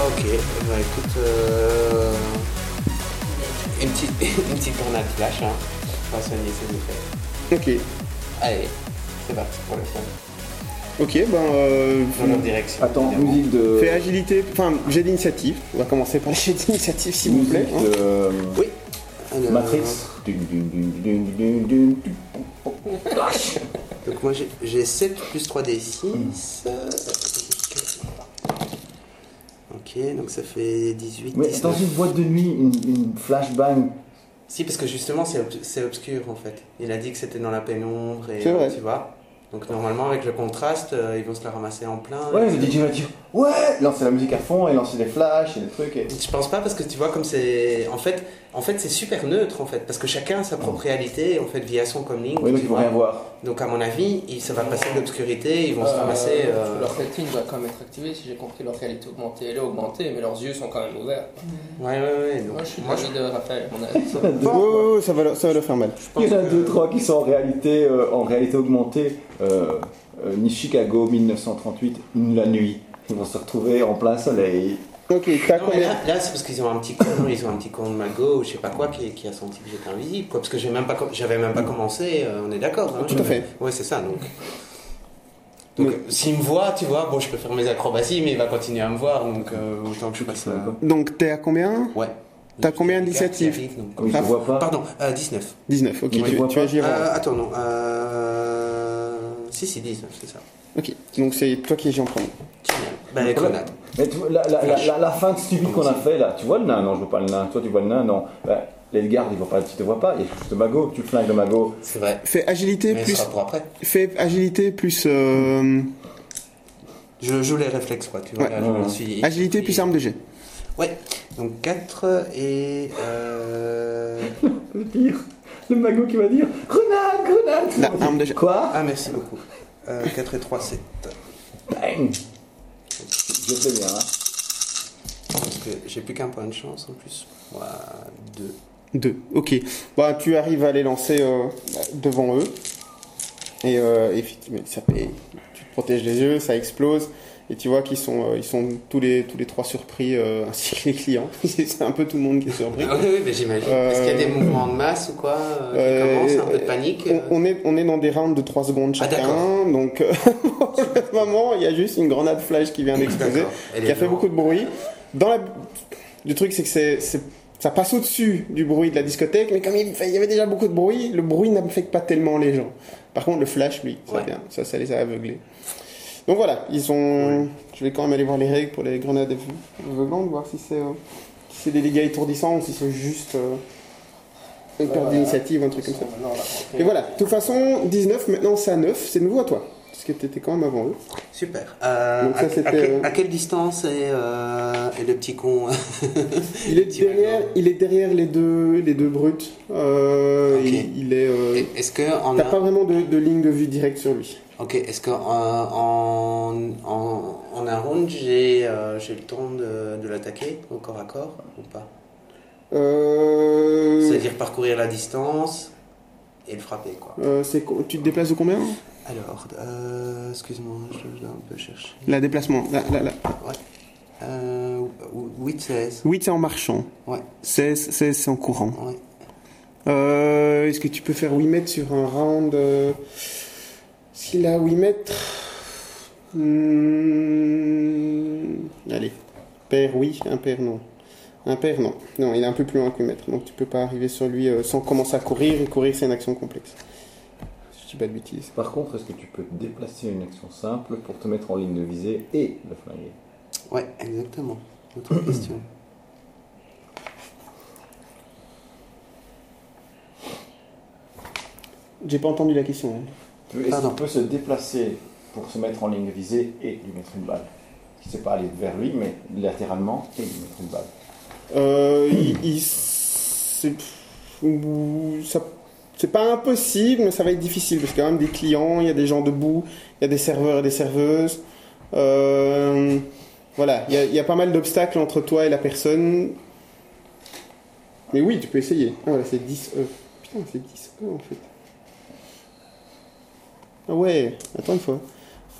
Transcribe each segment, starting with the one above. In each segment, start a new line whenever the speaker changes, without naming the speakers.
Ok, bah écoute, euh, une, petite, une petite grenade flash, hein. on va soigner ses effets.
Ok,
Allez, c'est parti pour le fond.
ok, ben. euh,
Dans leur direction.
Attends,
évidemment.
musique de.
Fais agilité, enfin j'ai d'initiative, on va commencer par les jets d'initiative s'il vous plaît.
musique
hein.
de, euh,
Oui. Alors,
Matrix.
Donc moi j'ai- j'ai 7 plus 3 d 6.
Hmm.
Ok, donc ça fait 18.
Mais
19.
dans une boîte de nuit, une, une flashbang.
Si, parce que justement c'est ob- c'est obscur en fait. Il a dit que c'était dans la pénombre et
C'est vrai.
tu vois. Donc normalement avec le contraste, euh, ils vont se la ramasser en plein.
Ouais,
Et
le
c'est-
DJ va dire Ouais Lancer la musique à fond et lancer des flashs et des trucs. Et...
Je pense pas parce que tu vois comme c'est en fait en fait c'est super neutre en fait parce que chacun a sa propre réalité en fait via son coming
Ouais, donc
tu
ils vont
vois.
rien voir.
donc à mon avis il- ça va passer de l'obscurité ils vont se ramasser euh,
Leur rétine doit quand même être activée, si j'ai compris, leur réalité augmentée, elle est augmentée, mais leurs yeux sont quand même ouverts.
ouais ouais ouais donc,
Moi, je suis de l'avis de Raphaël, à mon avis.
Il y en a deux,
Oh, oh, oh, ça, va, le- ça va le faire mal.
il y en a deux, trois qui sont en réalité, euh, en réalité augmentée. Euh, euh, ni Chicago 1938, ni la nuit. Ils vont se retrouver en plein soleil.
Ok, t'as
Non, mais
combien
là, là, c'est parce qu'ils ont un petit con, ils ont un petit con de Mago ou je sais pas quoi qui, qui a senti que j'étais invisible, quoi. Parce que j'ai même pas, com- j'avais même pas commencé, euh, on est d'accord. hein,
Mm. Tout à
j'avais-
fait. Mm.
Ouais, c'est ça donc. Donc,
Mais-
euh, s'il me voit, tu vois, bon, je peux faire mes acrobaties, mais il va continuer à me voir, donc euh, autant que je passe. euh,
Donc t'es à combien
Ouais.
T'as combien
Il y a quelqu'un qui
d'initiatives
arrive, donc,
Comme ils te
Ah,
voient pas.
Pardon, euh, 19.
19, ok,
Oui,
tu,
je vois
tu
pas.
agiras.
Euh, attends, non. Euh... Si, si, 19, c'est ça.
Ok, donc c'est toi qui agis en premier.
Génial. Ben, les grenades.
Mais tu vois, la, la, la, la- la fin de stupide qu'on a fait là, tu vois le nain Non, je vois pas le nain. Toi, tu vois le nain Non. Bah, les gardes, ils voient pas, tu te vois pas. Il y a juste le magot, tu flingues le magot.
C'est vrai.
Fais agilité
Mais ce
plus.
sera pour après.
Fais agilité plus. euh,
Je joue les réflexes, quoi, tu vois.
Ouais.
là, je me suis-
Agilité plus arme de jet.
Ouais, donc 4 et. Euh...
Le pire, le magot qui va dire Grenade, grenade
La arme de jet.
Quoi
Ah, merci beaucoup. Euh, 4 et 3, 7.
Bang Je sais bien, hein.
Parce que j'ai plus qu'un point de chance en plus. Ouah, 2.
2. Ok. Bah, tu arrives à les lancer euh, devant eux. Et euh, effectivement, ça fait- tu te protèges les yeux, ça explose. Et tu vois qu'ils sont, euh, ils sont tous, les, tous les trois surpris, euh, ainsi que les clients. C'est un peu tout le monde qui est surpris.
Ah, Oui, oui, mais j'imagine.
Euh,
Est-ce qu'il y a des mouvements de masse ou quoi euh, qui
euh,
commencent Un peu de panique
On,
euh,
on est, on est dans des rounds de 3 secondes
Ah,
chacun.
d'accord.
donc, euh, pour le moment, il y a juste une grenade flash qui vient d'exploser.
D'accord. Elle
qui
est
a fait
violente.
beaucoup de bruit. Dans la... Le truc, c'est que c'est, c'est- ça passe au-dessus du bruit de la discothèque, mais comme il, enfin, il y avait déjà beaucoup de bruit, le bruit n'affecte pas tellement les gens. Par contre, le flash, lui, ça,
Ouais.
vient. ça, ça les a aveuglés. Donc voilà, ils ont. Je vais quand même aller voir les règles pour les grenades aveu- aveuglantes, voir si c'est, euh, si c'est des dégâts étourdissants ou si c'est juste euh, une perte d'initiative, un truc comme ça.
Maintenant, on va rentrer.
Et voilà, de toute façon, 19, maintenant c'est à 9, c'est nouveau à toi. Parce que t'étais quand même avant eux.
Super. Euh,
Donc ça,
à, à
c'était,
quel-
euh,
à quelle distance est, euh, est le petit con
Il est
Petit
derrière,
Mago.
il est derrière les deux, les deux brutes. Euh,
Ok.
il, il est. euh,
Est-ce que en
T'as
un-
pas vraiment de, de ligne de vue directe sur lui.
Ok, est-ce qu'en en, en, en un round, j'ai euh, j'ai le temps de, de l'attaquer au corps à corps ou pas
Euh,
C'est-à-dire parcourir la distance et le frapper, quoi.
euh, c'est co- tu te déplaces de combien
Alors, euh, excuse-moi, je dois un peu chercher.
La déplacement. Là, là, là.
Ouais. Euh, ou- ou- 8, 16.
8 c'est en marchant,
Ouais,
16, 16 c'est en courant.
ouais.
Euh, Est-ce que tu peux faire 8 mètres sur un round euh, S'il a 8 mètres. hmm, Allez. Père oui, un père non. Un père non. Non, il est un peu plus loin que 8 mètres. Donc tu peux pas arriver sur lui euh, sans commencer à courir. Et courir, c'est une action complexe. Je dis pas de bêtises.
Par contre, est-ce que tu peux te déplacer une action simple pour te mettre en ligne de visée et le flinguer
Ouais, exactement. Autre question.
J'ai pas entendu la question. hein.
Tu- Est-ce
Pardon.
qu'on peut se déplacer pour se mettre en ligne de visée et lui mettre une balle Je sais pas aller vers lui, mais latéralement et lui mettre une balle.
Euh, il, il- c'est pff, ça- c'est pas impossible, mais ça va être difficile parce qu'il y a quand même des clients, il y a des gens debout, il y a des serveurs et des serveuses. Euh, voilà, il y, a, il y a pas mal d'obstacles entre toi et la personne. Mais oui, tu peux essayer. Ah, voilà, c'est 10E. Putain, E, c'est 10E en fait. Ah ouais, attends une fois.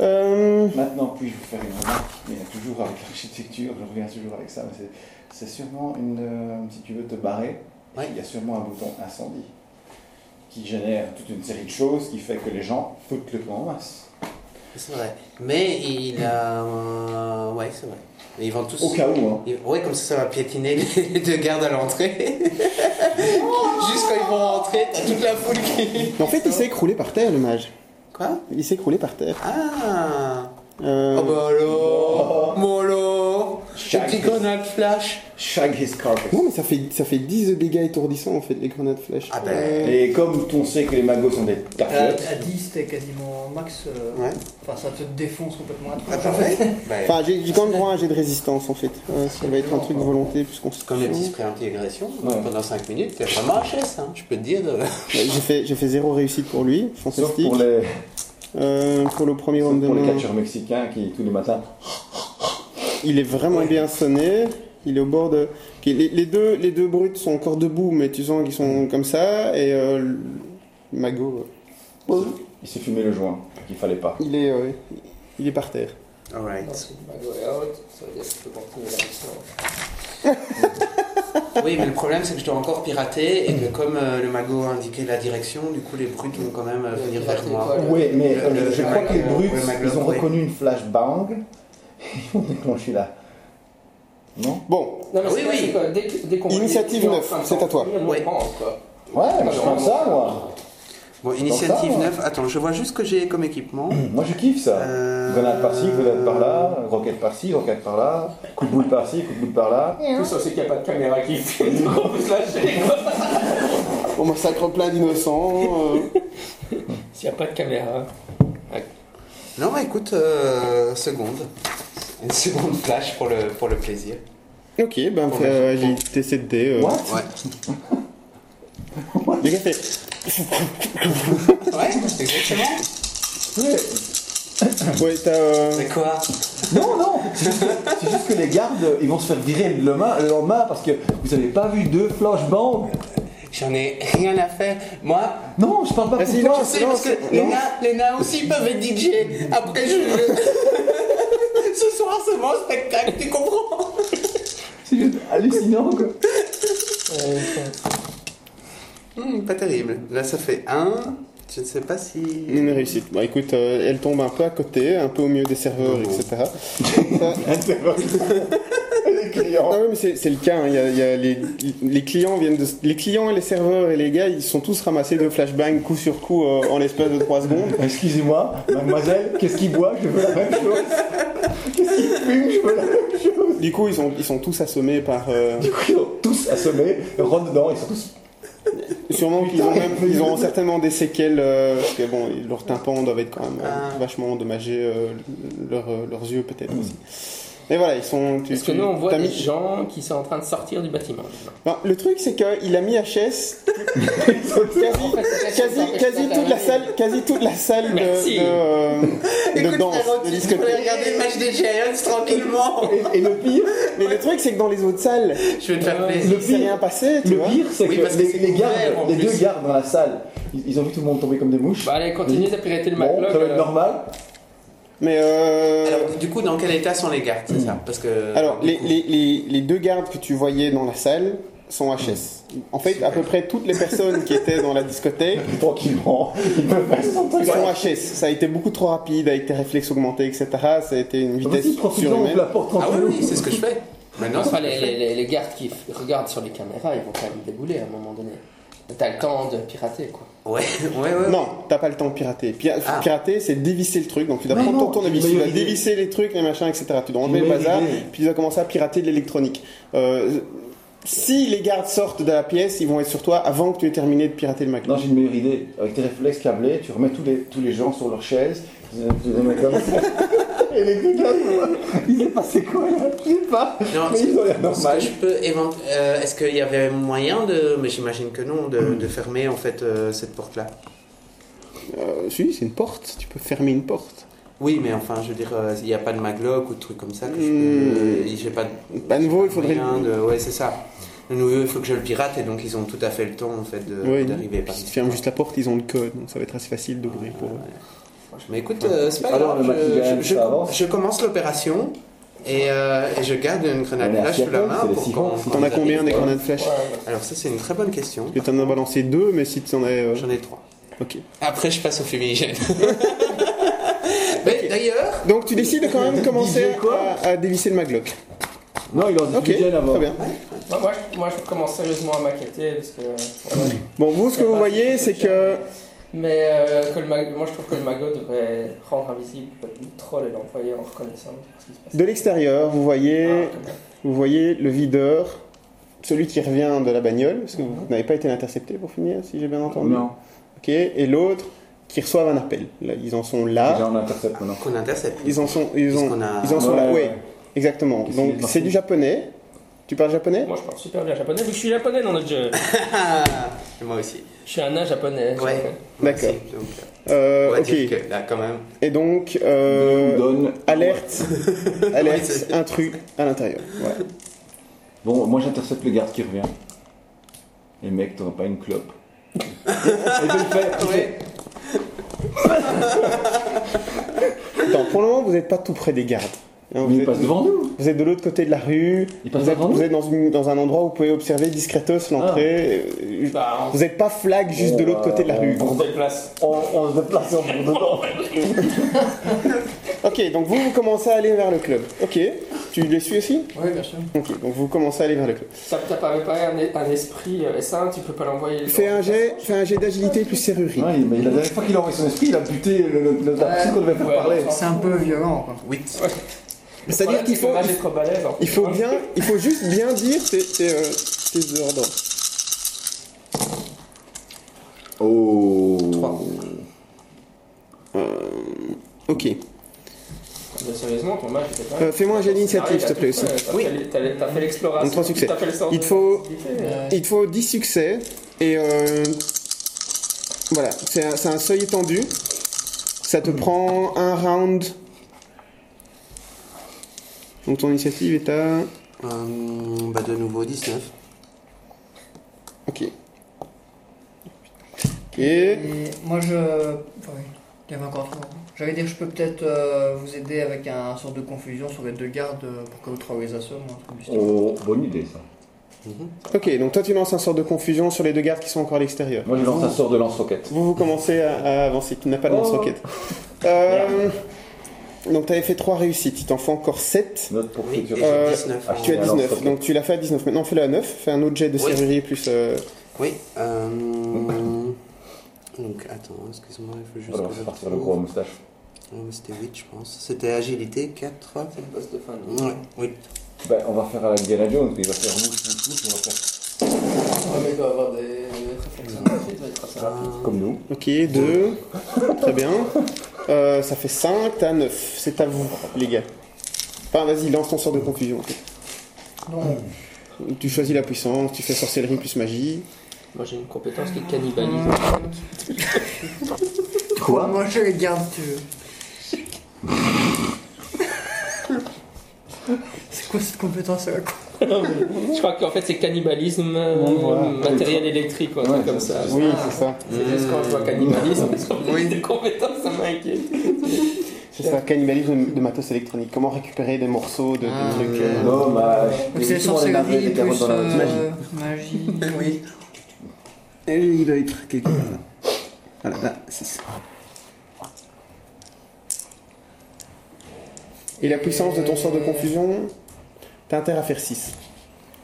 Euh,
Maintenant, puis-je vous faire une remarque Mais toujours avec l'architecture, je reviens toujours avec ça, mais c'est- c'est sûrement une. euh, si tu veux te barrer,
Ouais.
il y a sûrement un bouton incendie qui génère toute une série de choses qui fait que les gens foutent le camp en masse.
C'est vrai. Mais il a. euh, ouais, c'est vrai. Mais ils vont tous.
Au cas où, hein.
ils- Ouais, comme ça, ça va piétiner les deux gardes à l'entrée. Juste quand ils vont rentrer, t'as toute la foule qui.
mais en fait, il s'est écroulé par terre, le mage.
Quoi
Il s'est écroulé par terre.
Ah
Euh,
Oh bah alors Molo Les
Chaque-
petites grenades flash
Shag his carpet.
Non, mais ça fait, ça fait 10 de dégâts étourdissants, en fait, les grenades flash.
bah,
Ah ben.
Euh,
Et comme on sait que les magos sont des
À,
tartes,
à 10, t'es quasiment max. euh,
Ouais.
Enfin, ça te défonce complètement à
Ah
toi.
parfait bah,
Enfin, j'ai j'ai quand même droit à un jet de résistance, en fait. Euh, ça va être un truc volonté, puisqu'on se...
Comme le petit spray anti-agression,
Ouais.
pendant 5 minutes, t'es vraiment HS, hein, je peux te dire.
J'ai fait, j'ai fait zéro réussite pour lui,
sauf
fantastique.
pour les,
Euh, pour le premier
sauf
round de
pour les
main,
catcheurs mexicains qui tous les matins.
il est vraiment bien sonné. Il est au bord de. ok, les, les deux, les deux brutes sont encore debout, mais tu sens qu'ils sont comme ça. Et euh, le- le Mago, euh,
Il s'est fumé le joint qu'il fallait pas.
il est, euh, il est par terre.
Alright.
Mago est out, ça veut dire que je peux continuer la mission.
Ah
Oui, mais le problème, c'est que je dois encore pirater et que comme euh, le magot a indiqué la direction, du coup, les brutes vont quand même euh, venir vers moi.
Oui, mais
Le-
euh,
le-
je
le
crois
mag-
que les
euh,
brutes,
le maglum,
ils ont
ouais.
reconnu une flashbang. Ils ont déclenché là. Non
Bon,
Non,
Oui,
mais c'est-
oui.
c'est quoi, dès que- dès qu'on
Initiative
dès qu'on est en
neuf,
train de
c'est à toi.
s'enfuir,
Ouais.
on rentre, quoi.
Ouais, mais
Ah,
je
non,
prends
non.
ça, moi.
Bon,
ça, hein?
initiative
moi.
9. Attends, je vois juste ce que j'ai comme équipement.
Moi, je kiffe ça.
Euh,
Grenade par-ci, grenade par-là, roquette par-ci, roquette par-là, coup de boule par-ci, coup de boule par-là.
En Plus on sait qu'il n'y a pas de caméra qui filme, donc on peut se lâcher. quoi.
on massacre plein d'innocents. euh,
S'il n'y a pas de caméra. hein.
Non, bah écoute, euh, seconde. Une seconde flash pour le, pour le plaisir.
Ok, ben
Bon,
euh,
ben,
j'ai testé de dés. euh.
What
Ouais.
Le gars fait,
Ouais, exactement.
Ouais.
Ouais, t'as. euh,
Mais quoi
Non, non C'est juste, que- c'est juste que les gardes, ils vont se faire virer le lendemain, le lendemain parce que vous avez pas vu deux flashbangs.
J'en ai rien à faire. Moi,
Non, je parle pas
Vas-y,
pour toi.
Ah, je
lance,
sais parce
lance,
que les
lance.
nains, les nains aussi peuvent être DJ. Après, je. Ce soir, c'est mon spectacle, tu comprends
C'est juste hallucinant, quoi.
Hmm, Pas terrible. Là, ça fait 1. Je ne sais pas si.
Une réussite. Bah écoute, euh, elle tombe un peu à côté, un peu au milieu des serveurs,
Bon.
etc.
les clients.
Ah oui, mais c'est c'est le cas. hein. Il y a- il y a les, les clients viennent de, les clients et les serveurs et les gars, ils sont tous ramassés de flashbang coup sur coup euh, en l'espace de 3 secondes.
Excusez-moi, mademoiselle, qu'est-ce qu'il boit Je veux la même chose. Qu'est-ce qu'il fume Je veux la même chose.
Du coup, ils sont ils sont tous assommés par. euh,
Du coup, ils sont tous assommés, rentrent dedans, ils sont tous.
sûrement qu'ils ont même ils ont certainement des séquelles euh, parce que bon, leurs tympans doivent être quand même euh,
Ah.
vachement endommagés, euh, leur- euh, leurs yeux peut-être aussi. Mais voilà, ils sont. tu-
Parce que
tu-
nous, on voit
t'as
des
mis-
gens qui sont en train de sortir du bâtiment. maintenant.
Non, le truc, c'est qu'il a mis HS quasi, quasi, quasi toute la salle, quasi toute la salle de,
Merci.
de, euh, de
Écoute, Ferranti,
danse, de
tu peux aller
discothèque.
regarder le match des Giants tranquillement.
Et, et le pire,
Mais le truc, c'est que dans les autres salles,
Je vais te faire plaisir.
le
il s'est rien
pire,
passé, tu
le
vois.
pire, c'est
Oui,
que
parce que
les,
c'est
les gardes,
ouvert, en
les
plus.
deux gardes dans la salle, ils, ils ont vu tout le monde tomber comme des mouches.
Bah allez,
Mmh.
continuez à pirater le
bon,
Maclock.
ça va être
euh,
normal.
Mais euh,
Alors, du coup, dans quel état sont les gardes C'est ça Parce que.
alors,
du
les,
coup-
les, les, les deux gardes que tu voyais dans la salle sont HS.
Hmm.
En fait, à peu près toutes les personnes qui étaient dans la discothèque
Tranquillement, ils peuvent faire
sont
son truc.
HS. Ça a été beaucoup trop rapide avec tes réflexes augmentés, etc. Ça a été une vitesse
Vas-y, profitons, on te
surhumaine.
la porte
Ah oui,
tranquillement.
oui, c'est ce que je fais. Maintenant,
Enfin,
c'est
les, les- les- les gardes qui f- regardent sur les caméras, ils vont quand même débouler à un moment donné. T'as le temps de pirater, quoi.
Ouais, ouais, ouais.
Non, t'as pas le temps de pirater. Pira-
Ah.
Pirater, c'est dévisser le truc. Donc tu dois
Mais
prendre
non,
ton tournevis, tu
j'ai une
dois
meilleure idée.
dévisser les trucs, les machins, etc. Tu dois enlever le
J'ai une meilleure
bazar,
idée.
puis tu dois commencer à pirater de l'électronique. Euh, si les gardes sortent de la pièce, ils vont être sur toi avant que tu aies terminé de pirater le Mac.
Non, j'ai une meilleure idée. Avec tes réflexes câblés, tu remets tous les, tous les gens sur leur chaise. Tu les mets comme ça. Et les deux gars, il s'est passé quoi là Je sais pas.
Non,
Mais ils ont l'air
Est-ce que
normal.
je peux évent- euh, Est-ce qu'il y avait moyen de. Mais j'imagine que non, de, de fermer en fait euh, cette porte-là.
Euh, si, c'est une porte. Tu peux fermer une porte.
Oui, mais enfin, je veux dire, euh, il n'y a pas de maglock ou de trucs comme ça que je
Hmm.
peux. J'ai pas de.
Bah, à nouveau, il faudrait.
moyen de- Ouais, c'est ça. Le nouveau, il faut que je le pirate et donc ils ont tout à fait le temps en fait de-
Ouais,
Euh, d'arriver par
si tu fermes juste la porte, ils ont le code, donc ça va être assez facile d'ouvrir pour eux.
Mais écoute, euh, c'est pas
Ah non,
grave,
le
je,
maquillage,
je- je-
ça avance.
je commence l'opération et, euh, et je garde une grenade
On est à
flash sous la
Seattle,
main
c'est les
pour
six
quand-
ans.
quand
T'en as
Ah, ils
combien
arrivent,
des
quoi.
grenades flash
Alors ça c'est une très bonne question.
Parce que t'en as balancé deux, mais si t'en as. euh,
J'en ai trois.
Ok.
Après je passe au fumigène. Mais d'ailleurs,
Donc tu décides de quand même commencer
Didier, quoi
à, à dévisser le maglock.
Non, il lance
Ok,
du gel avant.
très bien.
Moi, moi, je, moi, je commence sérieusement à m'inquiéter parce que. euh, voilà.
Bon, vous, ce que vous voyez, c'est que.
Mais euh, que le mag- moi, je trouve que le magot devrait rendre invisible le troll et l'employé en reconnaissant ce qui se passe.
De l'extérieur, vous voyez,
Ah, comme ça.
vous voyez le videur, celui qui revient de la bagnole, parce que vous n'avez pas été intercepté pour finir, si j'ai bien entendu.
Non,
Ok, et l'autre qui reçoivent un appel. Là, ils en sont là.
déjà on intercepte maintenant.
qu'on intercepte.
Ils en sont, ils ont,
Puisqu'on a-
ils en sont là.
Ouais,
Oui,
ouais.
exactement.
Qu'est-ce
Donc
qu'il est
c'est du japonais. Tu parles japonais
Moi, je parle super bien japonais vu que je suis japonais dans notre jeu.
Et Ah, Moi aussi.
Je suis un nain japonais. euh,
Ouais. Moi aussi.
D'accord.
Donc, on
Euh,
va
Ok.
dire que là quand même.
Et donc euh,
Il nous donne.
alerte, alerte,
Ouais, c'est-
intrus à l'intérieur. Voilà.
Bon, moi j'intercepte le garde qui revient. Et mec, t'aurais pas une clope. Et je le fais. il fait,
Attends, pour le moment, vous n'êtes pas tout près des gardes. Hein,
Mais
vous,
il
êtes,
passe devant nous.
vous êtes de l'autre côté de la rue.
Il passe
Vous êtes,
devant nous.
vous êtes dans, une- dans un endroit où vous pouvez observer discretos l'entrée.
Ah.
Euh,
Bah,
Vous n'êtes pas flag juste de l'autre côté
Euh,
de la rue.
on se déplace.
On, on se déplace en bout dedans.
Ok, donc vous, vous commencez à aller vers le club. Ok, tu les suis aussi
Oui, bien sûr.
Ok, donc vous commencez à aller vers le club.
Ça t'apparaît pas un, un esprit euh, S1, tu peux pas l'envoyer.
Fais un jet, fais un jet d'agilité plus serrurerie.
Ouais, mais la dernière fois qu'il a envoyé son esprit, il a buté le, le, le la
Ouais.
psy qu'on devait faire
Ouais.
parler.
C'est un peu violent, quoi.
8.
C'est-à-dire qu'il faut,
J'ai trop balèze. en
il
fait.
faut bien, il faut juste bien dire tes, tes, euh, tes ordres.
Oh.
Trois.
Euh, ok.
Mais sérieusement, ton match, c'était pas.
Euh, Fais-moi un jet d'initiative, s'il te plaît aussi.
Oui. T'as fait l'exploration.
Donc, trois succès.
T'as fait le sens
Il te
de- hein.
faut-
Ouais.
Il te faut 10 succès et euh, voilà, c'est un, c'est un seuil étendu. Ça te prend un round. Donc ton initiative est à.
Euh, bah de nouveau 19.
Ok. Ok.
Et moi, je. enfin, oui, il y avait encore un truc. J'allais dire, je peux peut-être euh, vous aider avec un sorte de confusion sur les deux gardes euh, pour que vous trouviez ça seul, ou un truc hein, du style.
Oh, bonne idée ça. Mhm.
Ok, donc toi tu lances un sort de confusion sur les deux gardes qui sont encore à l'extérieur.
Moi je lance un sort de lance-roquette.
Vous, vous commencez à, à avancer, tu n'as pas de
Oh.
lance-roquette. Euh, donc t'avais fait 3 réussites, il t'en faut encore 7.
Note pour
Oui, et
futur.
Euh,
j'ai 19.
ah,
en-
Tu as
Ouais, alors,
19,
ça
donc tu l'as fait à 19. Maintenant fais-le à 9, fais un autre jet de
Oui.
serrurier plus. euh,
Oui. euh, Donc attends, excuse-moi, il faut juste.
Voilà,
que je
c'est parti sur le
retrouve.
gros à moustache.
Ouais, mais C'était 8, je pense. C'était agilité, 4.
C'est le boss de fin. de-
Ouais, 8.
Bah, on va faire à la Indiana Jones, il va faire mouche, mouche, mouche, on va faire
Ouais, Ah, mais il doit avoir des réflexions rapides, Ah, il doit être assez
Ah.
rapide.
comme nous.
Ok, 2. Très bien. Euh, ça fait 5, t'as 9. C'est à vous, les gars. Enfin, vas-y, lance ton sort de confusion. en fait.
Donc,
Tu choisis la puissance, tu fais sorcellerie plus magie.
Moi, j'ai une compétence qui cannibalise.
Mmh. quoi Bah, Moi, je les garde, si tu veux. C'est quoi cette compétence à la con
Ah, Je crois qu'en fait, c'est cannibalisme euh,
Ouais, voilà.
matériel électrique, quoi, un truc
Ouais,
comme ça.
Oui, c'est ça.
C'est juste quand je vois cannibalisme, oui. des compétences, ça m'inquiète.
C'est ça, cannibalisme de matos électronique. Comment récupérer des morceaux de, de
Ah.
trucs. euh,
Dommage.
Donc, C'est sorcellerie plus euh, magie. Oui.
Et il doit être quelque part là. Voilà, là, c'est ça. Et la puissance de ton sort de confusion, t'as intérêt à faire 6.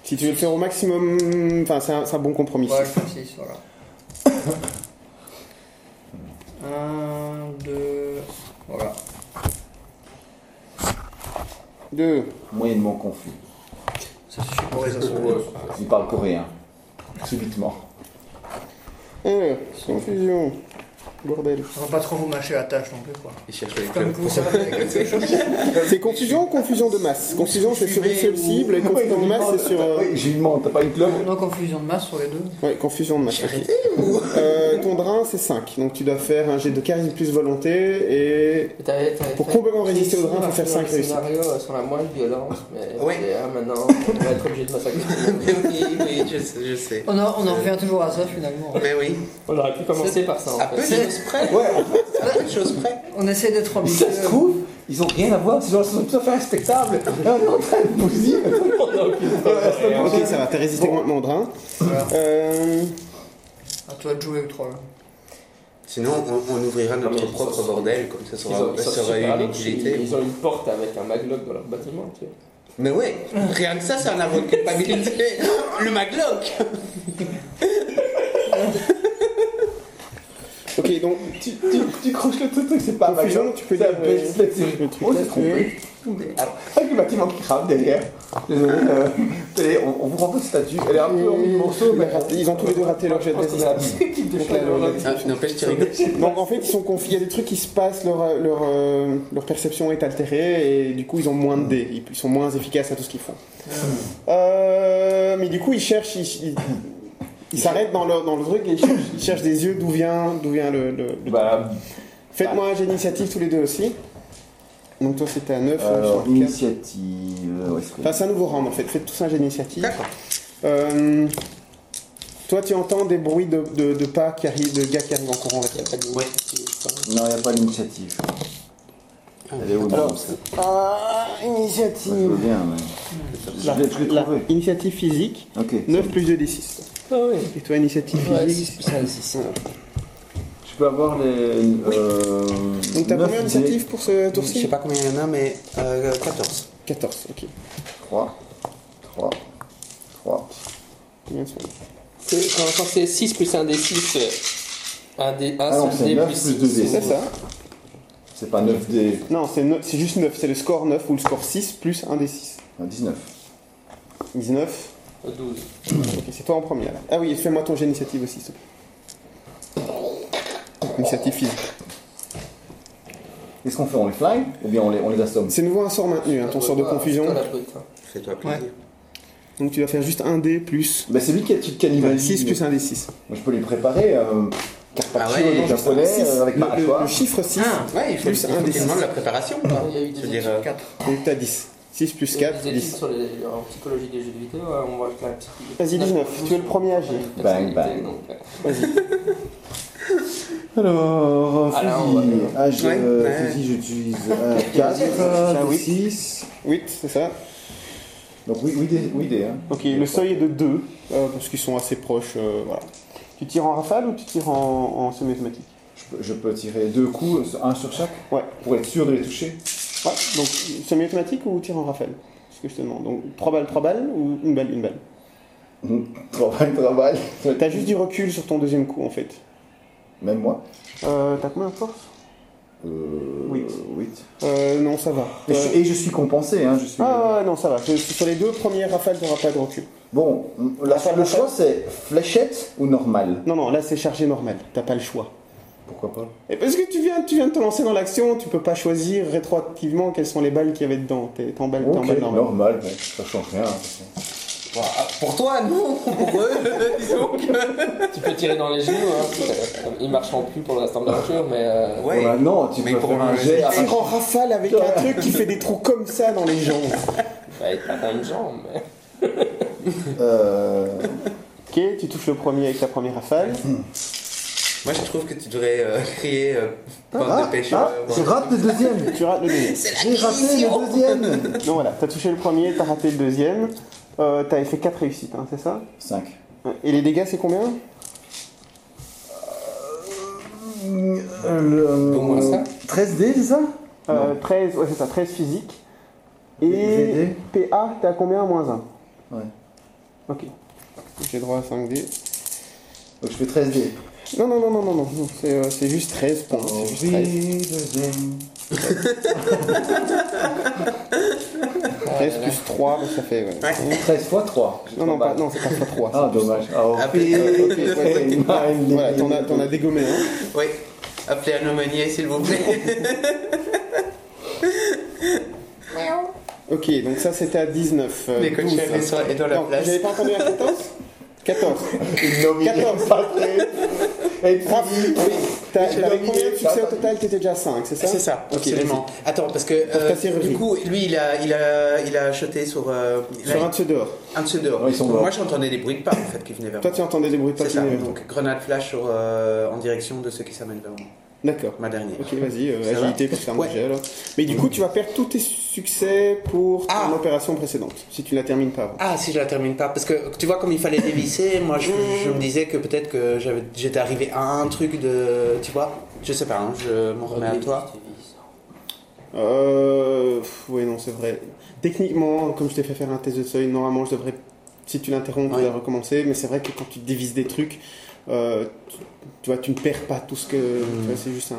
Si tu veux le faire au maximum, enfin c'est un, c'est un bon compromis.
Ouais, je
six.
fais 6, voilà. 1, 2, voilà.
Deux.
Moyennement confus.
Ça suffit pour les assurer.
Il parle coréen. Subitement.
Un. Confusion. Eh, Bordel.
On va pas trop vous mâcher la tâche non plus, quoi.
Il cherche les
Comme
clubs.
que vous savez quelque chose.
C'est confusion ou confusion de masse Confusion c'est sur une seule cible et confusion de masse c'est sur. euh,
Oui, j'ai demandé, t'as pas une clope
Non, confusion de masse sur les deux.
Ouais, confusion de masse. Euh, ton drain c'est 5, donc tu dois faire un jet de charisme plus volonté et
T'avais- t'avais
Pour
fait-
complètement résister au drain, faut faire
Marqué
cinq
dans le
réussites.
scénario euh, sur la moindre violence, mais
Oui.
c'est, ah, maintenant, on va être obligé de massacrer tout le monde.
Mais oui, oui, je sais. Je sais.
On en, on en revient toujours à ça finalement.
Mais oui.
On aurait pu commencer par ça, en
À
fait.
peu de choses près.
Ouais, en fait,
à peu de choses près.
On essaie d'être
Mais
ambitieux.
ça se trouve, ils ont rien à voir, ces gens sont tout à fait respectables. Et on est en train de vous dire.
Ok, ça va, t'as résisté
Ah, Bon.
contre mon drain.
Voilà.
Euh,
À toi de jouer au troll.
Sinon, on, on ouvrira
Non, mais
notre
ils
propre
sont-
bordel, comme ça, ça
Ils
aura,
ont-
ça
sont
aura
super
une
riches, ils-
utilité.
Ils ont une porte avec un maglock dans leur bâtiment, tu vois.
Mais ouais, rien que ça, c'est un aveu de culpabilité. Le maglock
ok, donc
Tu, tu, tu croches le truc, c'est pas
Ton
mal. hein.
fusion, tu peux
C'est un
dire,
bel
euh,
sled, c'est-
le truc
Oh,
là,
c'est trompé. Avec le bâtiment qui crame derrière. Désolé, euh, désolé, on, on vous rend cette statue. Elle est un peu en mille morceaux, mais.
euh,
Ah,
ils ont tous les deux raté leur jet de
Je pense que c'est la
résistance.
petite équipe de
Ah. Donc,
Shadow
la- la-
Run.
Ah, N'empêche, tu rigoles.
Donc en fait, ils sont confiés, il y a des trucs qui se passent, leur, euh, leur, euh, leur perception est altérée et du coup, ils ont moins de dés, ils- ils sont moins efficaces à tout ce qu'ils font. Euh, mais du coup, ils cherchent, ils- ils ils s'arrêtent dans, leur- dans le truc et ils cherchent, ils cherchent des yeux d'où vient, d'où vient le. le- le-
Bah,
Faites-moi un jet d'initiative tous les deux aussi. Donc toi, c'était à 9.
alors, euh, initiative. euh, Où est-ce que.
Enfin, c'est un nouveau round en fait, faites tous un jet d'initiative.
D'accord.
Euh, toi, tu entends des bruits de, de- de pas qui arrivent, de gars qui arrivent en courant vers toi.
Il y a pas de
Ouais.
Non, il n'y a pas d'initiative. Elle est où,
Alors,
non, ça
Ah,
Moi, Je
initiative.
veux bien, mais. Je
La-
l'ai je l'ai
la-
trouvé.
Initiative physique,
Ok.
9 plus 2 des 6.
Ah ouais.
Et toi, initiative
Ouais,
physique.
c'est ça, c'est ça.
Je peux avoir les. Euh,
Donc t'as combien
neuf dés,
d'initiative pour ce
Je
tour-ci
sais pas combien il y en a, mais euh, 14.
14, ok.
3, 3, 3.
Combien sont
Quand, quand c'est 6 plus 1 des 6, 1 des 1
Ah non, c'est 9 plus 2 des
C'est
six.
ça
C'est pas 9 des.
Non, c'est neuf- c'est juste 9, c'est le score 9 ou le score 6 plus 1 des 6.
non, 19.
19,
12.
ok, c'est toi en premier là. Ah oui, fais-moi ton jet initiative aussi, s'il te plaît. Initiative physique.
Qu'est-ce qu'on fait On les fly Ou bien on les, on les assomme
C'est nouveau un sort maintenu, hein, ton sort de
bah,
confusion.
hein.
Fais-toi plaisir.
Donc tu vas faire juste 1 dé plus
bah, C'est lui qui a tué le cannibalisme.
6 plus 1 des 6.
Moi, je peux les préparer. Euh, carpaccio
Ah ouais,
japonais
Six.
euh, avec
le,
ma
le-
hachoire.
le chiffre 6,
Ah,
Ouais, il faut, il
Plus
faut
un des
qu'il y ait
six.
de la préparation, quoi.
Ah, Il y a eu des
Je veux dire,
études.
euh,
4.
donc t'as 10. 6 plus 4, 10.
sur les, en psychologie des jeux de vidéo, hein, on voit que la psychologie.
Vas-y, 19, tu es le premier à agir.
Bang, bang.
Donc, euh,
Alors,
Ah, là, on va-
fusil, ah, je-
Ouais,
euh,
ouais.
fusil, j'utilise euh, un 4,
Ah, oui.
6.
8, c'est ça
Donc oui, oui, des, oui, des hein.
Ok, le seuil est de 2, euh, parce qu'ils sont assez proches. euh, voilà. Tu tires en rafale ou tu tires en, en semi-automatique
Je peux, je peux tirer deux coups, un sur chaque,
Ouais.
pour être sûr de les toucher.
Ouais, donc semi-automatique ou tir en rafale C'est ce que je te demande. Donc 3 balles, 3 balles ou une balle, une balle
Travail, travail.
T'as juste du recul sur ton deuxième coup en fait.
Même moi.
Euh, T'as combien de force
Euh,
Oui.
8.
euh, Non, ça va.
Et,
Euh,
je, et je suis compensé, hein, je suis...
Ah ouais, non, ça va. Je- sur les deux premières rafales, t'auras pas de recul.
Bon, la,
Rafale,
le
rafale.
choix c'est fléchette ou normal
Non, non, là c'est chargé normal. T'as pas le choix.
Pourquoi pas
Et parce que tu viens, tu viens de te lancer dans l'action, tu peux pas choisir rétroactivement quelles sont les balles qu'il y avait dedans. T'es- T'es en balle, t'es en
Ok,
balle normale.
normal, bon, ça change rien. hein, de toute façon.
bah, pour toi, non Pour eux, disons que...
tu peux tirer dans les genoux, hein, c'est- euh, ils marcheront plus pour le restant de l'aventure, mais. euh,
Ouais.
Pour la- non, tu
Mais
peux
pour
faire un
un-
jet à-
Tire en rafale avec un truc qui fait des trous comme ça dans les jambes.
bah, il t'atteint une jambe, mais.
Euh,
Ok, tu touches le premier avec ta première rafale.
Moi, je trouve que tu devrais euh, crier euh, porte
Ah,
de pêche.
ah,
euh,
je
voilà.
rate le deuxième
Tu rates le deuxième.
J'ai raté le deuxième
Donc voilà, t'as touché le premier, t'as raté le deuxième. Euh, t'avais fait 4 réussites, hein, c'est ça
5.
Et les dégâts, c'est combien
Euh,
Au moins ça.
13D, c'est ça
euh, 13, ouais, c'est ça, 13 physique. Et
VD.
PA, t'as combien Moins 1.
Ouais.
Ok. J'ai droit à 5D.
Donc je fais 13D.
Non, non, non, non, non, non, non, c'est euh, c'est juste 13
Oh,
points. C'est juste 13.
deuxième.
13 plus 3, bah, ça fait. ouais.
13 fois 3.
Non, non, pas, non c'est pas 3.
Ah, dommage. Ah, ok.
Ah, puis-
Ok, ouais,
Ouais.
nine,
Voilà,
nine,
t'en as,
nine.
t'en as dégommé un.
Oui, appelez un aumônier, s'il vous plaît.
Ok, donc ça c'était à 19. euh,
Les coachs
12,
les
hein.
soins et dans la
Non,
place.
J'avais pas entendu à 14 14.
Une nominée
14.
parfait. Et
Ah,
Bravo. Oui. T'as-
J'ai
T'avais
dominé,
combien de succès
ça.
au total T'étais déjà à 5, c'est ça
C'est ça,
Ok,
absolument. Attends, parce que euh,
ta serrurerie.
du coup, lui, il a, il a, il a shoté sur, euh,
vas-y.
il
Sur
a-
un de ceux dehors.
un de ceux dehors.
Ouais, ils sont morts.
Moi, j'entendais des bruits de pas en fait qui venaient vers
Toi
moi.
tu entendais des bruits de
C'est ça,
patiner.
donc grenade flash sur, euh, en direction de ceux qui s'amènent vers moi.
D'accord.
ma dernière.
Ok, vas-y, euh,
Ça va
agilité plus arme
Ouais.
de gel. Mais du coup, tu vas perdre tous tes succès pour ton
Ah.
opération précédente, si tu ne la termines pas avant.
Ah, si je la termine pas, parce que tu vois, comme il fallait dévisser, moi je, je me disais que peut-être que j'avais- j'étais arrivé à un truc de. Tu vois Je sais pas, hein, je m'en remets à toi.
Euh. pff, Oui, non, c'est vrai. Techniquement, comme je t'ai fait faire un test de seuil, normalement, je devrais. Si tu l'interromps, tu
Ouais.
dois recommencer. Mais c'est vrai que quand tu dévises des trucs, euh, tu, tu vois, tu ne perds pas tout ce que. tu vois, C'est juste un,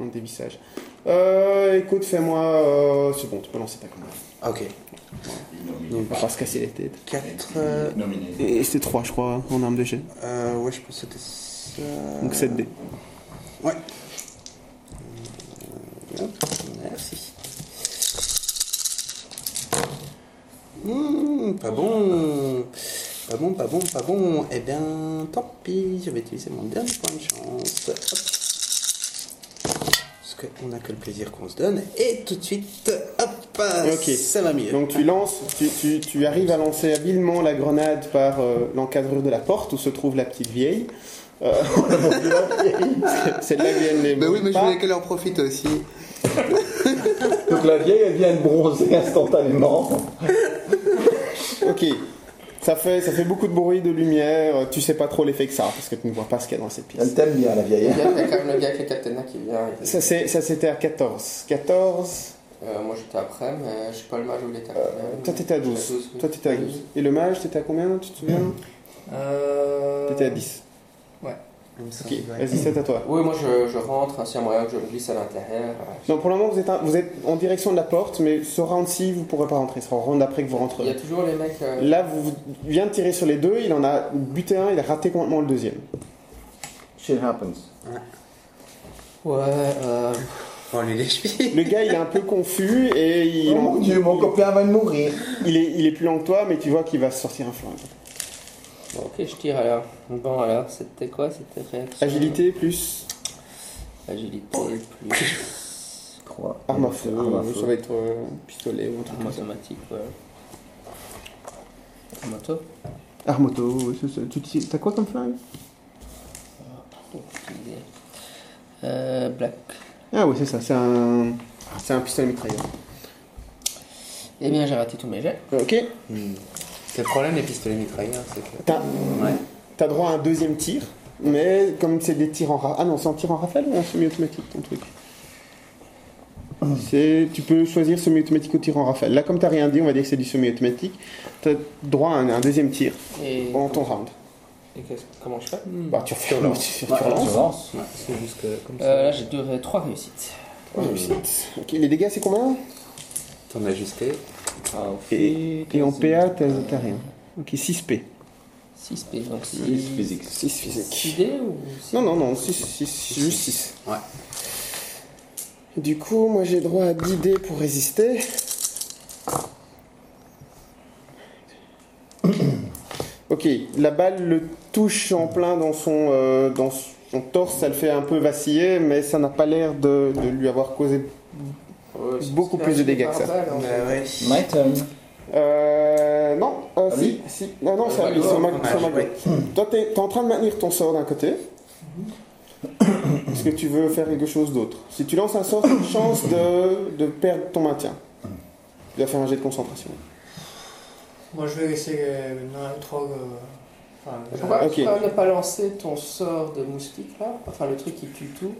un- un dévissage. Euh, écoute, fais-moi. euh, c'est bon, tu peux lancer ta commande.
Ok.
On va pas se casser les têtes.
4. Euh,
Nominé.
Et c'était 3, je crois, en arme de jet.
euh, ouais, je pense que c'était ça.
Donc 7D.
Ouais. Hop, Merci. Hmm, pas bon. Pas bon, pas bon, pas bon. Eh bien, tant pis, je vais utiliser mon dernier point de chance. Hop. Parce qu'on n'a que le plaisir qu'on se donne. Et tout de suite, hop,
Ok.
ça va mieux.
Donc tu lances, tu, tu- tu arrives à lancer habilement la grenade par euh, l'encadrure de la porte où se trouve la petite vieille. Euh, c'est de là que viennent
Eh Ben
les mots de pas.
qu'elle en profite aussi.
Donc la vieille, elle vient de bronzer instantanément.
Ok, ça fait, ça fait beaucoup de bruit, de lumière, euh, tu sais pas trop l'effet que ça a, parce que tu ne vois pas ce qu'il y a dans cette pièce.
Elle t'aime bien, la vieille. hein.
Il y a il y a quand même le gars qui est Captain qui vient. et-
Ça c'est- ça, c'était à 14. 14,
Euh, moi j'étais après, mais je sais pas le mage où il était euh, après.
Euh, toi t'étais à 12.
oui.
Toi t'étais à 12. Et le mage t'étais à combien, tu te souviens
Euh...
T'étais à 10. Ok, vas-y, c'est à toi.
Oui, moi je, je rentre, hein, s'il y a moyen que je me glisse à l'intérieur. euh,
Non, pour le moment, vous êtes, un- vous êtes en direction de la porte, mais ce round-ci, vous pourrez pas rentrer. Ce sera au round après que vous
Il y a
rentrez.
toujours les mecs. euh,
Là, vous vous- il vient de tirer sur les deux, il en a buté un, il a raté complètement le deuxième.
Shit happens.
Ouais, euh.
On lui les chevilles.
Le gars, il est un peu confus et il,
oh mon dieu, mon copain va de mourir.
il est, il est plus lent que toi, mais tu vois qu'il va sortir un flingue.
Bon, ok, je tire alors. Bon, alors, c'était quoi C'était réaction
Agilité plus
Agilité plus.
3.
arme à feu,
Ah,
ça va être euh, pistolet ou un truc
Arme
comme ça.
automatique, ouais. Tomato
Arme auto, c'est ça. Tu tires- t'as quoi comme flingue
Euh. Black.
Ah ouais, c'est ça, c'est un, c'est un pistolet mitrailleur.
Eh bien, j'ai raté tous mes jets.
Ok,
C'est Hmm. le problème des pistolets mitrailleurs, c'est que.
t'as
Ouais.
T'as droit à un deuxième tir, mais comme c'est des tirs en rafale. Ah non, c'est en tir en rafale ou en semi-automatique ton truc C'est- Tu peux choisir semi-automatique ou tir en rafale. Là, comme t'as rien dit, on va dire que c'est du semi-automatique. T'as droit à un, un deuxième tir
Et.
en ton round.
et qu'est-ce- comment je fais
Bah, tu refais tu- tu relances.
lance.
Ouais, c'est juste que comme ça.
Euh, Là, j'ai deux, trois réussites.
Ouais, réussite. Ok, les dégâts, c'est combien
T'en as justé.
et, et en PA, t'as t'as rien. Ok, 6P.
6 P, donc
6
6
physique.
6 physique.
d ou six-
Non, non, non, 6, 6, juste 6.
Ouais.
Du coup, moi j'ai droit à 10 dés pour résister. ok, la balle le touche en plein dans son, euh, dans son torse, ça le fait un peu vaciller, mais ça n'a pas l'air de, de lui avoir causé.
Ouais, c'est-
Beaucoup
c'est
plus de
un
dégâts que ça.
barbare, donc, euh,
My turn.
Euh. Non, euh,
Ah
si,
oui
si. Ah non, c'est
Ouais,
à lui, c'est au ma-
ouais,
c'est au ma-
ouais.
Toi, t'es t'es en train de maintenir ton sort d'un côté. Est-ce que tu veux faire quelque chose d'autre Si tu lances un sort, t'as une chance de, de perdre ton maintien. Tu dois faire un jet de concentration.
Moi je vais essayer euh, non, trois. euh, Enfin, je-
Pourquoi,
Ok.
pourquoi ne pas lancer ton sort de moustique là Enfin, le truc qui tue tout.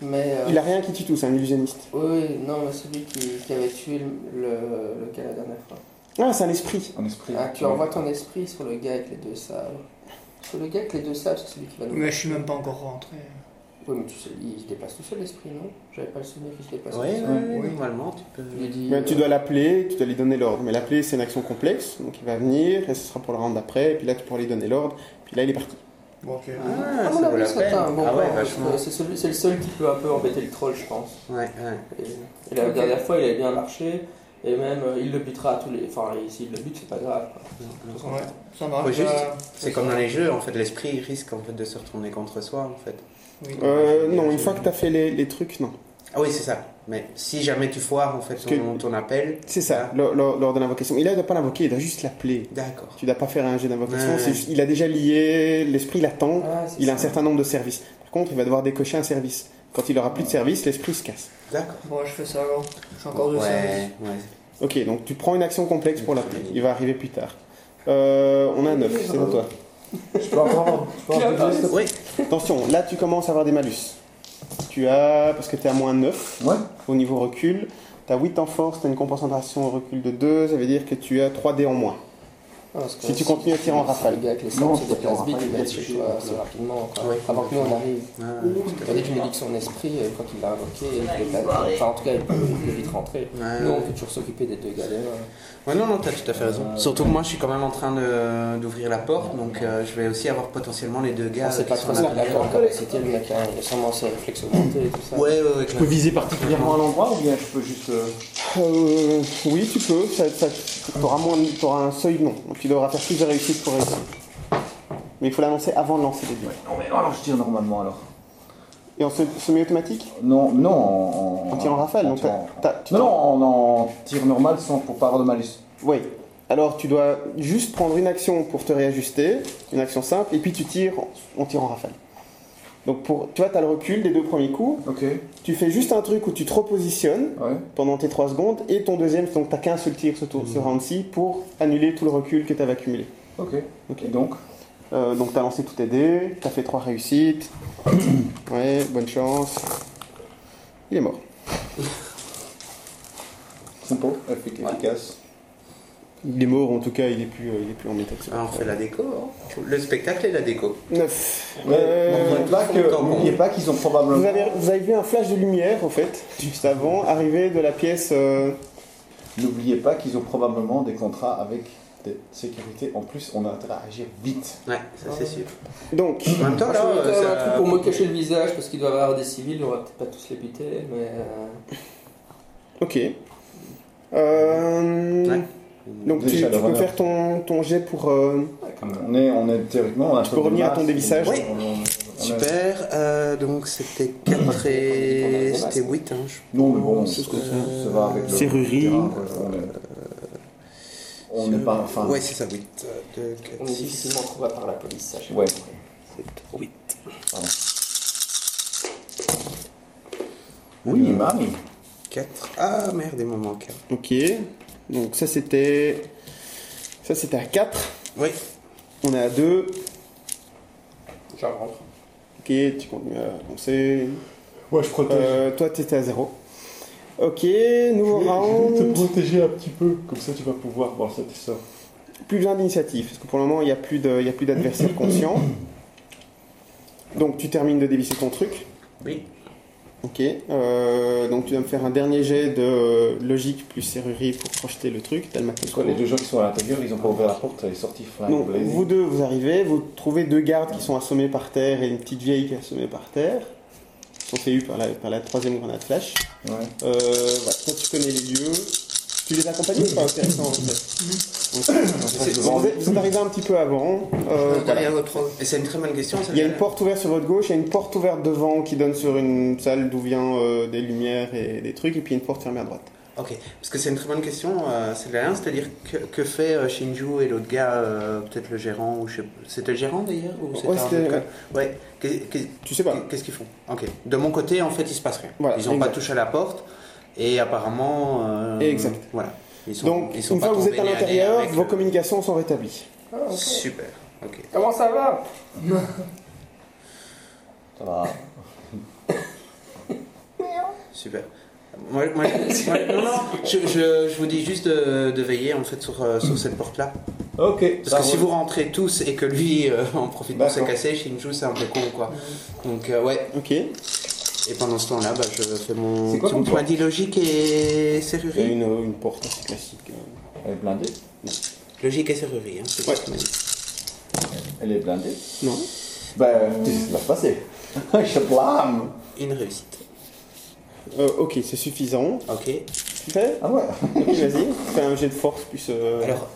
Mais. euh,
Il a rien qui tue tout, c'est un illusionniste.
Oui, non, mais celui qui, qui avait tué le, le, le gars la dernière fois.
Ah, c'est un esprit.
En esprit.
Ah, tu envoies ton esprit sur le gars avec les deux sables. Sur le gars avec les deux sables, c'est celui qui va nous.
Mais je suis même pas encore rentré.
Oui, mais tu sais, il se déplace tout seul l'esprit, non J'avais pas le souvenir qu'il se déplace
Ouais, ouais,
tout seul.
ouais,
Oui.
normalement tu peux.
Je lui dis,
Ben, tu
euh,
dois l'appeler, tu dois lui donner l'ordre. Mais l'appeler, c'est une action complexe, donc il va venir, et ce sera pour le round d'après, et puis là, tu pourras lui donner l'ordre, puis là, il est parti.
Bon, ok.
Ah,
à euh,
ça
mon
vaut
avis,
la
c'est
peine.
un bon
Ah ouais,
plan, parce que
vachement.
C'est celui- c'est le seul qui peut un peu embêter le troll, je pense.
Ouais, ouais.
Et, et la dernière fois, il avait bien marché. Et même, euh, il le butera à tous les. Enfin, et s'il le bute, c'est pas grave. quoi. De toute façon,
Ouais, ça marche.
Faut juste-
bah,
C'est comme dans les jeux, en fait, l'esprit risque en fait de se retourner contre soi, en fait.
oui.
Euh, non, une fois que t'as fait les, les trucs, non.
Ah oui, c'est ça. Mais si jamais tu foires en fait
que-
ton, ton appel,
C'est ça, lors, lors- lors de l'invocation. Il ne doit pas l'invoquer, il doit juste l'appeler.
d'accord.
Tu dois pas faire un jet d'invocation,
Ouais.
c'est juste- il a déjà lié, l'esprit l'attend,
Ah, c'est
il a un
ça.
certain nombre de services. Par contre, il va devoir décocher un service. Quand il aura plus de service, l'esprit se casse.
D'accord.
Bon, je fais ça alors. J'ai encore deux
Ouais, ouais.
Ok, donc tu prends une action complexe pour l'appeler. Il va arriver plus tard. Euh, on a 9, c'est bon toi.
Je peux encore. Je peux encore
Clairement.
dire
Oui.
Attention, là tu commences à avoir des malus. Tu as, parce que tu es à moins 9
ça Ouais.
au niveau recul, tu as 8 en force, tu as une compensation au recul de 2, ça veut dire que tu as 3 dés en moins. Si tu continues à tirer en rafale.
Le gars avec les
Non,
sables se
c'est
déplace
pas
vite,
grave.
il va être chez toi assez rapidement. quoi.
Ouais.
Avant que nous on arrive.
Ah,
Tandis qu'il éduque son esprit, et quoi qu'il l'a invoqué, il peut pas. Enfin, en tout cas, il peut il peut vite rentrer.
Ouais.
Nous, on peut toujours s'occuper des deux galères. hein.
Ouais, non, non, t'as tout à fait raison. Surtout que moi, je suis quand même en train de- d'ouvrir la porte, donc euh, je vais aussi avoir potentiellement les deux gars.
On sait
qui
Ah, pas
sont
trop
à
ce qu'il a
l'intérieur.
comme capacité, le mec. hein. Il a sûrement ses réflexes augmentés et tout ça.
Ouais, ouais, ouais,
Je peux
clairement.
viser
Il y a
particulièrement.
vraiment un endroit ou bien je peux juste. euh,
Euh, oui, tu peux, ça, ça, t'auras moins, de- t'auras un seuil non. Donc tu devras faire plusieurs réussites pour réussir. Mais il faut l'annoncer avant de lancer les dés.
Non, mais alors je tire normalement alors.
Et en se- semi-automatique
Non, non, en.
En tirant
Ah,
rafale, donc
tirant-
t'as- t'as- tu
Non, non, en, en tir normal sans pour pas avoir de malus.
Oui. Alors tu dois juste prendre une action pour te réajuster, une action simple, et puis tu tires, on tire en rafale. Donc pour, tu vois, tu as le recul des deux premiers coups,
Ok. Ouais.
tu fais juste un truc où tu te repositionnes pendant tes 3 secondes, et ton deuxième, donc tu qu'un seul tir ce, tour, ce round-ci pour annuler tout le recul que tu avais accumulé.
Ok.
Ok.
Et donc
Euh, donc tu as lancé tous tes dés, tu as fait 3 réussites, ouais, bonne chance. Il est mort.
Simple, effic- efficace.
Il est mort, en tout cas, il est plus, euh, il est plus en métal.
Ah, on fait la déco. hein. Le spectacle et la déco.
9.
Ouais, n'oubliez pas que- n'oubliez pas qu'ils ont probablement.
Euh, Vous avez, vous avez vu un flash de lumière, au fait, juste avant, arrivé de la pièce. euh,
N'oubliez pas qu'ils ont probablement des contrats avec des sécurités. En plus, on a intérêt à agir vite.
Ouais, ça c'est sûr.
Donc,
En même temps,
Là,
là, euh,
un
ça-
truc pour me cacher le visage parce qu'il doit y avoir des civils, on va peut-être pas tous les buter, mais. euh,
ok. Euh,
Ouais.
Donc, tu,
Déjà,
tu
le
peux
runner.
faire ton, ton jet pour. euh,
On est, on est théoriquement. On a
Tu peux revenir à ton dévissage
Oui. Super. euh, donc c'était 4 et.
Ouais.
C'était 8, hein, je
Non, mais bon,
C'est ce que
c'est.
ça va avec le.
Serrurerie.
terrain, quoi. On est- On n'est pas. Enfin,
Ouais, c'est ça, Euh, 8. 2, 4,
On est
6,
difficilement trouvable par la police, sachez.
Ouais.
7, 8.
Oui, il m'arrive.
4. Ah merde, il m'en manque. un.
Ok. Donc, ça c'était. Ça c'était à 4.
Oui.
On est à 2.
J'en rentre.
Ok, tu continues à lancer.
Ouais, je protège.
Euh, toi, t'étais à 0. Ok, nouveau
Je vais te
round.
protéger un petit peu, comme ça tu vas pouvoir voir ça, tes sorts.
Plus besoin d'initiative, parce que pour le moment, il n'y a plus de- il y a plus d'adversaire conscient. Donc, tu termines de dévisser ton truc.
Oui.
Ok, euh, donc tu vas me faire un dernier jet de euh, logique plus serrurerie pour projeter le truc. T'as le matos
Parce que les deux gens qui sont à l'intérieur, ils ont pas ouvert la porte, elle est sortie flingue.
Donc,
blasée.
vous deux, vous arrivez, vous trouvez deux gardes qui sont assommés par terre et une petite vieille qui est assommée par terre. Ils sont fait eu par la, par la troisième grenade flash.
Ouais.
Euh, voilà, toi, tu connais les lieux. Tu les accompagnes ou pas Intéressant, en fait. Donc, vous, êtes, vous êtes arrivés un petit peu avant. euh,
heures.
voilà.
Derrière votre
Et c'est une très bonne question.
Il y a
celle-là.
une porte ouverte sur votre gauche, il y a une porte ouverte devant qui donne sur une salle d'où vient euh, des lumières et des trucs, et puis une porte fermée à droite.
Ok, parce que c'est une très bonne question, euh, c'est de la lien, c'est-à-dire que, que fait euh, Shinju et l'autre gars, euh, peut-être le gérant, ou je sais C'était le gérant d'ailleurs ou
Ouais,
un
c'était-
autre gars Ouais, qu'est- qu'est-
Tu sais pas.
qu'est-ce qu'ils font Ok, de mon côté, en fait, il se passe rien.
Voilà,
ils n'ont pas
exact.
touché à la porte, et apparemment. euh,
Et exact.
Voilà. Ils sont,
Donc,
ils sont
une
pas
fois que vous
tombés
êtes à
nez nez
l'intérieur,
avec euh,
vos Ah
le-
communications sont rétablies.
Super, ok.
Comment ça va
Ça va.
Super. Moi, moi- moi- non, non, je, je- je vous dis juste euh, de, de veiller en fait sur, euh, sur cette porte-là.
Ok,
Parce que si vous rentrez tous et que lui euh, en profite pour se
D'accord.
casser, Shinju c'est un peu con quoi.
Mm-hmm.
Donc euh, ouais,
Ok.
et pendant ce temps-là, bah, je fais mon.
C'est quoi
tu
ton
me
plan
dit logique et serrurerie
une, une porte assez classique. euh.
Elle est blindée
Logique et serrurerie, hein, c'est
Ouais.
pas-
Elle est blindée
Non.
Ben, tu sais ce qui va se passer. je te blâme
Une réussite.
Euh, ok, c'est suffisant.
Ok.
Tu fais
Ah ouais
Ok, vas-y. Fais un jet de force plus. euh,
Alors.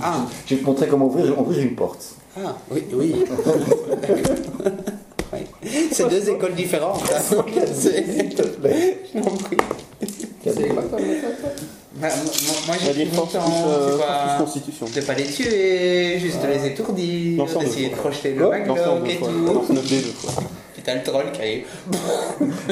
Ah,
Je vais te montrer comment ouvrir, ouvrir une porte.
ah, oui, oui. Ouais. C'est deux écoles différentes. hein. C'est-
S'il te plaît.
Je t'en prie.
C'est quoi comme méthode toi
Bah, moi, moi
on va
j'ai
dire
pris mon
force plus,
temps,
euh,
tu
force plus
vois,
constitution.
de pas les tuer, juste de les étourdir,
L'ensemble,
d'essayer de
quoi.
projeter le
L'ensemble,
backlog et
quoi.
tout.
Lance 9 des deux, quoi.
Putain, t'as le troll qui arrive.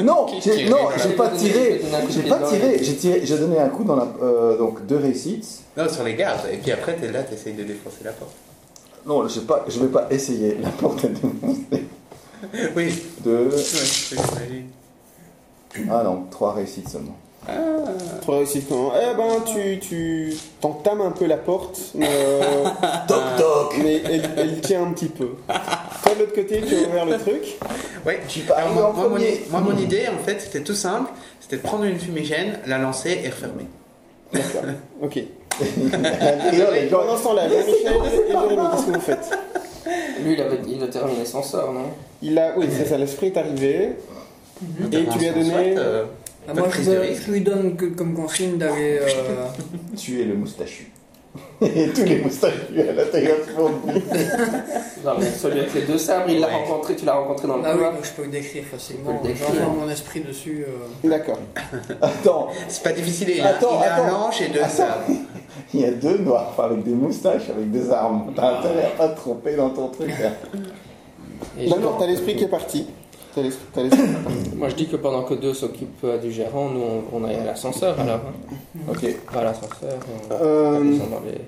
Non,
Qui-
j'ai-
qui-
non,
qui-
j'ai pas
qui-
tiré.
qui- qui- qui-
J'ai
qui-
pas
qui-
tiré. J'ai tiré. J'ai donné un coup dans la euh, donc deux réussites.
Non, sur les gardes. Et puis après, t'es là, t'essayes de défoncer la porte.
Non, je sais pas. Je vais pas essayer. La porte est défoncée.
Oui.
Deux.
Ouais,
Ah non, trois réussites seulement.
Trois réussites quand même. Eh ben, tu, tu t'entames un peu la porte, mais, euh,
Ah.
Toc toc.
mais elle, elle tient un petit peu. Toi, de l'autre côté, tu as ouvert le truc.
Ouais,
Je suis pas
Alors,
arrivé
Ah, moi,
en
moi, mon,
premier.
moi, mon idée, en fait, c'était tout simple. C'était de prendre une fumigène, la lancer et refermer.
D'accord. Ok.
Ah,
D'ailleurs, les gens-
Pendant ce temps-là, Jean-Michel et Jérémy, qu'est-ce que vous faites
Lui, il, avait, il a terminé son sort, non
Il a, oui, c'est ça, l'esprit est arrivé. Et tu lui as donné.
Soit, euh,
Ah,
Pas de
moi, je,
prise de risque.
je lui donne que- comme consigne d'aller. euh,
Tuer le moustachu. Et tous les moustachus à l'intérieur se font
Genre, celui avec les deux sabres, il l'a
Ouais.
rencontré, tu l'as rencontré dans le
Ah oui,
couloir.
donc je peux le décrire facilement.
Tu peux le décrire.
J'envoie mon esprit dessus. euh.
D'accord.
Attends,
C'est pas difficile. Il a,
Attends,
il a un
attends.
ange et deux
Attends.
sabres.
il y a deux noirs avec des moustaches, avec des armes. T'as intérêt à pas te tromper dans ton truc. hein. Bah
Et
Non,
je-
non, t'as l'esprit qui est parti. T'as l'esprit. t'as l'esprit.
Moi, je dis que pendant que deux s'occupent euh, du gérant, nous, on, on aille à l'ascenseur alors. hein.
Ok.
Pas à l'ascenseur.
Ah,
on- Ah,
Euh,
Ils sont dans les-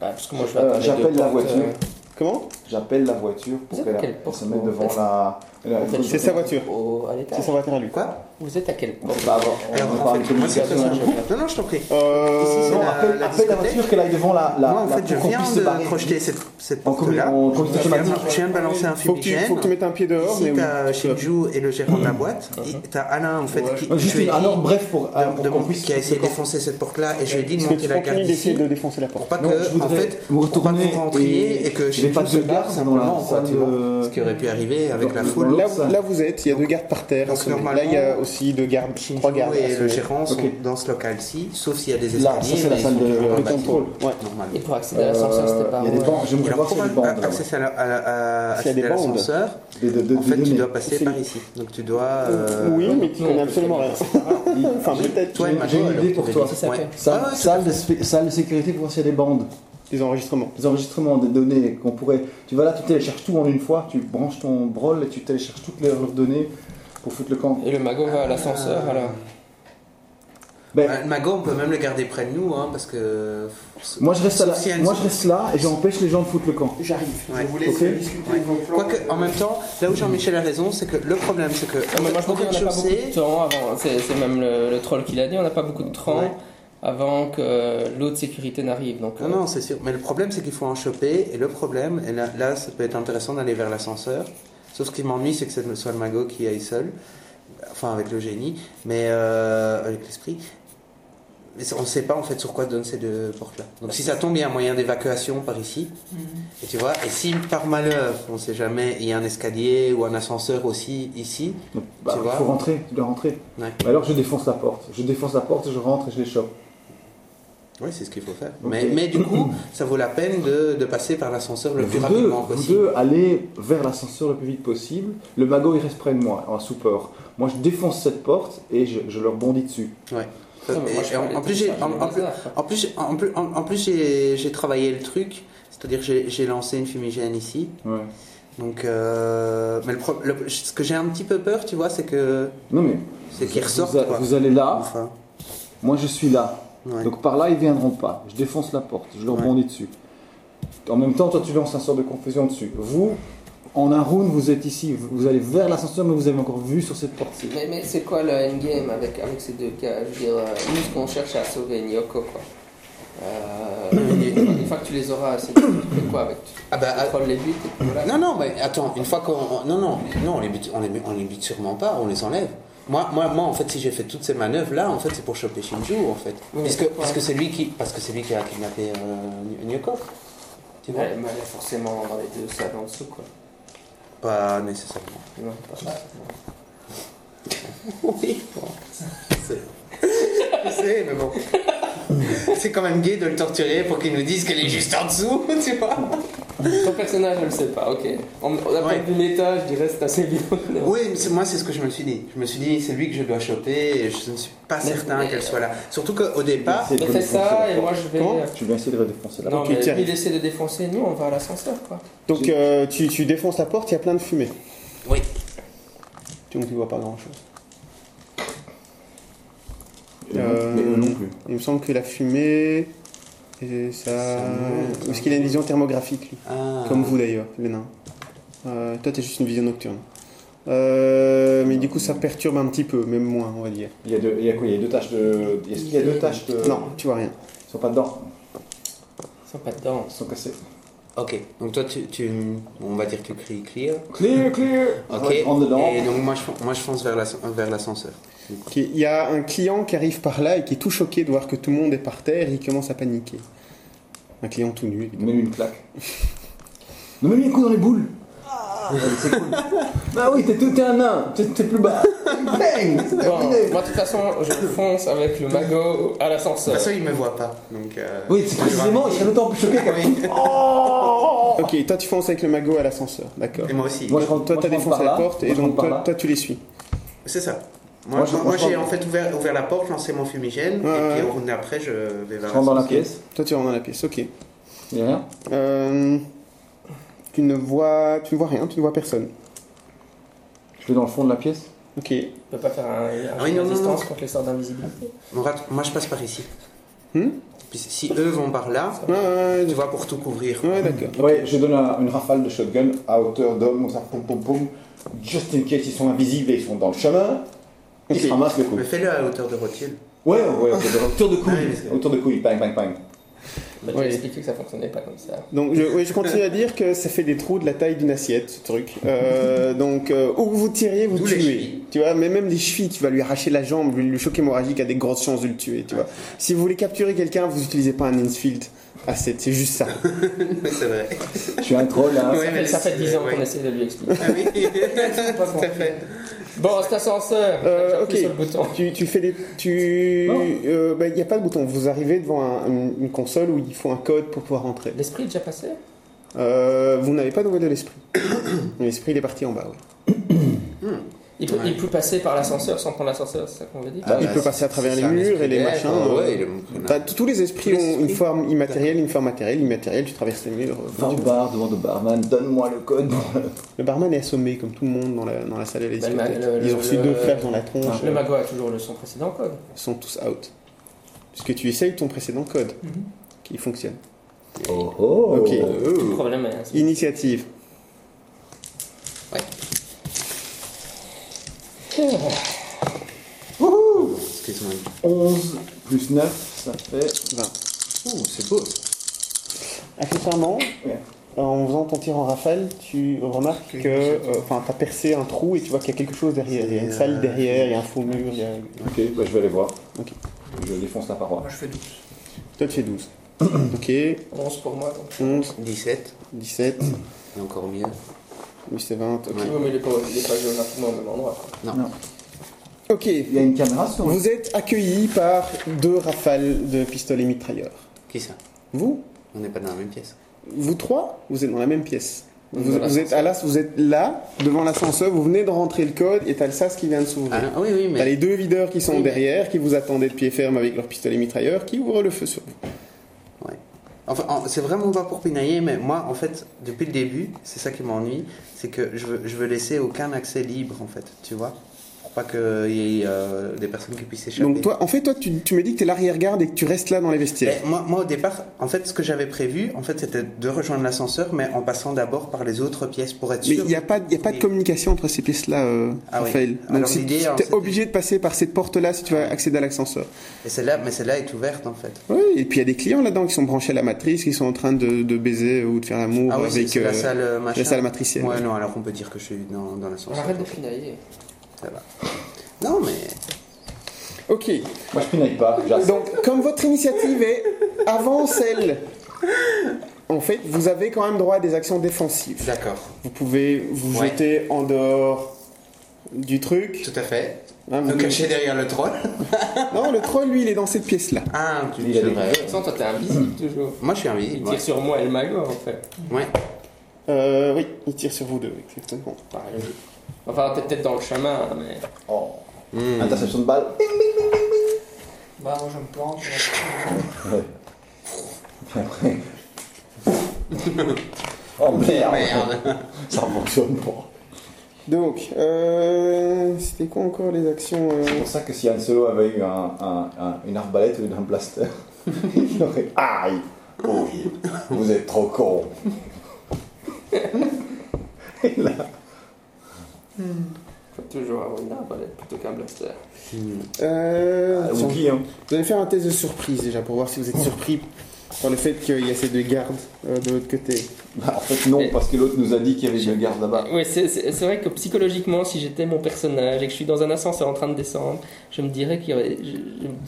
Bah, parce que moi, je vais
Euh,
attendre les
j'appelle
deux
la
portes,
voiture.
euh,
Comment
J'appelle la voiture pour
Vous
qu'elle
êtes quelle
elle
porte,
se mette
vous,
devant
en fait
la. la-
vous êtes
C'est sa voiture.
au- à l'étage.
C'est sa voiture à lui.
Quoi
Vous êtes à quelle
On
porte
peut pas avoir.
Alors,
on
en
parle
fait,
de
moi, c'est
communication.
comme ça que je- Non, non, je t'en prie.
Euh,
Ici, c'est
Non,
la-
appelle,
la
appelle la
discothèque.
voiture qu'elle aille devant la. la
Moi, en
la-
fait, je
pour qu'on
viens
puisse se barrer.
de projeter cette, cette
En commun-
porte-là.
en communication
Je viens de-
automatique.
je viens de balancer un
faut que, tu,
fumigène.
faut que tu mettes un pied dehors, mais
Ici,
oui.
t'as
tu peux.
Shinju et le gérant de la boîte. Et T'as Alain, en fait,
Ouais.
qui,
Donc,
je
Juste
lui ai
une- un
dit-
ordre bref pour,
de-
pour
de
qu'on
mon-
puisse.
qui a essayé de défoncer cette porte-là et je lui ai dit de
Est-ce que
monter
tu
la garde
continues d'essayer
ici
de défoncer la porte
pour pas
Non,
que,
je voudrais
en fait,
vous
pour pas que
retourner
vous rentriez
et-
et, que
je n'ai
Shinju
pas
se
de
barre
garde dans la
simplement, quoi,
salle
tu vois.
de-
Ce qui aurait pu arriver avec
Dans-
la
dans
foule.
Là,
Donc, ça-
là, vous êtes, il y a deux gardes par terre.
Donc,
assommés.
normalement,
Là, il y a aussi deux gardes,
Shinju
trois gardes.
et le
assommés.
gérant sont
Ok.
dans ce local-ci, sauf s'il y a des escaliers.
Là, ça, c'est la
mais ils
salle
sont
de-
toujours dans le
de
bâtiment,
contrôle. Ouais.
Et
normalement.
pour accéder à l'ascenseur, c'était
Euh,
par
Il y a des
où,
bancs, je
Et
me
alors,
voir s'il y
pour
a des bancs
a- Ah, accéder à la- à la- à-
S'il y a
accéder
des
à
bandes.
l'ascenseur, en fait, tu dois passer
C'est-
par ici. Donc, tu dois. euh,
Oui, mais tu
non,
connais
on
absolument
peut
rien. Enfin, peut-être.
Toi et Mago,
J'ai une
alors,
idée pour
vous
toi.
avez dit-
Ça
Ouais.
s'appelle.
Ah, ouais,
salle, de, spé- salle de sécurité pour voir s'il y a des bandes,
Les enregistrements.
des enregistrements, des données qu'on pourrait. Tu vas là, tu télécharges tout en une fois, tu branches ton brol et tu télécharges toutes leurs données pour foutre le camp.
Et le magot va à
Euh,
l'ascenseur alors.
Ben,
Bah, Ma- Mago, on peut même le garder près de nous, hein, parce que.
moi je reste à
Sauf
la-
s'il y a une-
moi je reste là et j'empêche les gens de foutre le camp.
J'arrive.
Ouais.
voulais
Ok.
discuter
Ouais.
de vos plans.
Quoique, en même temps, là où Jean-Michel a raison, c'est que le problème, c'est que.
Non, mais moi je
au
pense qu'on n'a pas beaucoup
rez-de-chaussée,
de temps avant. C'est c'est même le, le troll qui l'a dit, on n'a pas beaucoup de temps
Ouais. Ah
avant que l'autre sécurité n'arrive. Donc,
Non,
euh,
non, c'est sûr. Mais le problème, c'est qu'il faut en choper. Et le problème, et là, là, ça peut être intéressant d'aller vers l'ascenseur. Sauf ce qui m'ennuie, c'est que ce soit le magot qui aille seul. Enfin, avec le génie. Mais euh, avec l'esprit. Mais ça, on ne sait pas en fait sur quoi donne ces deux portes-là. Donc si ça tombe, il y a un moyen d'évacuation par ici. Et tu vois, et si par malheur, on ne sait jamais, il y a un escalier ou un ascenseur aussi ici.
Donc, bah,
Tu
il
vois
faut rentrer, tu dois rentrer.
Ouais.
Bah alors je défonce la porte, je défonce la porte, je rentre et je les chope.
Oui, c'est ce qu'il faut faire.
Ok.
Mais, mais du coup, ça vaut la peine de, de passer par l'ascenseur le plus
vous deux,
rapidement
vous
possible.
deux, allez vers l'ascenseur le plus vite possible. Le magot il reste près de moi, en support. Moi je défonce cette porte et je, je leur bondis dessus.
non, mais euh, moi, je
Et en-
parlais
en
de
plus, j'ai-
ça,
en- en
le
plus-
hasard, quoi.
En plus, j'ai- en plus, en en plus j'ai j'ai travaillé le truc, c'est-à-dire j'ai j'ai lancé une fumigène ici.
Ouais.
Donc, euh, mais le pro- le- ce que j'ai un petit peu peur, tu vois, c'est que
Non mais
c'est qu'ils
vous-
ressortent.
vous, a-
quoi.
vous allez là,
Enfin,
moi je suis là.
ouais.
Ah. Donc par là, ils viendront pas. Je défonce la porte, je leur
Ouais.
bondis dessus. En même temps, toi, tu lances un sort de confusion dessus. Vous, en un round, vous êtes ici. Vous vous allez vers l'ascenseur, mais vous avez encore vu sur cette porte-ci.
Mais, mais c'est quoi le endgame avec, avec ces deux cas Je veux dire, euh, nous, ce qu'on cherche à sauver Nyoko, quoi. Euh, une, une fois que tu les auras, c'est tu fais quoi avec Tu
Ah bah, ah,
tu trolles les buts et puis voilà.
Non, non, mais attends, une fois qu'on. Non, non, non, on les bute, on les, on les bute sûrement pas, on les enlève. Moi, moi, moi, en fait, si j'ai fait toutes ces manœuvres-là, en fait, c'est pour choper Shinju, en fait.
Oui,
parce, que,
mais
parce que c'est lui qui, parce que c'est lui qui a kidnappé euh, Nyoko. Tu vois
Ouais, mais elle est forcément dans les deux salles en dessous, quoi.
Pas nécessairement.
Non, pas ça.
Oui, bon. C'est- Je sais, mais bon. C'est quand même gay de le torturer pour qu'il nous dise qu'elle est juste en dessous, tu vois.
Ton personnage, je le sais pas, ok. On, on a
Ouais.
pas vu méta, je dirais, c'est assez évident.
Oui, mais c'est- moi, c'est ce que je me suis dit. Je me suis dit, c'est lui que je dois choper et je ne suis pas
Mais-
certain
mais-
qu'elle soit là. Surtout qu'au départ,
C'est
Mais
de
fais
défoncer
ça,
la
et
porte.
moi je vais. euh,
Comment
Tu vas essayer de redéfoncer la
Non,
porte.
Ok,
mais
tiens.
lui, il essaie de défoncer, nous, on va à l'ascenseur, quoi.
Donc, euh, tu, tu défonces la porte, il y a plein de fumée.
Oui.
Donc tu vois pas grand chose.
Et non- Mais eux non plus.
Il me semble que la fumée. Et ça.
Ça monte.
Parce qu'il a une vision thermographique, lui.
hein. Ah.
Comme vous d'ailleurs, les nains. Euh, toi, t'as juste une vision nocturne. Euh, mais du coup, ça perturbe un petit peu, même moins, on va dire.
Il y a deux, il y a quoi Il y a deux taches de. Est-ce qu'il y a deux taches
Euh.
de.
Non, tu vois rien.
Ils sont pas dedans.
Ils sont pas dedans.
Ils sont cassés.
Ok, donc toi, tu, tu- on va dire que tu cries clear.
Clear, clear.
Ok,
Je rentre dedans.
et donc moi je, moi, je fonce vers l'asc- vers l'ascenseur.
Ok, Il y a un client qui arrive par là et qui est tout choqué de voir que tout le monde est par terre et il commence à paniquer. Un client tout nu, évidemment.
Mets-lui une claque. Non, mets-lui un coup dans les boules.
Ah.
Allez, c'est cool. bah oui, t'es t'es un nain. T'es t'es plus bas. Bang C'est
Bon,
terminé.
moi de toute façon, je fonce avec le magot à
De
l'ascenseur.
toute façon, il me voit pas. Donc, euh,
Oui, c'est précisément, il serait d'autant plus choqué qu'avec. Oh
Ok, toi tu fonces avec le magot à l'ascenseur, d'accord.
Et moi aussi.
Moi, je rentre-
Toi
moi,
t'as
je rentre
défoncé
par
la
là.
porte et
Moi, je
donc
rentre par
toi,
là.
toi, tu les suis.
C'est ça. Moi,
Moi, je-
moi,
moi, je
j'ai en
rentre-
fait ouvert, ouvert la porte, lancé mon fumigène,
Ouais,
et puis
ouais.
on- après je vais
Je
vers
rentre dans la
l'ascenseur.
pièce.
Toi tu rentres dans la pièce, ok.
Il y a rien.
Euh, tu, ne vois, tu ne vois rien, tu ne vois personne.
Je vais dans le fond de la pièce.
Ok.
On peut pas faire un, un
Ah oui, non, non,
résistance
non.
contre les sorts d'invisibilité.
Mon rat- moi, je passe par ici.
Hmm
Puis si eux vont par là,
Ouais, ouais,
tu
ouais,
vois, pour tout couvrir.
ouais, d'accord.
Ouais, je donne un- une rafale de shotgun à hauteur d'homme, comme ça, poum poum poum. Just in case, ils sont invisibles et ils sont dans le chemin. Ils
Ok.
se ramassent le coup.
Mais fais-le à hauteur de Rothschild.
Ouais, ouais, ok, de- autour de
Ouais, mais
couille.
c'est-
Autour de couille, bang, bang, bang.
Bah, tu
Oui.
as expliqué que ça fonctionnait pas comme ça.
Donc je, oui, je continue à dire que ça fait des trous de la taille d'une assiette, ce truc. Euh, donc euh, où vous tiriez, vous
D'où les
tuez.
chevilles.
Tu vois, mais même les chevilles, tu vas lui arracher la jambe, lui, le choc hémorragique a des grosses chances de le tuer. Tu vois. Si vous voulez capturer quelqu'un, vous utilisez pas un infield asset, c'est juste ça.
c'est vrai.
Je suis un troll, hein.
Ouais, mais
ça fait
c'est-
10 ans
ouais.
qu'on essaie de lui expliquer.
Ah oui, tout à fait.
Bon, cet ascenseur,
Euh,
j'appuie
ok.
sur le bouton.
Tu, tu fais des. Tu.
Non.
Il n'y a pas de bouton. Vous arrivez devant un- une, une console où il faut un code pour pouvoir rentrer.
L'esprit est déjà passé
Euh, vous n'avez pas de nouvelles de l'esprit. l'esprit, il est parti en bas, ouais.
il peut,
Ouais.
il peut passer par l'ascenseur sans prendre l'ascenseur, c'est ça qu'on veut dire
Ah,
il
bah,
peut
c'est-
passer à travers
c'est
les
ça, un
murs et
esprit
les
d'air,
machins.
quoi.
euh.
Ouais, il est mon connard.
Bah, t- tous les esprits
Tous les
ont une
esprits.
forme immatérielle, une forme matérielle, immatérielle, tu traverses les murs. euh,
Va au
tu-
bar devant le barman, donne-moi le code.
Le barman est assommé comme tout le monde dans la, dans la salle à la
Bah, le
discothèque.
ma- le-
Ils ont
le-
reçu
le-
deux flashs dans la tronche,
Le
euh,
magot a toujours le son précédent code.
ils sont tous out. Parce que tu essayes ton précédent code,
Mhm.
qui fonctionne.
Oh oh
Ok.
Le problème est. c'est-
Initiative.
Oh. Excuse-moi.
11 plus 9, ça fait.
20.
Ouh, Oh, c'est beau.
Accessoirement,
Ouais.
euh, en faisant ton tir en rafale, tu remarques que. euh, Enfin, t'as percé un trou et tu vois qu'il y a quelque chose derrière. Il y a une
C'est,
salle
euh,
derrière, il y a un faux mur. il y a-
Ok, bah, je vais aller voir.
Ok.
Je défonce la paroi.
Moi je fais 12.
Toi, tu fais 12. ok,
11 pour moi. Donc.
11,
17,
17,
et encore mieux.
oui, c'est 20. ok.
Ouais.
Oui, mais il est pas, il est pas géographiquement au même endroit. quoi.
Ok,
Il y a une caméra sur
Vous êtes accueilli par deux rafales de pistolets mitrailleurs.
Qui ça
Vous
On n'est pas dans la même pièce.
Vous trois Vous êtes dans la même pièce. Vous,
Voilà.
vous êtes à l'as, vous êtes là, devant l'ascenseur, vous venez de rentrer le code et t'as le sas qui vient de s'ouvrir.
Ah non, oui, oui,
T'as
mais.
les deux videurs qui sont derrière, qui vous attendaient de pied ferme avec leurs pistolets mitrailleurs, qui ouvrent le feu sur vous.
Enfin, en- c'est vraiment pas pour pinailler, mais moi, en fait, depuis le début, c'est ça qui m'ennuie, c'est que je veux, je veux laisser aucun accès libre, en fait, tu vois Pour pas qu'il y ait euh, des personnes qui puissent échapper.
Donc toi, en fait, toi, tu, tu me dis que t'es l'arrière-garde et que tu restes là dans les vestiaires.
Eh, moi, moi, au départ, en fait, ce que j'avais prévu, en fait, c'était de rejoindre l'ascenseur, mais en passant d'abord par les autres pièces pour être
Mais
Eh, sûr.
il n'y a, pas de- il y a pas de
Oui.
communication entre ces pièces-là, euh,
Ah oui.
Raphaël. Donc
Alors,
si-
l'idée,
tu
alors,
es
c'était-
obligé de passer par cette porte-là si tu vas accéder à l'ascenseur.
Et celle-là, mais celle-là est ouverte, en fait.
Oui, et puis il y a des clients là-dedans qui sont branchés à la matrice, qui sont en train de, de baiser ou de faire l'amour
Ah oui, c'est-
avec
c'est
euh,
la salle euh, machin.
la salle matricielle.
Ouais, non, alors on peut dire que je suis dans, dans
On
l'ascenseur.
arrête de pinailler.
Non, mais.
Ok,
Moi, je pinaille pas. j'assure.
donc comme votre initiative est avant celle, en fait, vous avez quand même droit à des actions défensives.
D'accord,
Vous pouvez vous
Ouais.
jeter en dehors du truc.
tout à fait.
hein, vous-
Me cacher derrière le troll.
Non, le troll, lui, il est dans cette pièce-là.
Ah, tu
Il a
c'est
des-
vrai.
De toute façon, toi, t'es invisible toujours.
Moi, je suis
Il
invisible.
tire
Ouais.
sur moi et le magot en fait.
Ouais.
Euh, oui, il tire sur vous deux, exactement.
Pareil. Enfin, t'es peut-être dans le chemin, hein, mais.
Oh,
Hmm.
Interception de balle.
Bah moi je me plante.
Puis après. oh merde.
Merde.
Ça fonctionne pas.
Donc, euh, c'était quoi encore les actions euh,
C'est pour ça que si Han Solo avait eu un- un- un- une arbalète ou une- un blaster, il aurait. Aïe Oh, Vous êtes trop con Et là,
Bah,
Faut toujours avoir une arbalète plutôt qu'un blaster.
euh,
Ou
tiens,
qui, hein
Vous allez faire un test de surprise déjà pour voir si vous êtes surpris par le fait qu'il y a ces deux gardes euh, de l'autre côté.
Bah, En fait, non, parce que l'autre nous a dit qu'il y avait une garde là-bas.
Bah, Ouais, c'est- c'est c'est vrai que psychologiquement, si j'étais mon personnage et que je suis dans un ascenseur en train de descendre, je me dirais qu'il y aurait. Je,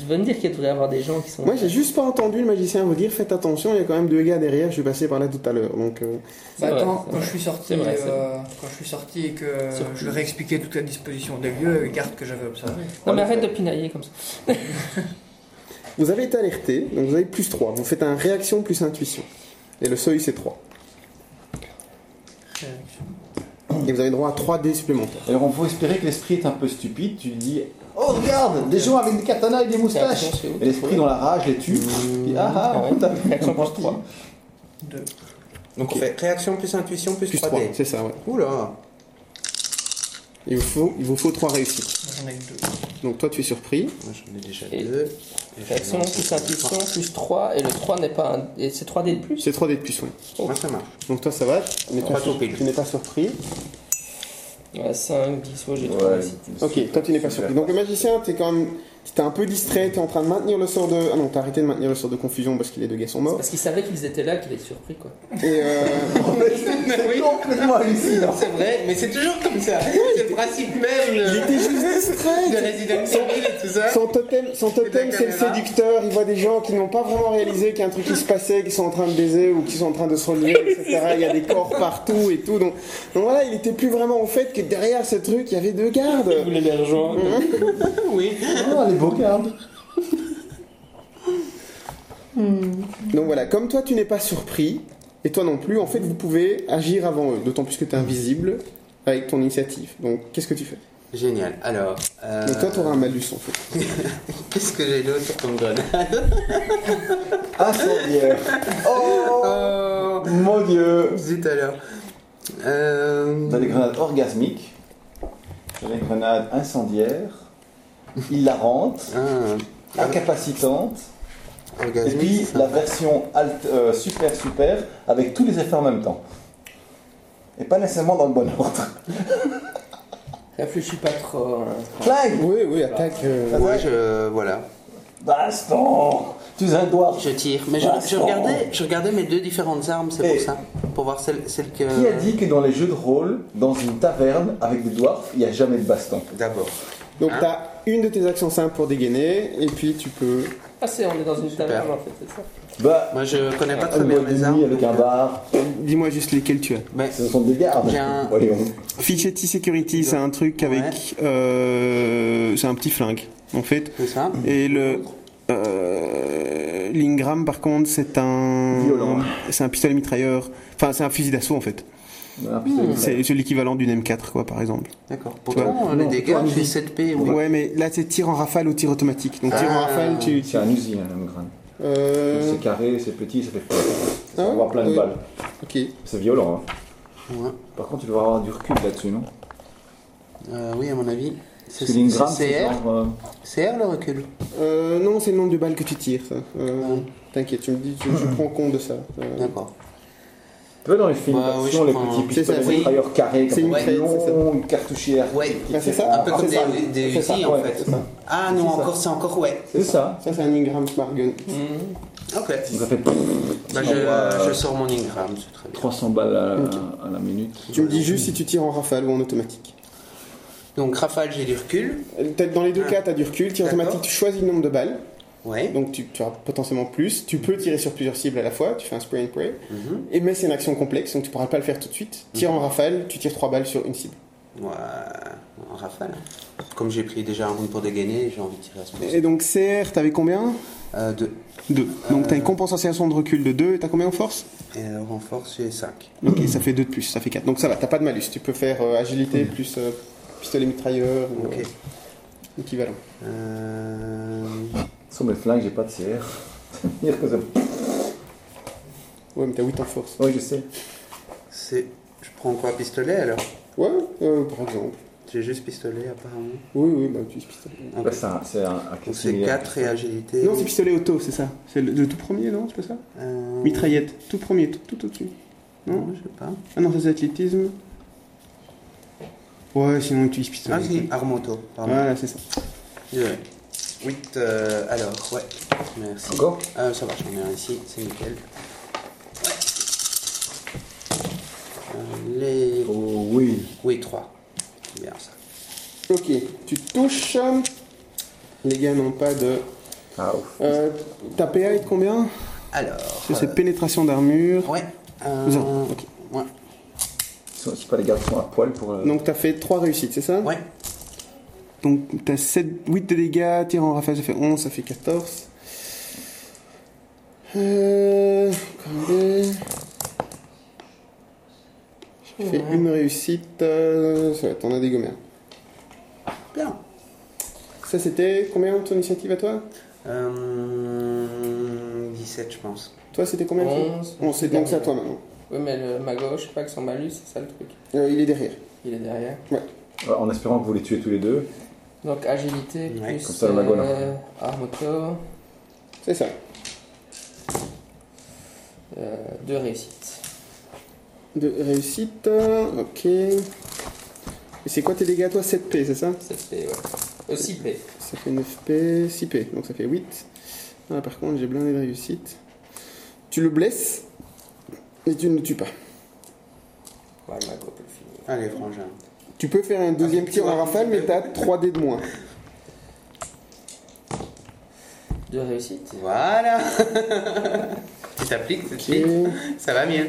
je vais me dire qu'il devrait y avoir des gens qui sont.
Moi j'ai juste pas entendu le magicien vous dire faites attention, il y a quand même deux gars derrière, je suis passé par là tout à l'heure. Donc, euh,
C'est
Bah,
vrai,
attends,
c'est
quand
vrai.
je suis sorti,
C'est vrai, c'est vrai.
euh, quand je suis sorti et que
Surpris.
je leur ai expliqué toute la disposition des lieux et les cartes que j'avais observées.
Non, mais arrête de pinailler comme ça.
vous avez été alerté, donc vous avez plus 3. Vous faites un réaction plus intuition. Et le seuil c'est 3. Et vous avez droit à 3 dés supplémentaires.
Alors, on peut espérer que l'esprit est un peu stupide. Tu lui dis Oh, regarde Des gens avec des katanas et des moustaches
C'est où
Et l'esprit, dans la rage, les tue. Et, ah ah,
Ah ouais.
on t'a
Réaction
on
plus
mange qui
trois.
Deux.
Donc
Ok.
on fait réaction plus intuition plus,
Plus 3,
3D.
c'est ça, ouais.
Oula
Il vous faut, il vous faut 3 réussites.
Moi, J'en ai eu deux.
Donc toi tu es surpris.
Moi j'en ai déjà
Et-
deux. Et je
Réaction
lance
plus
un-
intuition plus 3 et le 3 n'est pas un... et c'est 3D de plus
C'est 3 dés de plus, ouais.
Moi ça marche.
Donc toi ça va, tu n'es
Pas
pas, sur-
surpris.
tu n'es pas surpris.
ouais, 5, 10, ouais j'ai
Ouais.
trop réussité.
Ok, toi tu n'es pas
Super.
surpris. Donc le magicien, t'es quand même. T'es un peu distrait, t'es en train de maintenir le sort de. Ah non, t'as arrêté de maintenir le sort de confusion parce que les deux gars sont morts.
Parce qu'il savait qu'ils étaient là qu'il est surpris quoi.
Et euh,
C'est complètement hallucinant. C'est vrai, mais c'est toujours comme ça. C'est le principe même
il
de,
était juste
de
distrait
Resident Evil et tout ça.
Son totem, son totem c'est le
caméra.
séducteur, il voit des gens qui n'ont pas vraiment réalisé qu'il y a un truc qui se passait, qui sont en train de baiser ou qui sont en train de se relier, etc. Il y a des corps partout et tout. Donc, donc voilà, il était plus vraiment au fait que derrière ce truc, il y avait deux gardes.
voulait les rejoindre.
Oui.
Ah, les beaux gardes
Donc voilà, comme toi tu n'es pas surpris, et toi non plus, en fait vous pouvez agir avant eux, d'autant plus que t'es invisible avec ton initiative. Donc qu'est-ce que tu fais
Génial. Alors. Euh...
Donc toi t'auras un malus en fait.
Qu'est-ce que j'ai d'autre sur ton gun
Incendiaire Ah, Oh
Oh
Mon dieu
Zut alors. Euh...
T'as des grenades orgasmiques, t'as des grenades incendiaires, hilarantes,
Ah,
incapacitantes, et
orgasmique,
puis
ça.
la version alt, euh, super super avec tous les effets en même temps. Et pas nécessairement dans le bon ordre.
Réfléchis pas trop. hein.
Clang
Oui, oui, attaque. euh,
Ouais, je. Voilà.
Baston Tu es un doigt
Je tire. Mais je, je regardais, je regardais mes deux différentes armes, c'est
Eh.
Et-
pour ça. Pour voir celle, celle que.
Qui a dit que dans les jeux de rôle, dans une taverne avec des dwarfs, il n'y a jamais de baston
D'abord.
Donc t'as une de tes actions simples pour dégainer, et puis tu peux.
Ah c'est on est dans une
Super.
taverne en fait, c'est ça.
Bah,
Moi je connais pas
un
très
Ah,
bien
boîte de
mes
nuit
armes.
avec un bar,
Dis-moi juste lesquelles tu as.
Mais
ce sont des gardes.
J'ai un- Hmm.
Voyons.
Fichetti Security, c'est un truc
Ouais.
avec. euh, c'est un petit flingue, en fait.
c'est ça.
Et le. euh, L'Ingram, par contre, c'est un.
Violent.
C'est un pistolet mitrailleur. Enfin, c'est un fusil d'assaut, en fait.
Un pistolet.
C'est c'est l'équivalent d'une M4, quoi, par exemple.
D'accord. Pourtant,
vois,
les
non,
dégâts,
toi,
je suis
musique.
7P.
Ouais,
Ouais.
mais là, c'est tir en rafale ou tir automatique. Donc, tir en
Ah.
rafale, tu. tu-
C'est un usine, un homme grand.
Euh,
C'est carré, c'est petit, ça fait. Ça
Ah
va
ouais
avoir plein de
Oui.
balles.
Ok.
C'est violent. hein.
Ouais.
Par contre, tu dois avoir du recul là-dessus, non
Euh, oui, à mon avis. C'est
Parce que l'Ingram, c'est
c'est CR.
genre. euh,
CR le recul.
Euh, non, c'est le nombre de balles que tu tires, ça. Euh,
Ouais.
T'inquiète, tu me dis, tu, tu prends compte de ça. Euh,
D'accord.
Tu vois dans les films
Bah oui,
d'action,
je
les
prends-
petits
C'est ça,
pistolets
oui.
mitrailleurs carrés,
C'est
comme
une crête, c'est ça.
longue cartouchière.
Ouais.
Ah, c'est ça
Un peu
Ah,
comme
c'est ça.
des, des
C'est ça,
Uzi en
ouais,
fait.
c'est ça.
Ah
C'est
non,
ça.
encore, c'est encore ouais.
C'est ça.
Ça, c'est un Ingram Smart Gun.
Ok.
Donc ça fait
Bah, je, je sors mon Ingram, c'est très bien.
300 balles à,
Ok.
à la minute.
Tu me dis juste si tu tires en rafale ou en automatique.
Donc rafale, j'ai du recul.
Euh, t'as- Dans les deux
Ah.
cas, tu as du recul. Tir
D'accord.
automatique, tu choisis le nombre de balles.
Ouais.
Donc tu, tu as potentiellement plus. Tu peux tirer sur plusieurs cibles à la fois. Tu fais un spray and pray.
Mhm.
Et, mais c'est une action complexe, donc tu pourras pas le faire tout de suite. Tire en rafale, tu tires trois balles sur une cible.
Ouais, en rafale. Comme j'ai pris déjà un round pour dégainer, j'ai envie de tirer à ce moment
Et donc CR, t'avais combien
euh, Deux.
2. Donc t'as une compensation de recul de 2 et t'as combien en force
Et euh, alors en force, j'ai 5.
Ok, ça fait 2 de plus, ça fait 4. Donc ça va, t'as pas de malus. Tu peux faire euh, agilité plus euh, pistolet mitrailleur ou
Ok.
euh, équivalent.
Euh...
Sur mes flingues, j'ai pas de CR. Dire que ça-
Ouais, mais t'as 8 en force.
Oui, je sais.
C'est... Je prends quoi Pistolet alors
Ouais, euh, par exemple.
J'ai juste pistolet apparemment.
Oui, oui, bah, tu dis pistolet.
Un
Bah,
peu.
c'est un, c'est un, un
Donc
classique
c'est
militaire.
4 et agilité.
Non, c'est pistolet auto, c'est ça. C'est le, le tout premier, non C'est pas ça
Euh,
Mitraillette, tout premier, tout, tout au-dessus. Non
Non, je sais pas.
Ah non, ça, c'est athlétisme. Ouais, sinon, utilise pistolet.
Ah si, Armoto, pardon.
Voilà, c'est ça.
8, euh, alors, ouais, merci.
Encore
Euh, ça va, j'en ai un ici, c'est nickel. Euh, les...
Oh oui.
Oui, 3. C'est bien ça.
Ok, tu touches. Les gars n'ont pas de.
Ah ouf.
Euh, ta PA est de combien
Alors...
Ça,
euh,
c'est pénétration d'armure.
Ouais. euh,
Zéro, ok.
ouais.
Ils sont- C'est pas les garçons à poil pour. euh,
Donc, t'as fait 3 réussites, c'est ça
Ouais.
Donc, t'as 7, 8 de dégâts, tir en rafale, ça fait 11, ça fait 14. Euh. Attendez. J'ai fait une réussite. euh, ça va, t'en as dégommé un.
Bien.
Ça, c'était combien ton initiative à toi
Euh, 17, je pense.
Toi, c'était combien toi
11.
On s'est donc c'est à toi maintenant.
Oui, mais le mago, je sais pas que son malus, c'est ça le truc.
Euh, il est derrière.
Il est derrière.
En espérant que vous les tuez tous les deux.
Donc agilité,
Ouais,
plus
comme ça, le hein. mago, là.
euh, arme auto,
C'est ça.
euh, deux réussites.
De réussite. euh, Ok. Et c'est quoi tes dégâts toi 7P, c'est ça
Ça fait, ouais. Aussi P.
Ça fait 9P, 6P, donc ça fait 8. Ah, par contre, j'ai blindé de réussite. Tu le blesses, mais tu ne le tues pas.
Ouais, le mago peut le finir.
Allez, frangin.
Tu peux faire un deuxième tir en rafale, mais t'as 3D de moins.
Deux réussites.
Voilà Tu t'appliques tout de
Ok.
suite, ça va bien.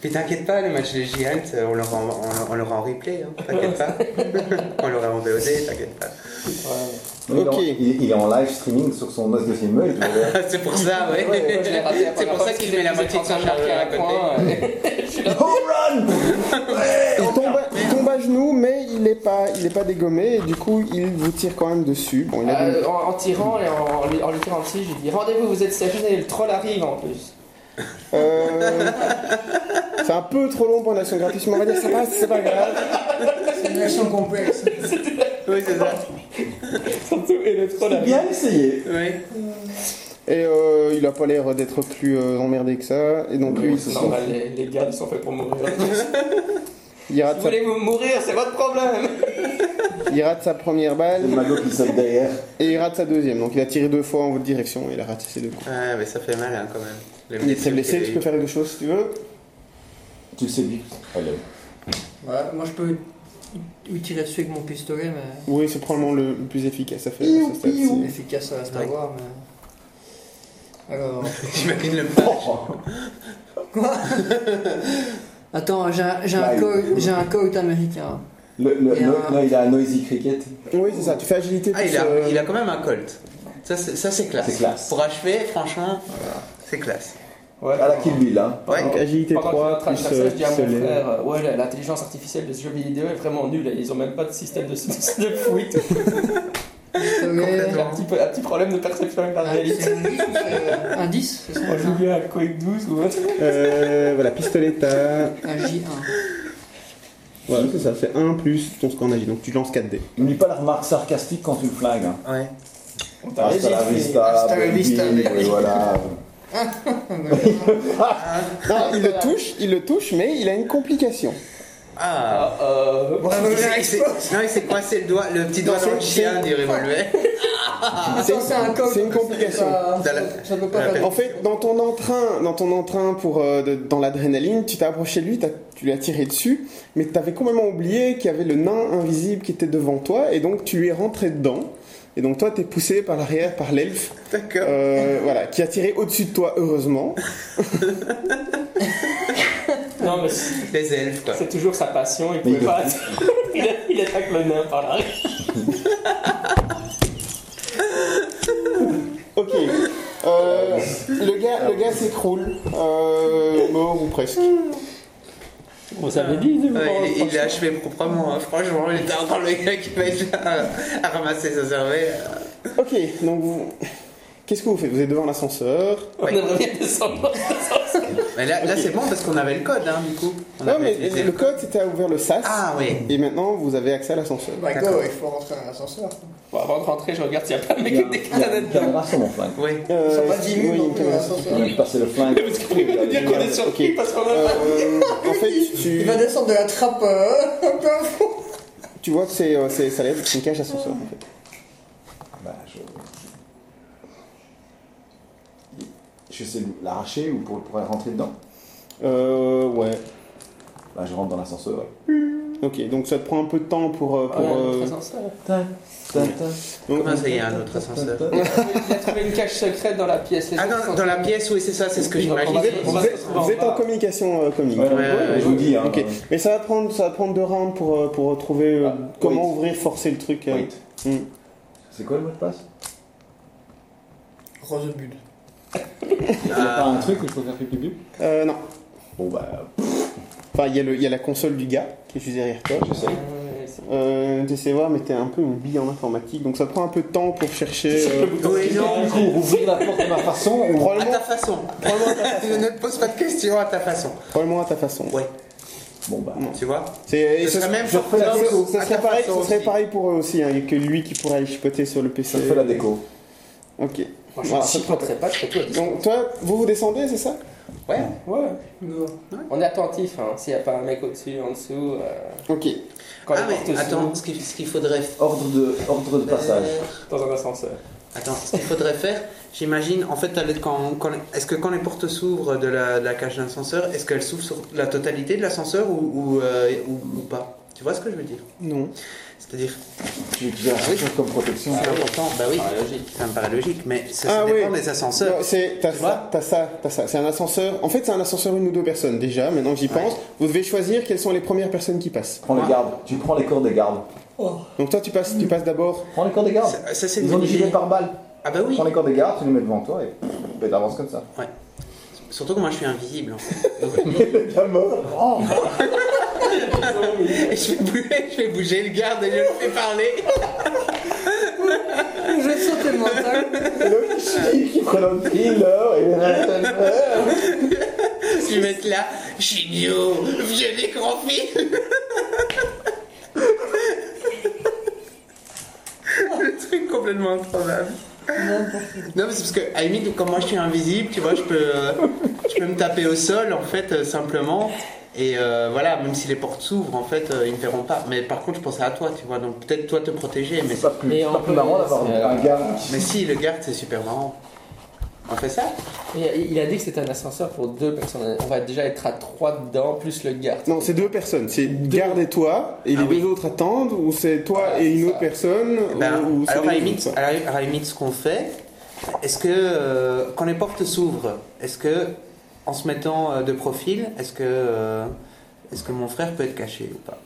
Puis t'inquiète pas, le match des Giants, euh, on l'aura en, on- on l'aura en replay, hein, t'inquiète pas. on l'aura en VOD, t'inquiète pas.
Ouais.
Non, il est en-
Ok.
Il, il est en live streaming sur son os de Simmel.
Ah, C'est pour ça, ouais.
Ouais, moi, je l'ai raté à
C'est pour
part
ça
parce
qu'il
qu'il
met la
était
moitié de
en
son
train de
chargeur à
marquer un
côté.
coin, ouais.
Home run
Il tombe, il tombe à genoux, mais il n'est pas, il est pas dégommé, et du coup, il vous tire quand même dessus. Bon, il a
Euh, en, en tirant et en, en lui- en lui tirant dessus, j'ai dit rendez-vous, vous êtes stationné, le troll arrive en plus.
Euh, C'est un peu trop long pour une action gratuite, mais on va dire ça passe, c'est pas grave.
C'est une action complexe.
Oui, c'est ça.
Surtout, et le troll arrive.
Bien essayé.
Oui.
Et euh, il a pas l'air d'être plus euh, emmerdé que ça, et donc lui, il, se
C'est
sauve.
normal, les, les gars ils sont faits pour mourir.
Il
Vous
rate, sa,
voulez vous mourir, c'est votre problème.
il rate sa première
C'est
balle,
le magot qui saute derrière.
et il rate sa deuxième, donc il a tiré deux fois en votre direction, et il a raté ses deux coups.
Ouais, mais ça fait mal hein, quand même. Le
Il
petit
s'est blessé,
truc,
tu peux faire quelque chose si tu veux.
Tu le séduis. Allez.
Voilà, moi je peux lui tirer dessus avec mon pistolet, mais
Oui, c'est probablement le, le plus efficace à faire. à ce stade-ci.
c'est efficace, ça reste à
Ouais.
voir. mais- Alors.
J'imagine le match.
Attends, j'ai un, j'ai un
Live.
coach- j'ai un coach américain.
Le, le-
Et
no-
un-
non, il a un noisy cricket.
Oui, c'est ça, tu fais agilité.
Ah, il
plus,
a,
euh,
il a quand même un colt. Ça, c'est ça, c'est classe.
C'est classe.
Pour achever, franchement, c'est classe.
Ouais,
À la Kill Bill, hein.
Ouais.
donc agilité
Pendant que
3,
je me traque
plus
comme ça,
euh,
je dis à mon
pistolet.
frère, euh, ouais, la- l'intelligence artificielle de ce jeu vidéo est vraiment nulle, ils ont même pas de système de, de fuite.
Pistolet.
J'ai un petit, peu- un petit problème de perception avec la
Ah,
réalité.
c'est un 10 ou c'est, euh, Un 10, c'est ça
Moi je joue bien à Quake 12 ou autre.
Euh, voilà, pistolet, t'as.
Un Ah, J1.
Voilà, c'est ça, c'est 1 plus ton score en agilité, donc tu lances 4 dés.
N'oublie pas la remarque sarcastique quand tu le flingues. hein.
Ouais.
On t'a
Hasta la
résisté.
vista,
Hasta la
baby.
vista, baby.
Et voilà.
Non, il le touche, il le touche, mais il a une complication.
Ah.
Ah, euh,
Non, il s'est- non, il s'est coincé le doigt, le petit doigt
Non,
dans le
c'est-
chien du revolver.
Ah. Attends, c'est un coach.
c'est une complication.
Ça
Dans
peut
la-
pas- ça peut
dans la
pas faire.
En fait, dans ton entrain, dans ton entrain pour euh, de- dans l'adrénaline, tu t'es approché de lui, t'as- tu lui as tiré dessus, mais t'avais complètement oublié qu'il y avait le nain invisible qui était devant toi, et donc tu lui es rentré dedans. Et donc toi, t'es poussé par l'arrière par l'elfe,
D'accord.
euh, voilà, qui a tiré au-dessus de toi, heureusement.
non, mais c'est
Les elfes, quoi.
c'est toujours sa passion, il
Mais il
pouvait pas. il, a- il attaque le nain par l'arrière.
Ok. Euh, le gars, le gars s'écroule, euh, mort ou presque.
On s'avait dit,
Ouais, il- il l'a achevé proprement, hein. franchement, il était euh, encore le gars qui va être là à, à ramasser sa cervelle.
Ok, donc vous- Qu'est-ce que vous faites Vous êtes devant l'ascenseur.
On aimerait bien descendre.
Mais là, là
Ok.
c'est bon parce qu'on avait le code, hein, du coup. On
Non,
avait
mais
utilisé-
le code, c'était à ouvrir le SAS.
Ah oui.
Et maintenant, vous avez accès à l'ascenseur.
Bah, go,
D'accord.
il faut rentrer dans l'ascenseur.
Bon, avant de rentrer, je regarde s'il n'y a pas de mec
Il y a-
avec des
il y a
cadenas
une
dedans.
caméra sur mon flingue.
Oui.
Ils sont
Euh,
pas 10 000
oui,
non
une
plus dans
caméra.
On
l'ascenseur.
a passé le flingue.
Parce qu'on va dire qu'on est surpris
Ok.
parce qu'on a pas.
Euh, en fait, tu,
Il va descendre de la trappe. euh, comme fou.
tu vois que c'est, euh, c'est- ça a l'air d'être une cage ascenseur. En fait.
Bah, je... je sais l'arracher ou pour, pour rentrer dedans
Euh, ouais.
Bah, je rentre dans l'ascenseur.
Ok, donc ça te prend un peu de temps pour. euh, pour,
Ouais,
euh,
notre ascenseur.
donc-
Comment Ah, ça, il y a un autre ascenseur
Il a trouvé une cache secrète dans la pièce. les
Ah,
autres
dans,
sont-
dans la pièce, oui, c'est ça, c'est ce que
On
j'imagine.
va-
vous êtes, vous êtes en communication euh, coming.
Ouais, ouais, ouais, je vous dis. Hein,
Ok, mais ça va prendre, ça va prendre deux rounds pour, euh, pour retrouver euh,
Ah,
comment
wait.
ouvrir, forcer le truc. euh.
Wait.
Hmm.
C'est quoi le mot de passe
Rosebud.
Il
Euh,
a
Ah.
pas un truc où je peux faire pipi
Euh, non.
Bon, bah,
Enfin, il y, a le- il y a la console du gars qui est juste derrière toi.
j'essaye.
Ouais, c'est-
Euh, T'essaies de voir, mais t'es un peu une bille en informatique, donc ça prend un peu de temps pour chercher. euh,
Oui, non.
ouvrir la porte de ma façon ou...
À
probablement,
ta façon.
probablement à ta façon.
ne te pose pas de questions à ta façon.
Probablement à ta façon.
Ouais,
Bon, bah,
tu vois
C'est et
Ce
ce
serait même
ça-
surprenant
ça- ça-
que-
ça
à
serait
ta
pareil,
façon
ça serait
aussi.
pareil pour eux aussi, hein, que lui qui pourrait aller chipoter sur le PC.
je fais la déco.
Ok.
Moi, je
Voilà,
ne
ça te prend-
chipoterais pas, je serais tout à distance.
Donc toi, vous vous descendez, c'est ça
Ouais.
Ouais. On est attentif, hein, s'il n'y a pas un mec au-dessus, en dessous. euh,
Ok.
quand
ah,
les portes
mais attends,
s'ouvrent
ce qu'il ce qu'il faudrait faire.
Ordre de, ordre de passage.
dans un ascenseur.
Attends, ce qu'il faudrait faire, j'imagine, en fait, t'as les- quand, quand- est-ce que quand les portes s'ouvrent de la, de la cage d'ascenseur, est-ce qu'elles s'ouvrent sur la totalité de l'ascenseur ou, ou, euh, ou- ou pas Tu vois ce que je veux dire
Non.
C'est-à-dire,
Tu utilises la chose comme protection.
c'est important, bah oui,
Ah, logique.
ça me paraît logique, mais ça,
Ah
ça dépend
oui.
des ascenseurs.
Non, c'est t'as
Tu
ça,
vois
t'as ça, t'as ça. C'est un ascenseur. En fait, c'est un ascenseur une ou deux personnes déjà. Maintenant, que j'y pense. Vous devez choisir quelles sont les premières personnes qui passent.
Prends les gardes. Tu prends les corps des gardes.
Donc toi, tu passes, tu passes d'abord.
Prends les corps des gardes.
Ça, ça, c'est
Ils ont
une
des gilets
idée.
par balles.
Ah bah oui,
Prends les corps des gardes, tu les mets devant toi et pff, t'avances comme ça.
surtout que moi je suis invisible. hein. En fait.
Le gars mort. Oh.
Et je, vais bouger, je vais bouger le garde et je le fais parler.
Je vais sauter le mental.
Le chien qui prend un heure et
Je vais mettre là, Chigno, vieux nécrophile. Le truc complètement improbable. Non, mais c'est parce que, à la limite, comme moi je suis invisible, tu vois, je peux, euh, je peux me taper au sol, en fait, euh, simplement. Et euh, voilà, même si les portes s'ouvrent, en fait, euh, ils ne verront pas. Mais par contre, je pensais à toi, tu vois, donc peut-être toi te protéger. Mais,
c'est pas plus,
Et
c'est pas
on
plus
peut-
marrant d'avoir
euh,
un gars qui
mais si, le garde, c'est super marrant. On fait ça
Et il a dit que c'était un ascenseur pour deux personnes. On va déjà être à trois dedans, plus le garde.
Non, c'est deux personnes. C'est garde et toi, et les
Ah oui.
deux autres attendent, ou c'est toi
Ah,
et une
ça.
autre personne,
Ben,
ou, ou c'est
alors, à
les
la
deux,
limite,
quoi.
à la- à la limite, ce qu'on fait, est-ce que euh, quand les portes s'ouvrent, est-ce que en se mettant euh, de profil, est-ce que euh, est-ce que mon frère peut être caché ou pas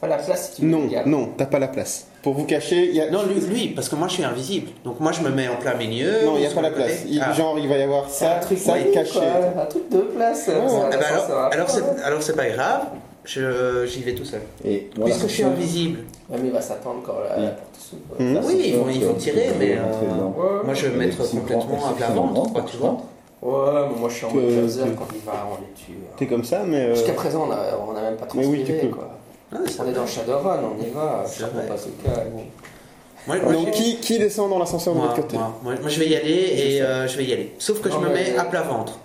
Pas la place si tu veux
Non,
le garde.
non, t'as pas la place. Pour vous cacher, il y a.
Non, lui, lui, parce que moi je suis invisible, donc moi je me mets en plein milieu.
Non, il n'y a
sur
pas
le
la place.
côté.
Il-
Ah.
Genre, il va y avoir
C'est un
ça,
truc
ça
moyen,
caché.
quoi, Un truc de place.
Ouais,
c'est un
Eh ben alors,
ascenseur à
alors
trois,
c'est alors c'est pas grave, je- j'y vais tout seul.
Et
Puisque je suis invisible,
Ouais, mais il va s'attendre quand la, la porte s'ouvre.
Mmh.
Mhm.
Oui, ils vont- ils vont tirer, mais, euh, moi je vais me mettre
Si
complètement
prend-
à plat
si
ventre,
prend-
quoi, tu vois.
Ouais, mais moi je suis en
Que-
mode Closer,
que-
quand il va, on les tue. hein.
T'es comme ça, mais. euh,
Jusqu'à présent, on a, on a même pas
Mais oui, tu
transpiré,
peux.
quoi.
Ah, ça
On est
va.
dans Shadowrun, on y va,
C'est
je comprends
vrai.
pas ce cas. bon.
Moi, moi,
Donc,
j'ai-
qui, qui descend dans l'ascenseur de
moi,
l'autre côté Ah,
moi- moi- moi, je vais y aller et euh, je vais y aller. Sauf que
Non,
je me
mais-
mets à plat ventre.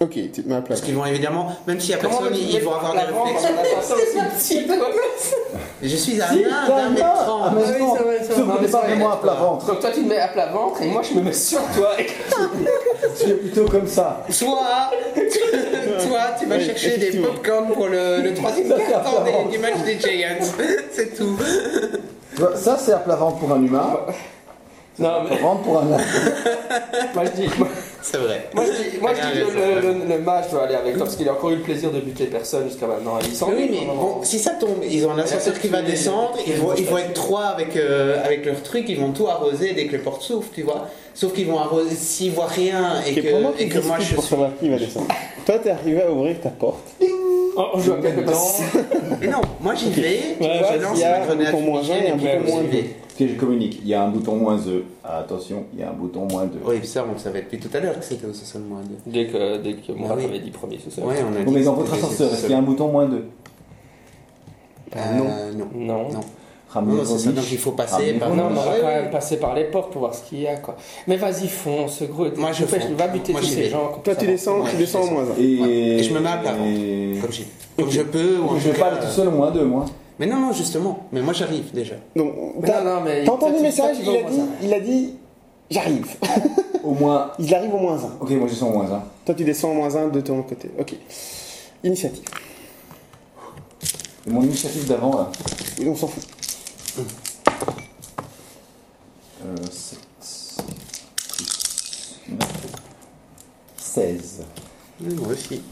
Ok, tu te mets à plat.
Parce qu'ils vont évidemment, même s'il y a
Comment
personne,
veux-tu
ils vont avoir des
la vendre
réflexes.
dans un ascenseur aussi petit, quoi
Je suis un
Si,
nain
t'as
Ah, d'un
un
mètre
nain,
trente.
mais
Ah oui,
non,
ça va, ça va.
sauf qu'on
Non,
n'est
mais
pas
ça va
vraiment à
être,
plat
euh,
ventre.
Donc toi tu te mets à plat ventre et moi je me mets sur toi. Et...
Tu es plutôt comme ça.
Toi, toi, tu vas
Oui,
chercher des
effectivement.
popcorn pour le, le troisième
Ça, c'est
carton
apparent.
des- du match des Giants. C'est tout.
Tu vois, Bah, Ça, c'est à plat ventre pour un humain.
Non
À
mais
plat ventre pour un nain.
moi je dis, moi,
C'est vrai.
moi, je dis, moi, je
Ah,
dis que le, le, le mage doit aller avec toi parce qu'il a encore eu le plaisir de buter personne jusqu'à maintenant. Il s'en
Oui, mais bon, si ça tombe, ils ont un ascenseur qui va descendre, ils vont, ils vont être trois avec, euh, avec leur truc, ils vont tout arroser dès que les portes s'ouvrent, tu vois. Sauf qu'ils vont arroser, s'ils voient rien et
Et pendant
que, et
qu'ils
que moi je
discutent pour
suis.
savoir qui va descendre, toi, t'es arrivé à ouvrir ta porte.
Oh, on joue à quelques
Mais non, moi j'y vais,
Ouais,
je
vas-y,
lance
y a
ma grenade
pour moi,
fumigène
un
et
peu
puis
moins
j'y
de-
vais.
Tu si je communique, il y a un bouton moins E. Ah, attention, il y a un bouton moins 2.
Oui, ça, on le savait depuis tout à l'heure que c'était au sous-sol moins 2.
Dès que, dès que moi
Ah oui.
j'avais dit premier sous-sol.
Ouais, on a dit
mais
que
dans votre
c'était
ascenseur,
sous-sol.
est-ce qu'il y a un bouton moins 2
Euh, Non. Non,
Non.
Non.
Ramenez
non, c'est ça, donc il faut passer
Ah,
par.
Non, mais on va
Ouais,
quand
ouais.
même passer par les portes pour voir ce qu'il y a quoi. Mais vas-y fonce gros.
Moi, je
Dépêche,
fonce.
va buter
Moi,
tous
j'y
ces
vais.
gens. comme
Toi,
ça,
tu
va.
descends,
Ouais, je
tu descends au
descends.
moins un.
Et...
Et je me mets à part.
Et-
Comme j'ai- comme je peux. ou en
Je
tout
vais pas
cas,
tout seul au moins 2, moi.
Mais non, non, justement. Mais moi, j'arrive déjà.
Donc,
Mais
t'as
non, non, mais
t'as entendu le
ça, tu-
message
ça, tu
Il a
vas au
dit,
moins
il a dit, j'arrive.
Au moins.
Il arrive au moins un.
Ok, moi je suis au moins 1.
Toi, tu descends au moins un de ton côté. Ok. Initiative.
Et mon initiative d'avant, là.
Et on s'en fout.
Euh, 16.
Oui, Moi aussi.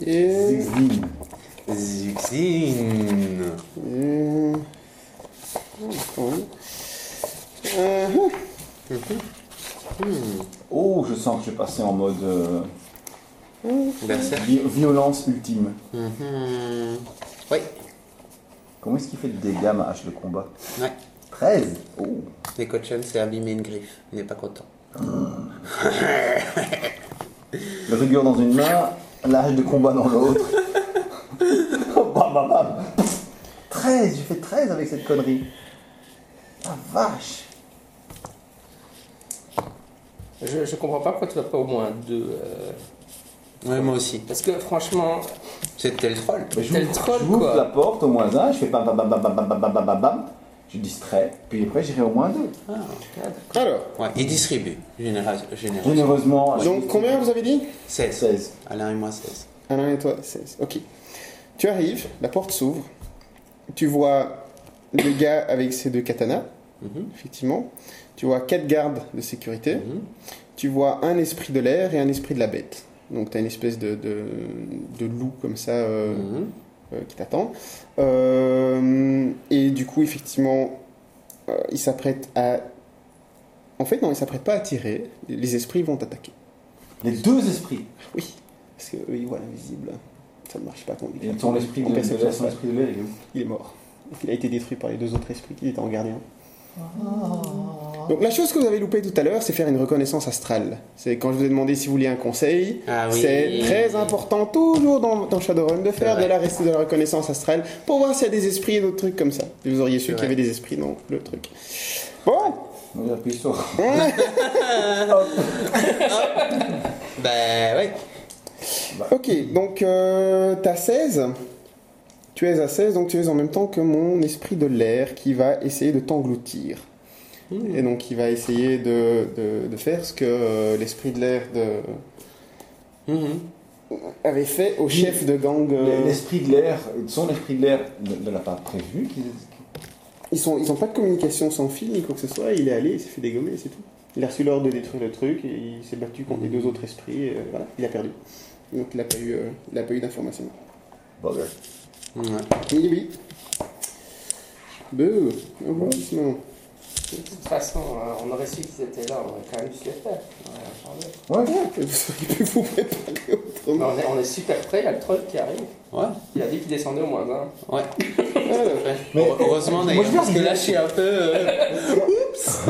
Et...
Zigzag.
Zuxine.
Euh, euh,
Oh, je sens que je vais passer en mode euh,
Berserk.
vi- violence ultime.
Mhm. Oui.
Comment est-ce qu'il fait de dégâts, ma hache de combat
Ouais.
13 Oh
Mais Cochon s'est abîmé une griffe. Il n'est pas content.
Le rigueur dans une main, la hache de combat dans l'autre. Oh, bam, bam, bam. 13 J'ai fait 13 avec cette connerie La vache
Je, je comprends pas pourquoi tu vas pas au moins deux. euh,
Ouais, moi aussi.
parce que franchement,
C'était le troll.
Mais
T'es
j'ouvre-
le troll,
J'ouvre
quoi.
la porte au moins un, je fais bam bam bam bam bam bam bam bam bam bam bam. Je distrais, puis après j'irai au moins deux.
Alors,
Ah. Ouais, il distribue. Généreuse- Généreusement.
Généreusement, je
donc
dis-
combien vous avez dit
16.
16.
Alain et moi, 16.
Alain et toi, 16. Ok. Tu arrives, la porte s'ouvre. Tu vois le gars avec ses deux katanas,
Mhm.
effectivement. Tu vois quatre gardes de sécurité. Tu vois un esprit de l'air et un esprit de la bête. Donc tu as une espèce de, de, de loup comme ça euh,
Mm.
Mhm.
euh, qui t'attend. Euh, et du coup, effectivement, euh, il s'apprête à. En fait, non, il s'apprête pas à tirer. Les esprits vont t'attaquer.
Les deux esprits.
Oui, parce que eux, ils voient l'invisible. Ça ne marche pas quand
Et ton esprit de,
en
de, de,
perception,
son esprit de l'air, il est où
Il est mort. Il a été détruit par les deux autres esprits qui étaient en gardien. Donc la chose que vous avez loupée tout à l'heure, c'est faire une reconnaissance astrale. C'est quand je vous ai demandé si vous vouliez un conseil.
Ah oui.
C'est très important toujours dans, dans Shadowrun de faire de
vrai.
la, rest- de la reconnaissance astrale pour voir s'il y a des esprits et d'autres trucs comme ça. Et vous auriez su
C'est
qu'il y avait
vrai.
des esprits dans le truc. Bon,
Moi j'appuie sur.
Bah ouais.
ok, donc euh, t'as 16. Tu es à 16, donc tu es en même temps que mon esprit de l'air qui va essayer de t'engloutir. Et donc il va essayer de, de- de faire ce que euh, l'esprit de l'air de-
Mhm.
avait fait au chef de gang. euh,
L'esprit de l'air, son esprit de l'air ne, ne l'a pas prévu. qu'il-
Ils sont, ils ont pas de communication sans fil ni quoi que ce soit. Il est allé, il s'est fait dégommer, c'est tout. Il a reçu l'ordre de détruire le truc et il s'est battu contre les deux autres esprits. Et, euh, voilà, il a perdu. Donc il n'a pas eu, euh, il a pas eu d'information.
Bon, ben,
Ouais.
Oui, oui. Beuh, au bout de ce moment.
de toute façon, euh, on aurait su qu'ils étaient là, on aurait quand même su le faire. Ouais, attendez.
Ouais,
Vous auriez pu vous préparer
Mais
autrement.
on, est, on est super prêt, il y a le troll qui arrive.
Ouais.
Il a dit qu'il descendait au moins un.
Ouais.
Alors,
Ouais.
Mais-
heureusement
Moi,
d'ailleurs,
je vais
parce que
regarder.
là je suis un peu. euh, Oups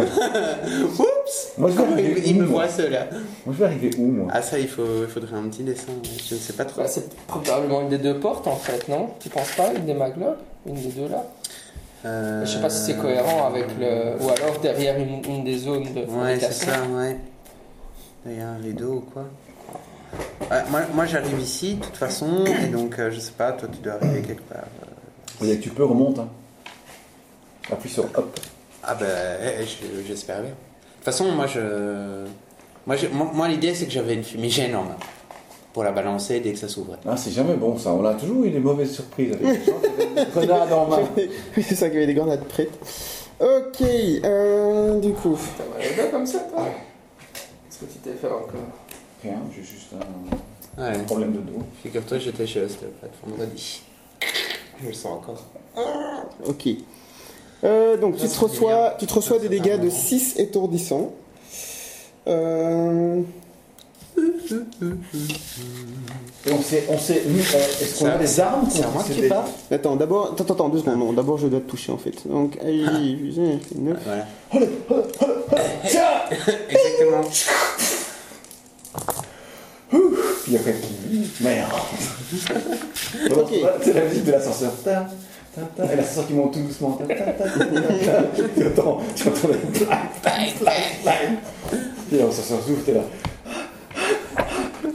Oups
Moi, je vais
Comment
regarder
il, il me
où, moi
voit cela
moi je vais arriver où moi
Ah, ça, il, faut, il faudrait un petit dessin, je ne sais pas trop.
Bah, c'est probablement une des deux portes en fait, non Tu penses pas Une des maglobes Une des deux là
Euh,
Je sais pas si c'est cohérent avec le. Ou alors derrière une, une des zones de
Ouais, c'est
fabrication.
ça, ouais. Il y a un rideau ou quoi Ouais, Moi, moi, j'arrive ici, de toute façon, et donc euh, je sais pas, toi tu dois arriver quelque part.
Vous que tu peux remonte. Hein. Appuie sur hop.
Ah bah, eh, je- j'espère bien. De toute façon, moi, je... Moi, je- moi, moi, l'idée, c'est que j'avais une fumigène en main. Pour la balancer dès que ça s'ouvrait.
Ah, c'est jamais bon ça, on a toujours eu des mauvaises surprises avec les gens qui avaient une grenade
Ah,
en main.
oui, c'est ça qu'il y avait des grenades prêtes. Ok, euh, du coup.
T'as mal au dos comme ça toi Qu'est-ce que tu t'es fait encore
Rien, j'ai juste un
Ouais.
problème de dos.
Figure-toi, j'étais chez ostéopathe vendredi. Je le sens encore.
Ok. Euh, donc tu
Ça,
te,
c'est
reçois,
génial.
tu te reçois
Ça,
des
c'est
dégâts de
vraiment.
6 étourdissants. Euh,
Je
Et on sait, on sait, nous, euh, est-ce qu'on
C'est
a
à-
des armes
c'est à moi
qu'on
qui
sait
parle
Attends, d'abord, attends, attends, deux secondes. Non, d'abord, je dois te toucher en fait. Donc,
Ah.
aïe, j'ai fait neuf.
Voilà.
pas Tiens
Exactement.
Puis il y a quelqu'un qui dit, Merde
Ok.
C'est la musique de l'ascenseur. Ta, ta, ta. Et l'ascenseur qui monte tout doucement. Ta, ta, ta, ta, ta. Tu entends, tu entends le clac, clac, clac, clac. Et l'ascenseur s'ouvre, t'es là.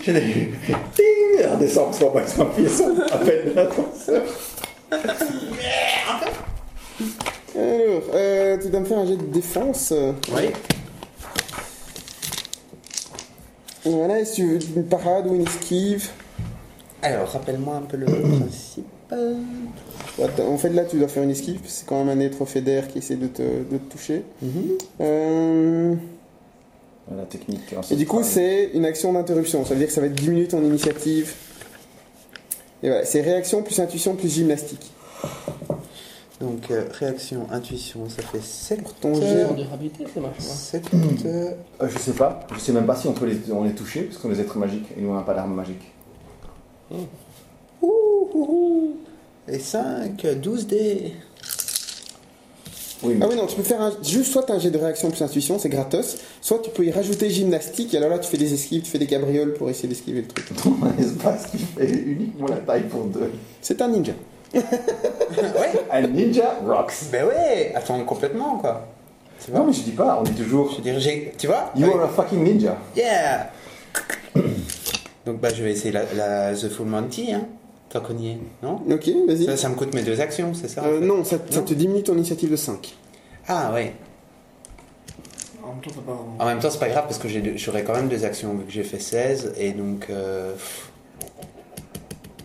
J'ai eu. Ding Elle redescend parce qu'on va pas être appuyé sur à peine l'ascenseur.
Alors, euh, tu dois me faire un jet de défense. Euh,
Oui.
Voilà, est-ce que tu veux une parade ou une esquive
Alors, rappelle-moi un peu le principe.
Attends, En fait, là, tu dois faire une esquive. parce que C'est quand même un être fédère qui essaie de te, de te toucher. Euh,
La technique.
Et du coup, c'est une action d'interruption. Ça veut dire que ça va être 10 minutes en initiative. Et voilà, c'est réaction plus intuition plus gymnastique.
Donc, euh, réaction, intuition, ça fait 7
Ton jet.
Genre de rapidité, ça marche pas.
7 euh,
Euh, je sais pas, je sais même pas si on peut les, on les toucher parce qu'on est des êtres magiques et nous on n'a pas d'armes magiques.
et 5, 12 dés.
Oui, mais
Ah oui, non, tu peux faire un- juste soit un jet de réaction plus intuition, c'est gratos, soit tu peux y rajouter gymnastique, et alors là, tu fais des esquives, tu fais des cabrioles pour essayer d'esquiver le truc.
dans un espace qui fait uniquement la taille pour deux.
C'est un ninja.
Ah ouais,
Un ninja rocks.
ben ouais, attends complètement quoi. Tu
Non,
vois
mais je dis pas, on dit toujours.
Je veux dire, j'ai- tu vois
You are a fucking ninja.
Yeah Donc, bah, je vais essayer la, la The Full Monty, hein, tant qu'on y est, non
Ok, vas-y.
ça, ça me coûte mes deux actions, c'est ça en
Euh,
fait
non, ça, ça
Non.
te diminue ton initiative de 5.
Ah ouais.
En même temps, t'as pas vraiment.
En même temps, c'est pas grave parce que j'ai deux- j'aurai quand même deux actions vu que j'ai fait 16 et donc. euh, pff.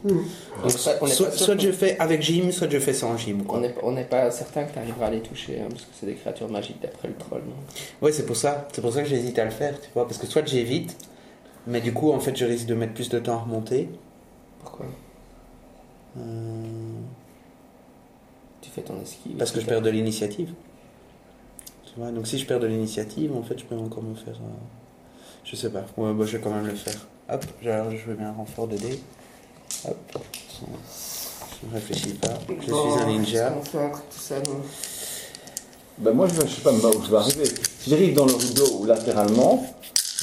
On est pas- on est
soit,
pas sûr
soit
qu'on-
je fais avec gym, soit je fais sans gym. Quoi.
On n'est on n'est pas certain que tu arriveras à les toucher, hein, parce que c'est des créatures magiques d'après le troll. non
Ouais, c'est pour ça. C'est pour ça que j'hésite à le faire, tu vois. Parce que soit j'évite, mais du coup, en fait, je risque de mettre plus de temps à remonter.
Pourquoi
Euh,
Tu fais ton esquive.
parce que je perds de l'initiative. Tu vois, donc si je perds de l'initiative, en fait, je peux encore me faire. euh, Je sais pas. Ouais, bah, je vais quand même le faire. Hop, alors, je vais bien un renfort de dés. Hop. Je ne réfléchis pas. Je suis un ninja.
On fait un truc tout ça, non
Ben moi, je, je sais pas où je vais arriver. Si j'arrive dans le rideau ou latéralement,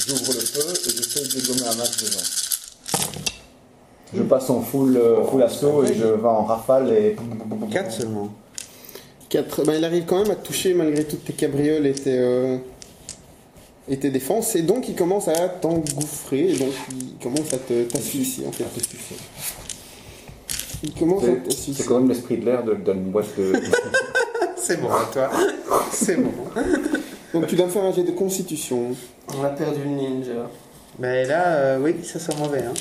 j'ouvre le feu et j'essaie de dégommer un max de gens. Je passe en full, euh, full assaut et je vais en rafale et.
4 seulement.
4, ben, il arrive quand même à te toucher malgré toutes tes cabrioles et tes, euh, et tes défenses, et donc il commence à t'engouffrer, et donc il commence à te- t'asphyxier en fait. Il commence à
C'est- C'est
t'asphyxier.
quand même l'esprit de l'air de- d'une boîte de.
C'est bon, à toi. C'est bon.
Donc tu dois me faire un jet de constitution.
On a perdu le
Euh,
ninja.
Mais là, euh, oui, ça sent mauvais. Hein.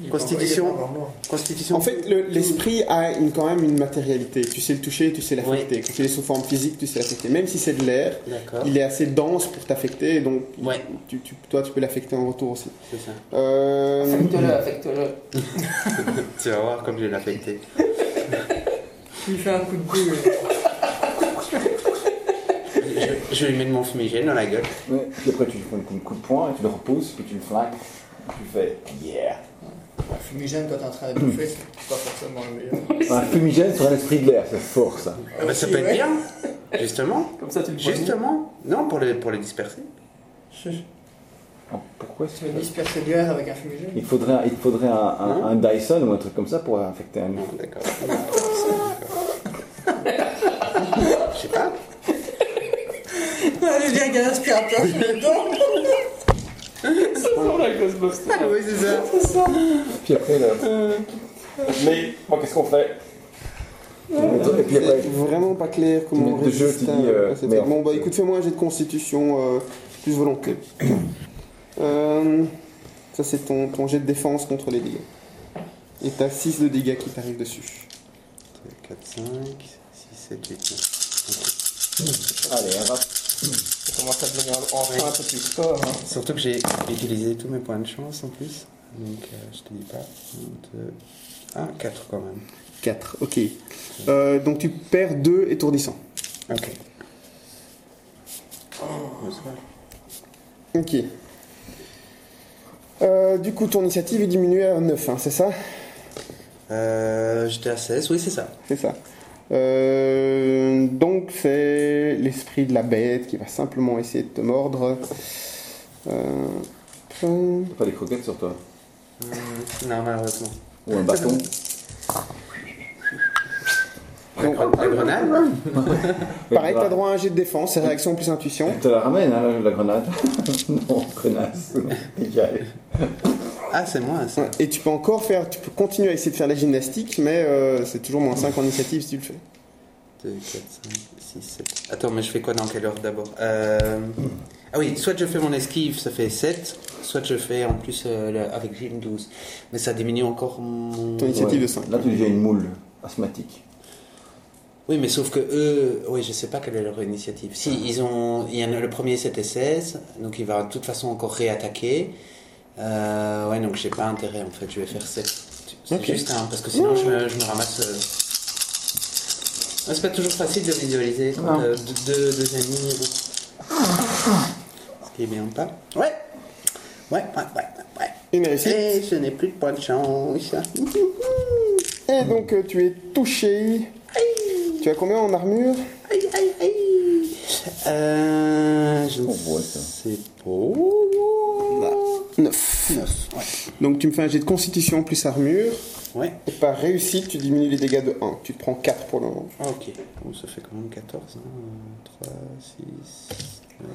Il est pas-
Constitution.
il est pas encore mort.
Constitution.
En fait, le- l'esprit a une- quand même une matérialité. Tu sais le toucher, tu sais l'affecter. Quand il est sous forme physique, tu sais l'affecter. Même si c'est de l'air,
D'accord.
il est assez dense pour t'affecter, et donc
Ah. Ouais.
tu, tu- toi, tu peux l'affecter en retour aussi.
C'est ça.
Euh,
Affecte-le, affecte-le.
Tu vas voir comme je l'ai affecté.
Il fait un coup de euh, boule.
Je, je lui mets de mon fumigène dans la gueule.
Ouais. Puis après, tu lui prends un coup de poing et tu le repousses, puis tu le flingues. Tu fais yeah.
Un fumigène quand t'es en train de
Hmm.
bouffer, c'est pas forcément le meilleur.
Un fumigène sur un esprit de l'air, c'est fort ça.
Ah bah, ça peut être bien. Justement.
Comme ça, tu le prends.
Justement. Non, pour les, pour les disperser.
Tu
Oh, Pourquoi est-ce
veux
que-
disperser de l'air avec un fumigène
Il te faudrait, un- il te faudrait un, un- un Dyson ou un truc comme ça pour infecter un.
Non, d'accord. D'accord. Je sais pas.
Allez, viens, qu'un aspirateur, je mets dedans.
Ah oui, c'est ça.
Puis après, là. Mais, bon, qu'est-ce qu'on fait Et puis après,
c'est vraiment pas clair comment
mets
on
le jeu,
résiste
tu
à-
dis, euh,
à cette-
merde.
Bon, bah écoute, fais-moi un jet de constitution euh, plus volonté. Euh, ça, c'est ton, ton jet de défense contre les dégâts. Et t'as 6 de dégâts qui t'arrivent dessus.
4, 5, 6, 7, 8, 9.
allez, hein, un rap.
Ça commence à devenir enfin un peu plus fort. hein.
Surtout que j'ai utilisé tous mes points de chance en plus. Donc, euh, je te dis pas. 1, 4 quand même.
4, ok. Euh, donc tu perds 2 étourdissants.
Ok.
Ok. Euh, du coup, ton initiative est diminuée à 9, hein, c'est ça
Euh, J'étais à 16, oui, c'est ça.
C'est ça. Euh, donc, c'est l'esprit de la bête qui va simplement essayer de te mordre. Euh, hum,
T'as pas des croquettes sur toi
Mmh, non, malheureusement.
Ou un bâton
donc,
La grenade
pareil, t'as droit à un jet de défense, c'est réaction plus intuition.
Elle te la ramène, hein, la grenade. non, connasse. Nickel.
Ah, c'est moi, ça.
Ouais, Et tu peux encore faire, tu peux continuer à essayer de faire la gymnastique, mais euh, c'est toujours moins 5 en initiative si tu le fais.
2, 4, 5, 6, 7. Attends, mais je fais quoi dans quelle heure d'abord Euh, Ah oui, soit je fais mon esquive, ça fait 7, soit je fais en plus euh, le- avec Gym 12. Mais ça diminue encore mon.
Ton initiative
Ouais.
de 5.
Là, tu deviens une moule asthmatique.
Oui, mais sauf que eux, oui, je sais pas quelle est leur initiative. Si, ils ont. Il y en a, le premier c'était 16, donc il va de toute façon encore réattaquer. Euh, ouais, donc j'ai pas intérêt en fait, je vais faire 7. C'est
Ok.
juste un, parce que sinon je, me- je me ramasse. euh. Ouais, C'est pas toujours facile de visualiser quand, euh, deux, deux, deux ennemis. Ce qui est bien pas. Ouais! Ouais, ouais, ouais,
Une
ouais.
réussite.
Et je n'ai plus de points de chance.
Et donc euh, tu es touché. Tu as combien en armure
Aïe, aïe, aïe. Euh, je ne
Oh, ouais, ça.
sais Bah, pas.
9.
9,
Donc tu me fais un jet de constitution plus armure.
ouais. Ouais,
Et par réussite, tu diminues les dégâts de 1. Tu te prends 4 pour le moment.
ah, ok. Bon, ça fait quand même hein. 14. 3, 6, 9,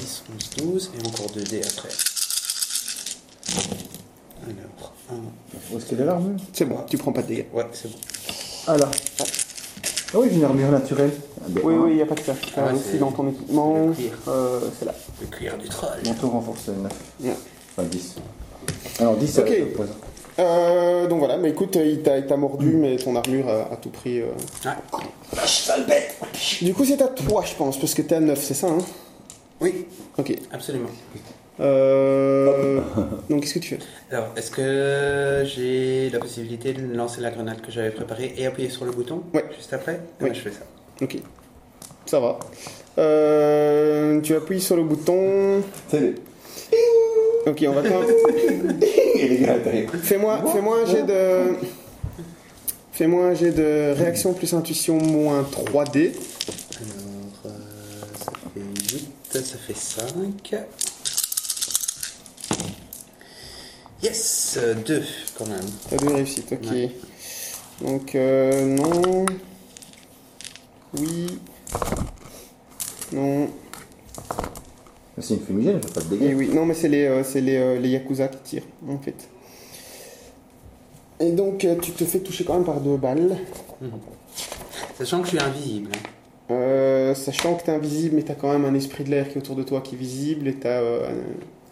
10, 11, 12. Et encore 2 dés après. Alors, un.
Où est-ce qu'elle est l'armure
C'est bon, tu prends pas de dégâts.
Ouais, c'est bon.
Ah là. Ah oui, j'ai une armure naturelle. Ah, ben,
Oui,
hein.
oui, il n'y a pas que ça. T'as
Ah ouais,
aussi
c'est-
dans ton équipement.
le cuir.
euh, c'est là.
Le cuir du troll.
Mon tour renforcé, 9.
Bien.
Enfin, 10. Alors, 10, c'est
Ok.
avec le poison.
Euh, donc voilà, mais écoute, euh, il t'a il t'a mordu, mais ton armure a, à tout pris. euh.
Mm. Ah,
Du coup, c'est à toi, je pense, parce que t'es à 9, c'est ça, hein
oui,
Ok.
absolument.
Euh... Donc, qu'est-ce que tu fais
Alors, est-ce que j'ai la possibilité de lancer la grenade que j'avais préparée et appuyer sur le bouton
Ouais.
Juste après Ah,
Oui.
bah, Je fais ça.
Ok. Ça va. Euh, tu appuies sur le bouton.
C'est les.
Ok, on va quand même-
Et les gars, derrière.
Fais-moi fais -moi un jet de. Fais-moi un jet de réaction plus intuition moins 3D.
Alors, euh, ça fait 8, ça fait 5. Yes, 2 quand même.
T'as deux réussites, ok.
Ouais.
Donc, euh, non. Oui. Non.
Mais C'est une fumigène, je fais pas de
Et
dégâts.
oui. Non, mais c'est les, euh, c'est les, euh, les Yakuza qui tirent, en fait. Et donc, euh, tu te fais toucher quand même par deux balles.
Sachant que je suis invisible. hein.
Euh, sachant que t'es invisible, mais t'as quand même un esprit de l'air qui est autour de toi qui est visible et t'as. euh,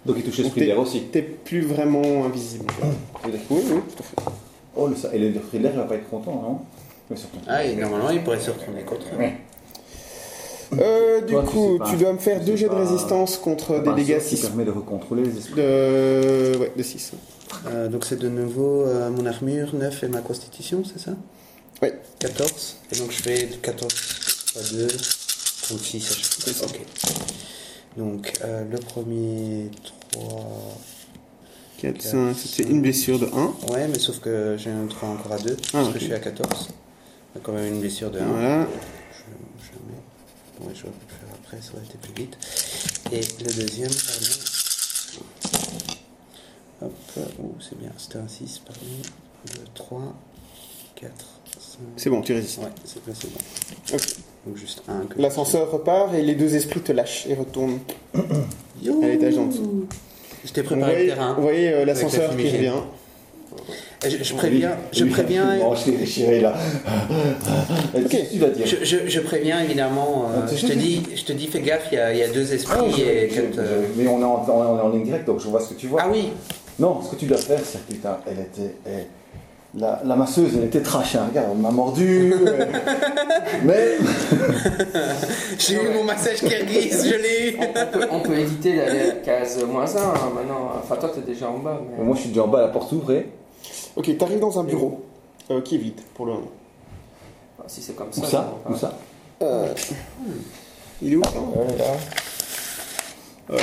Donc, il touche l'esprit
T'es-
d'air aussi.
t'es plus vraiment invisible. Oui, oui, tout à fait.
Oh, le, et l'esprit d'air, il va pas être content, non Mais surtout.
Ah, et normalement, il pourrait se retourner contre eux.
Ouais.
Euh, du
Toi, tu
coup,
sais pas.
tu dois me faire
Tu
deux
sais
jets de
pas. Ah bah,
résistance contre
Bah,
Enfin,
des dégâts
ça, ça
6.
permet de recontrôler les esprits.
De... Ouais, de 6.
Euh, donc c'est de nouveau euh, mon armure, 9 et ma constitution, c'est ça
Oui.
14. Et donc je fais 14 fois 2, 36 à chaque fois. Ok. Donc euh, le premier 3...
4,
Quatre,
5, c'est une blessure de 1.
Ouais, mais sauf que j'ai un 3 encore à 2, parce
Ah, ok.
que je suis à 14. Il y a quand même une blessure de 1.
Voilà.
Je, je mets. Ouais, j'aurais pu le faire après, ça aurait été plus vite. Et le deuxième, pardon. Hop, ouh, c'est bien, c'était un 6, pardon. Le 3, 4, 5.
C'est bon, tu résistes.
Ouais, c'est là, c'est bon.
Ok.
Donc juste un. que-
L'ascenseur repart et les deux esprits te lâchent et retournent.
Youhou
Elle était gentille.
Je t'ai
Vous
préparé le
voyez,
terrain.
vous voyez, euh, l'ascenseur
Avec la
qui
fumigène.
revient.
Et Je, je préviens,
Lui-
je
lui,
préviens.
Bon, je l'ai déchiré là. ok. Tu vas dire.
Je, je- je préviens évidemment, euh,
Ah, tu
je, te
sais-
dis, je te dis fais gaffe, il y a, il y a deux
Ah,
esprits
je-
et
je-
quatre, euh,
je- Mais on est, en, on est en ligne directe, donc je vois ce que tu vois.
Ah oui,
Non, ce que tu dois faire, c'est que putain, elle était. elle- la, la masseuse, elle était trash, hein. regarde, elle m'a mordu. euh, mais.
j'ai eu mon massage kirghiz, je l'ai eu
On, on peut, on peut éditer la, la case moins 1 maintenant. Enfin, toi, t'es déjà en bas. mais-
Moi, je suis déjà en bas, la porte ouvre et.
Ok, t'arrives dans un bureau euh, qui est vide pour le moment.
Ah, Si c'est comme ça.
Où ça
on
Où
va-
ça
Hmm. Il est où ça
Ouais, là.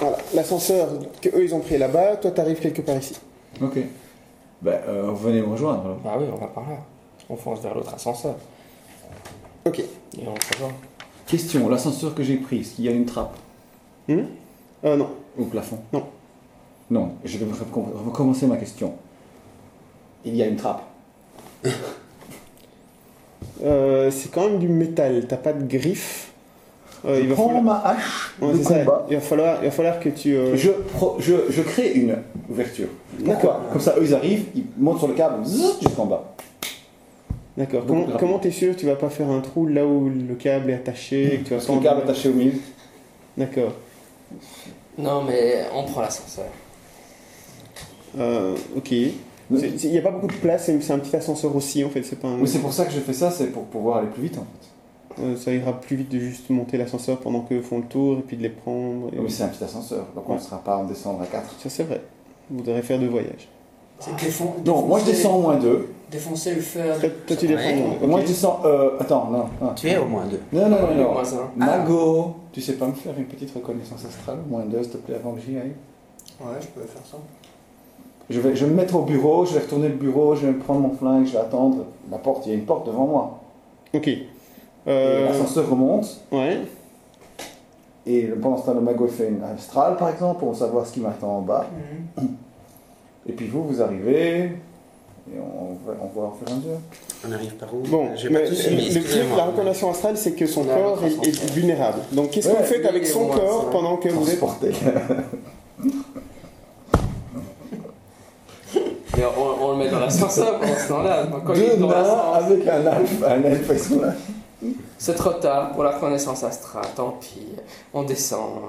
Voilà, l'ascenseur qu'eux ils ont pris est là-bas, toi t'arrives quelque part ici.
Ok. Ben, euh, venez me rejoindre. alors.
Bah oui, on va par là. On fonce vers l'autre ascenseur.
Ok.
Et on se rejoint.
Question l'ascenseur que j'ai pris, est-ce qu'il y a une trappe
Euh, non.
au plafond
Non.
Non, je vais recom- recommencer ma question. Il y a une trappe.
Euh, c'est quand même du métal, t'as pas de griffes. Euh,
je
il, va
prends
falloir...
ma hache
Ouais,
de
c'est ça,
combat.
il va falloir. Il va falloir que tu. euh,
Je, pro- je, je crée une ouverture. Pourquoi Comme ça, eux, ils arrivent, ils montent sur le câble, zzz, jusqu'en bas.
D'accord.
Beaucoup
Comment
de rapide.
comment t'es sûr que tu vas pas faire un trou là où le câble est attaché et que tu vas
Parce que le câble attaché au milieu.
D'accord.
Non, mais on prend l'ascenseur.
Euh, ok.
Mais
Il n'y a pas beaucoup de place, c'est c'est un petit ascenseur aussi en fait, c'est pas un...
c'est pour ça que je fais ça, c'est pour pouvoir aller plus vite en fait.
Euh, ça ira plus vite de juste monter l'ascenseur pendant qu'eux font le tour et puis de les prendre. et-
Non, mais c'est un petit ascenseur, donc on ne
Ouais.
sera pas en descendre à 4.
Ça c'est vrai. Vous devrez faire deux voyages.
C'est défon-
Non, moi je
défoncer-
descends au moins 2.
Défoncer le fer.
Toi, toi, tu les
Ouais.
prends.
Moi
ok.
je descends. Euh, attends, non. non.
Tu es au moins deux.
Non, non, non,
Le
non.
Ah.
moins un.
Mago, tu sais pas me faire une petite reconnaissance astrale, moins deux, s'il te plaît, avant que j'y aille
Ouais, je peux faire ça.
je vais, je vais me mettre au bureau, je vais retourner le bureau, je vais me prendre mon flingue, je vais attendre la porte, il y a une porte devant moi.
Ok.
Et
Euh,
L'ascenseur remonte,
ouais.
et pendant ce temps, le mago fait une astrale, par exemple, pour savoir ce qui m'attend en bas.
Mhm.
Et puis vous, vous arrivez, et on, va- on voit au fur et à mesure.
On arrive par où
Bon,
J'ai
mais
pas tout suivi,
le truc,
excusez-moi.
la reconnaissance astrale, c'est que son
On a un
corps est,
autre
est vulnérable. Donc qu'est-ce que
Ouais,
vous faites
lui,
avec
il est
son
moins
corps
cinq.
pendant que vous êtes...
Transporté.
Mais on, on le met dans l'ascenseur pendant ce temps-là. Quand il
Deux
est dans
nains
l'ascenseur.
avec un elfe, un elfe et son elfe.
C'est trop tard pour la reconnaissance astrale, tant pis. On descend.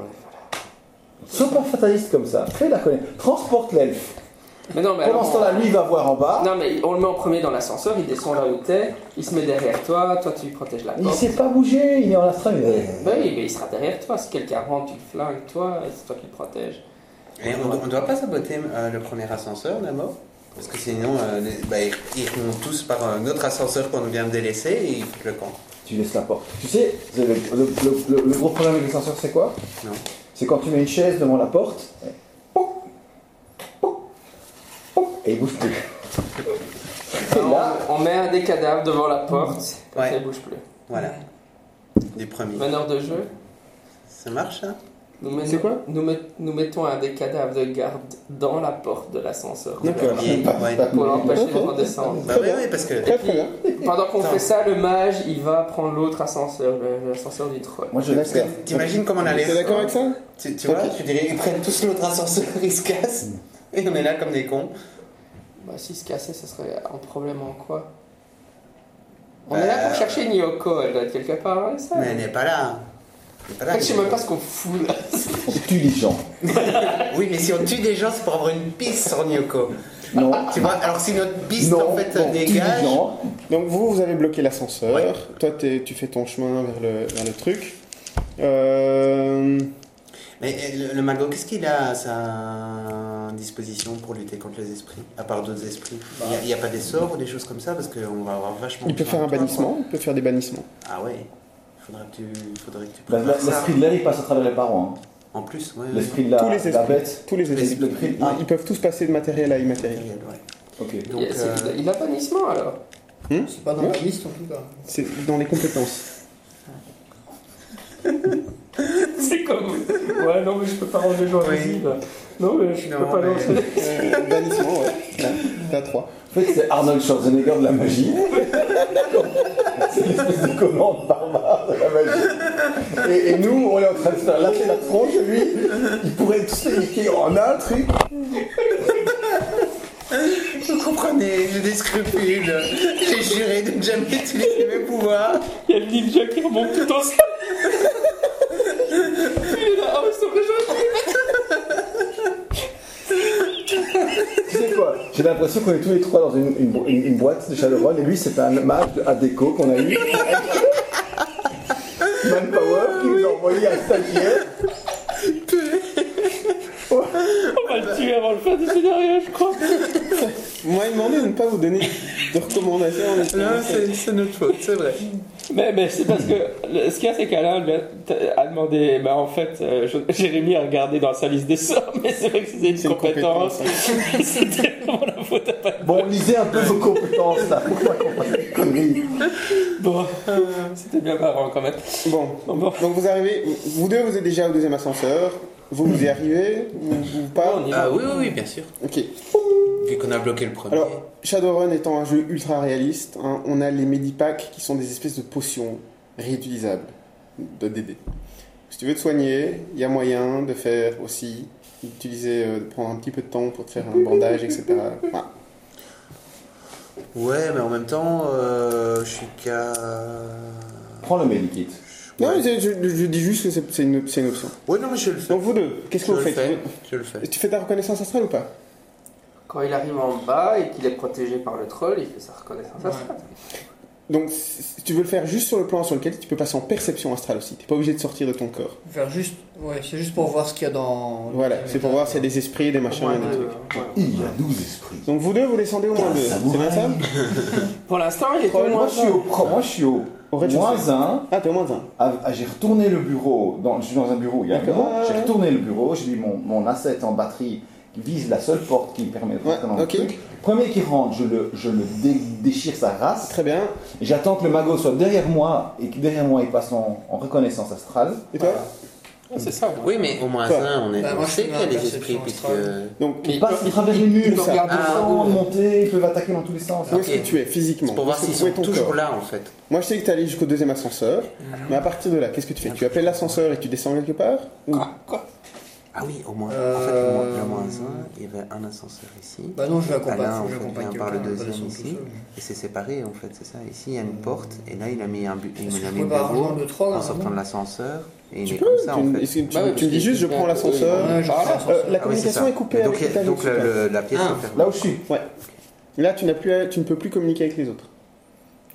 Sois pas fataliste comme ça, fais la connaître. Transporte l'elfe.
Mais non, mais
Pendant ce
alors, on-
temps-là, lui, il va voir en bas.
Non, mais on le met en premier dans l'ascenseur, il descend là où t'es, il se met derrière toi, toi tu lui protèges la
Il
porte.
sait pas bouger, il est en astral.
Bah oui, mais il sera derrière toi. Si quelqu'un rentre, tu le flingues, toi, et c'est toi qui le protèges.
Mais on, on doit pas saboter euh, le premier ascenseur d'abord Parce que sinon, euh, les- bah, ils, ils vont tous par un autre ascenseur qu'on vient de délaisser et ils foutent le camp.
Tu laisses la porte. Tu sais, le, le- le- le- le gros problème avec l'ascenseur, c'est quoi
Non.
C'est quand tu mets une chaise devant la porte, et, pop, pop, pop, et il bouge plus. Et là,
on, on met un des cadavres devant la porte, comme
Ouais.
ça il bouge plus.
Voilà, du premier.
Meneur de jeu,
Ça marche, hein
nous, menons-
C'est quoi
nous, met- nous mettons un des cadavres de garde dans la porte de l'ascenseur.
D'accord.
Et- ouais.
Pour l'empêcher de
Ok.
redescendre.
Bah oui, oui, parce que...
Très très bien.
Pendant qu'on
Putain.
fait ça, le mage, il va prendre l'autre ascenseur, le- l'ascenseur du troll.
moi je laisse
D'accord.
T'imagines comment on allait...
T'es d'accord avec ça
Tu, tu vois, tu dirais, ils prennent tous l'autre ascenseur, ils se cassent. Et on est là comme des cons.
Bah, s'il se cassait, ça serait un problème en quoi On
Bah,
est là pour chercher Nyoko, elle doit être quelque part dans les salles.
Mais elle n'est pas là. Elle est pas là.
En fait, je sais même pas ce qu'on fout là.
On tue les gens.
Oui, mais si on tue des gens, c'est pour avoir une piste sur Nyoko.
Non.
Ah, Tu vois, alors si notre piste
non,
en fait
on tue
dégage.
les gens.
Donc vous, vous avez bloqué l'ascenseur. Toi, t'es- tu fais ton chemin vers le, vers le truc. Euh,
Mais euh, le, le mago, qu'est-ce qu'il a à sa disposition pour lutter contre les esprits À part d'autres esprits Il n'y a, pas des sorts ou des choses comme ça Parce qu'on va avoir vachement.
il peut
besoin
faire un
de toi,
bannissement. Il peut faire des bannissements.
quoi. Ah ouais Faudrait que tu, faudrait que tu
La- Bah, la-
prépares ça. Euh,
L'esprit de l'air, il passe à travers les parois. hein.
En plus, ouais. ouais.
L'esprit de la,
tous les
la
esprits.
bête.
Tous les esprits.
L'esprit de Ah,
Ouais, Ils peuvent tous passer de matériel à immatériel.
Matériel, ouais.
Ok.
Donc,
il, a, c'est-
euh,
il a bannissement alors.
C'est pas dans
Hmm.
la liste en tout cas.
C'est dans les compétences.
C'est comme. Ouais, non, mais je peux pas ranger le
Oui.
Non, mais je
Non, mais-
Euh, bannissement, ouais. Là, T'as trois.
En fait, c'est Arnold Schwarzenegger de la magie. c'est l'espèce de commande barbare de la magie. Et, et nous, on est en train de se faire lâcher la tronche, et lui, il pourrait tous les niquer en un truc.
Vous comprenez, j'ai des scrupules. J'ai juré de ne jamais utiliser mes pouvoirs.
Il y a le ninja qui remonte tout en salle. Il est là, ah, mais c'est vrai, je-
Tu sais quoi J'ai l'impression qu'on est tous les trois dans une, une bo- une- une boîte de Shadowrun, et lui, c'est un match à déco qu'on a eu. Manpower qui nous a envoyé un stagiaire.
On va le tuer avant de faire du scénario, je crois.
On m'a demandé de ne pas vous donner de recommandations. mais-
Non, c'est c'est notre faute, c'est vrai.
Mais, mais c'est parce que le- ce qu'il y a, c'est qu'Alain lui a, t- a demandé. Bah, en fait, euh, je- Jérémy a regardé dans sa liste des sorts, mais c'est vrai que c'était une
C'est une compétence. hein.
compétence. C'était vraiment la faute à pas.
Bon, lisez un peu vos compétences là. Pourquoi on passe des conneries
hein.
Bon, c'était bien marrant quand même.
Bon,
Bon,
donc vous arrivez, vous deux, vous êtes déjà au deuxième ascenseur. Vous, vous y arrivez Vous, vous pas
on y va.
Ah oui, oui, oui, bien sûr.
Ok.
Vu qu'on a bloqué le premier.
Alors, Shadowrun étant un jeu ultra réaliste, hein, on a les Medipacks qui sont des espèces de potions réutilisables de DD. Si tu veux te soigner, il y a moyen de faire aussi, utiliser, euh, de prendre un petit peu de temps pour te faire un bandage, etc. Voilà.
Ouais, mais en même temps, euh, je suis qu'à.
Prends le mail kit.
Non, mais c'est- je, je dis juste que c'est c'est une, c'est une option.
Ouais, non, mais je le fais.
Donc vous deux, qu'est-ce que
je le
vous faites
fais. Je le fais.
Tu fais ta reconnaissance astrale ou pas
Quand il arrive en bas et qu'il est protégé par le troll, il fait sa reconnaissance
Ouais.
astrale.
Donc, si si tu veux le faire juste sur le plan sur lequel tu peux passer en perception astrale aussi. T'es pas obligé de sortir de ton corps.
Faire juste, ouais, c'est juste pour voir ce qu'il y a dans.
Voilà, c'est pour voir s'il y a des esprits, des machins, et des trucs.
Il y a 12 esprits.
Donc vous deux, vous descendez au moins deux. C'est bien ça
Pour l'instant, il est au
Moi
moins
je suis au, moi, je suis au
Au rez-de-chaussée.
moins un.
Ah, t'es au moins un.
Ah, ah, j'ai retourné le bureau, dans, je suis dans un bureau il y a un
D'accord.
moment, j'ai retourné le bureau, j'ai mis mon, mon asset en batterie qui vise la seule porte qui me permet de
Ouais,
rentrer dans le
ok.
truc. Premier qui rentre, je le, je le dé- déchire sa race,
Très bien.
et j'attends que le magot soit derrière moi et que derrière moi il passe en, en reconnaissance astrale.
Et toi
c'est ça.
Ah, Oui, mais au moins
Toi.
un, on, est,
Bah,
on
moi, je
sait
suis
qu'il y a
dans
des
la
esprits,
perception
puisque.
astrale.
Donc,
Il passe à travers les
il
murs,
peut
ça.
regarder
Ah,
ça.
bon, monter, ils peuvent attaquer dans tous les sens.
où est-ce
Ok.
que tu es physiquement
C'est pour voir
Où est-ce
s'ils
que tu
sont
es ton
toujours
corps
là, Mhm. en fait.
Moi, je sais que t'es allé jusqu'au deuxième ascenseur. Mais à partir de là, qu'est-ce que tu fais Tu appelles l'ascenseur et tu descends quelque part Ou-
Ah oui, au moins. En fait,
Euh,
au moins, le moins un, il y avait un ascenseur ici.
Bah non, je vais accompagner.
Alain, en Ah fait,
je vais accompagner
vient par le
quelqu'un, je vais pas
deuxième
laisser
ici.
tout seul.
Et c'est séparé en fait, c'est ça. Ici il y a une porte et là il a mis un bu- il
Est-ce
me
que
l'a
je
mis le
peux pas
bureau
rejoindre le troll
en
avant
sortant de l'ascenseur et il
Tu
est
peux
comme ça
tu,
en
me-
fait.
est-ce que tu-
Bah ouais,
tu me dis
parce
juste, je
qu'il
prends
vient-
l'ascenseur.
Ouais, je
Ah,
prends l'ascenseur.
euh,
Ah
la
oui, c'est
communication
ça.
est coupée
Et donc,
avec les
il y a- donc euh,
tables,
le-
je sais
le- la pièce
Ah.
est fermée.
Là où je suis.
Ouais. Là, tu, n'as plus à- tu ne peux plus communiquer avec les autres.